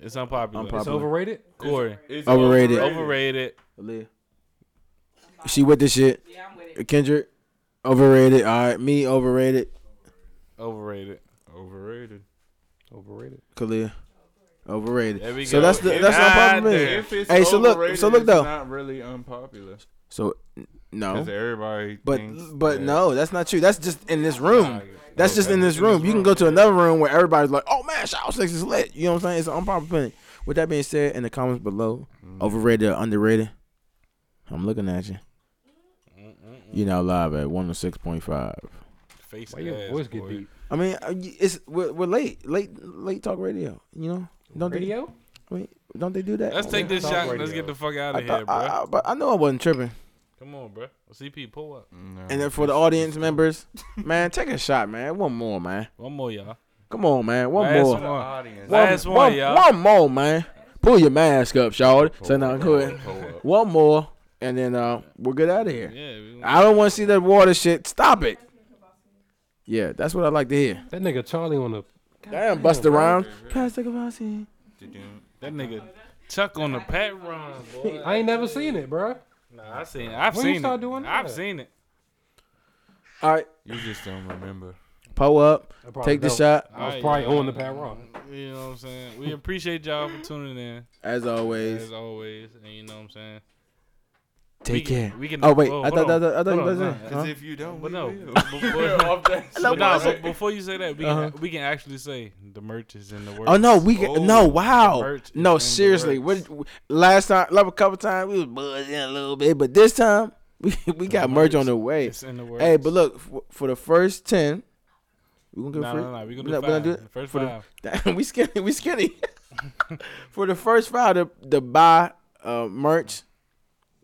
Speaker 2: It's unpopular.
Speaker 3: Unpopular.
Speaker 5: It's overrated.
Speaker 2: Corey,
Speaker 4: It's
Speaker 3: Overrated.
Speaker 2: overrated.
Speaker 3: Aaliyah. she with this shit.
Speaker 6: Yeah, I'm with it.
Speaker 3: Kendrick, overrated. All right, me overrated.
Speaker 2: Overrated.
Speaker 4: Overrated.
Speaker 5: Overrated.
Speaker 3: Khalil, overrated.
Speaker 2: There we
Speaker 3: so
Speaker 2: go.
Speaker 3: that's the
Speaker 2: Get
Speaker 3: that's the
Speaker 2: out
Speaker 3: unpopular.
Speaker 2: there.
Speaker 3: opinion.
Speaker 4: If it's
Speaker 3: Hey, so look-
Speaker 4: overrated,
Speaker 3: so look,
Speaker 4: it's
Speaker 3: though.
Speaker 4: not really unpopular
Speaker 3: So n- no,
Speaker 4: because everybody.
Speaker 3: But
Speaker 4: thinks
Speaker 3: but
Speaker 4: that-
Speaker 3: no, that's not true. That's just in this room. That's just
Speaker 4: Okay.
Speaker 3: in this room. You can go to another room where everybody's like, "Oh man, shower sex is lit." You know what I'm saying? It's an unpopular opinion. With that being said, in the comments below, overrated or underrated, I'm looking at you. You now live at 106.5.
Speaker 2: Face
Speaker 5: Why your
Speaker 2: ass,
Speaker 5: voice get
Speaker 2: boy.
Speaker 5: deep?
Speaker 3: I mean, uh, y- it's we're, we're late, late, late talk radio. You know, don't
Speaker 5: Radio?
Speaker 3: they? I mean, don't they do that?
Speaker 2: Let's take this
Speaker 5: Talk
Speaker 2: shot. and Let's
Speaker 5: radio.
Speaker 2: get the fuck out
Speaker 3: I
Speaker 2: of here,
Speaker 3: thought,
Speaker 2: bro.
Speaker 3: I, I, but I know I wasn't tripping.
Speaker 2: Come on, bro. CP, pull up.
Speaker 4: No.
Speaker 3: And then for the audience members, man, take a shot, man. One more, man.
Speaker 2: One more, y'all.
Speaker 3: Come on, man. One
Speaker 2: Last
Speaker 3: more.
Speaker 2: one. What?
Speaker 4: audience.
Speaker 2: Last one, y'all.
Speaker 3: one more, man. Pull your mask up, shawty. So now good.
Speaker 4: Pull up.
Speaker 3: One more, and then uh, we're good out of here.
Speaker 2: Yeah. we-
Speaker 3: I don't want to see that water shit. Stop it. Yeah, that's what I like to hear.
Speaker 5: That nigga Charlie on the.
Speaker 3: Damn, bust around. Guys, take a boss in.
Speaker 4: Du-dum.
Speaker 2: That nigga Chuck on the pat run, boy.
Speaker 5: I ain't never seen it, bro.
Speaker 2: Nah, I seen. It. I've
Speaker 5: When you
Speaker 2: seen
Speaker 5: start
Speaker 2: it.
Speaker 5: doing
Speaker 2: I've
Speaker 5: that?
Speaker 2: seen it.
Speaker 3: All right,
Speaker 4: You just don't remember.
Speaker 3: pull up.
Speaker 5: I probably
Speaker 3: Take the
Speaker 5: don't.
Speaker 3: shot.
Speaker 5: I was
Speaker 2: Alright,
Speaker 5: probably
Speaker 2: y'all.
Speaker 5: on the Pat Rock.
Speaker 2: You know what I'm saying? We appreciate y'all for tuning in.
Speaker 3: As always,
Speaker 2: As always, and you know what I'm saying.
Speaker 3: Take
Speaker 2: we
Speaker 3: care.
Speaker 2: Can, we can,
Speaker 3: Oh wait, I
Speaker 2: whoa, hold
Speaker 3: thought
Speaker 2: on.
Speaker 3: that I thought you
Speaker 2: Hold
Speaker 3: was
Speaker 2: on,
Speaker 3: in.
Speaker 2: nah.
Speaker 4: Because if you don't,
Speaker 2: But
Speaker 4: we
Speaker 2: no,
Speaker 4: will.
Speaker 2: but before,
Speaker 3: No,
Speaker 2: but nah,
Speaker 3: but-
Speaker 2: but before you say that, we
Speaker 3: Uh-huh.
Speaker 2: can, we can actually say the merch is in the works.
Speaker 3: Oh no, we get, no
Speaker 4: Oh,
Speaker 3: wow.
Speaker 2: merch is in
Speaker 3: No,
Speaker 2: the
Speaker 3: seriously.
Speaker 2: works.
Speaker 3: What last time like a couple times we was buzzing a little bit, but this time we we got merch on the way.
Speaker 2: It's in the works.
Speaker 3: Hey, but look, for, for the first ten, we gonna go
Speaker 2: no,
Speaker 3: for
Speaker 2: no, no, we
Speaker 3: we're
Speaker 2: gonna do
Speaker 3: not- we're not
Speaker 2: five.
Speaker 3: doing-
Speaker 2: The first
Speaker 3: for the-
Speaker 2: five.
Speaker 3: Damn, we skinny. We skinny. For the first five to, to buy uh, merch,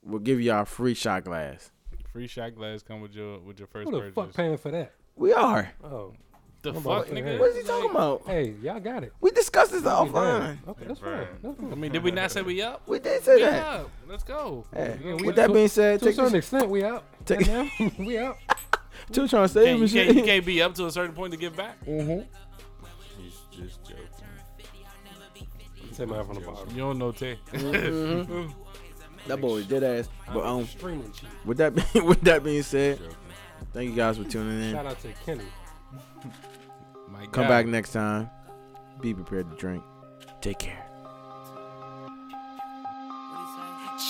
Speaker 3: we'll give y'all a free shot glass.
Speaker 2: Free shot glass come with your with your first
Speaker 5: Who the fuck
Speaker 2: purchase.
Speaker 5: paying for that?
Speaker 3: We are.
Speaker 5: Oh,
Speaker 2: the
Speaker 5: I'm
Speaker 2: fuck,
Speaker 5: about to-
Speaker 2: nigga?
Speaker 3: What is he talking
Speaker 2: Like,
Speaker 3: about?
Speaker 5: hey, y'all got it.
Speaker 3: We discussed this
Speaker 5: Hey,
Speaker 3: offline.
Speaker 5: damn. Okay, that's fine.
Speaker 4: Right.
Speaker 5: That's
Speaker 2: I
Speaker 5: fine.
Speaker 2: mean, did we not say we up?
Speaker 3: We did
Speaker 2: We
Speaker 3: say that.
Speaker 2: up. Let's go.
Speaker 3: Hey,
Speaker 2: Yeah, we
Speaker 3: with
Speaker 2: up.
Speaker 3: that being said,
Speaker 5: To a
Speaker 3: take
Speaker 5: certain
Speaker 3: this.
Speaker 5: extent, we out.
Speaker 3: Take-
Speaker 5: Goddamn, we out.
Speaker 3: Two trying to save
Speaker 2: You can't, you,
Speaker 3: and
Speaker 2: can't, you
Speaker 3: shit.
Speaker 2: can't be up to a certain point to give back.
Speaker 5: Mm-hmm.
Speaker 4: He's just joking.
Speaker 5: Take my from the bottom.
Speaker 2: You don't know Tay.
Speaker 3: Mm-hmm. That boy is dead ass. But um,
Speaker 5: extremely cheap.
Speaker 3: with that be- with that being said, thank you guys for tuning in.
Speaker 5: Shout out to Kenny.
Speaker 2: My
Speaker 3: Come
Speaker 2: God.
Speaker 3: back next time. Be prepared to drink. Take care.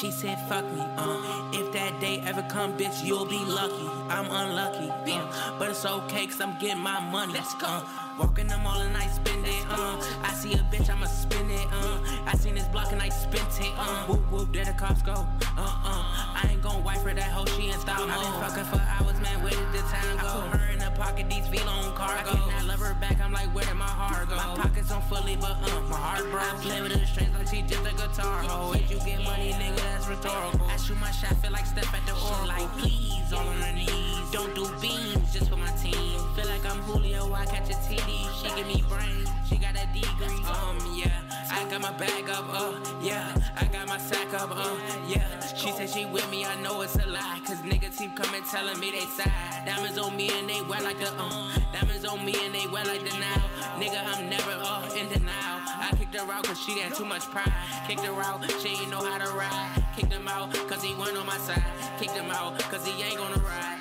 Speaker 8: She said, fuck me, uh. If that day ever come, bitch, you'll be lucky. I'm unlucky, uh, But it's okay, cause I'm getting my money. uh. Let's go. Working them all and I spend it, uh. I see a bitch, I'ma spend it, uh. I seen this block and I spent it, uh. Whoop, whoop, there the cops go, uh, uh. I ain't gon' wife her, that hoe, she in style mode. I been fucking for hours, man, where did the time go? I put her in the pocket, these feel on cargo. I cannot love her back, I'm like, where did my heart go? My pockets on fully, but, uh, my heart broke. I play with the strings like she just a guitar hoe. If you get money, nigga, that's rhetorical. I shoot my shot, feel like step at the oracle. Like, please, all on her knees. Don't do beams just for my team. Feel like I'm Julio, I catch a TD. She give me brain, she got a degree. Um, yeah, I got my bag up, uh, yeah. I got my sack up, uh, yeah. She said she with me, I know it's a lie. Cause niggas keep coming telling me they side. Diamonds on me and they wet like the, um. Diamonds on me and they wet like the now. Nigga, I'm never, uh, in denial. I kicked her out cause she had too much pride. Kicked her out, she ain't know how to ride. Kicked him out cause he wasn't on my side. Kicked him out cause he ain't gonna ride.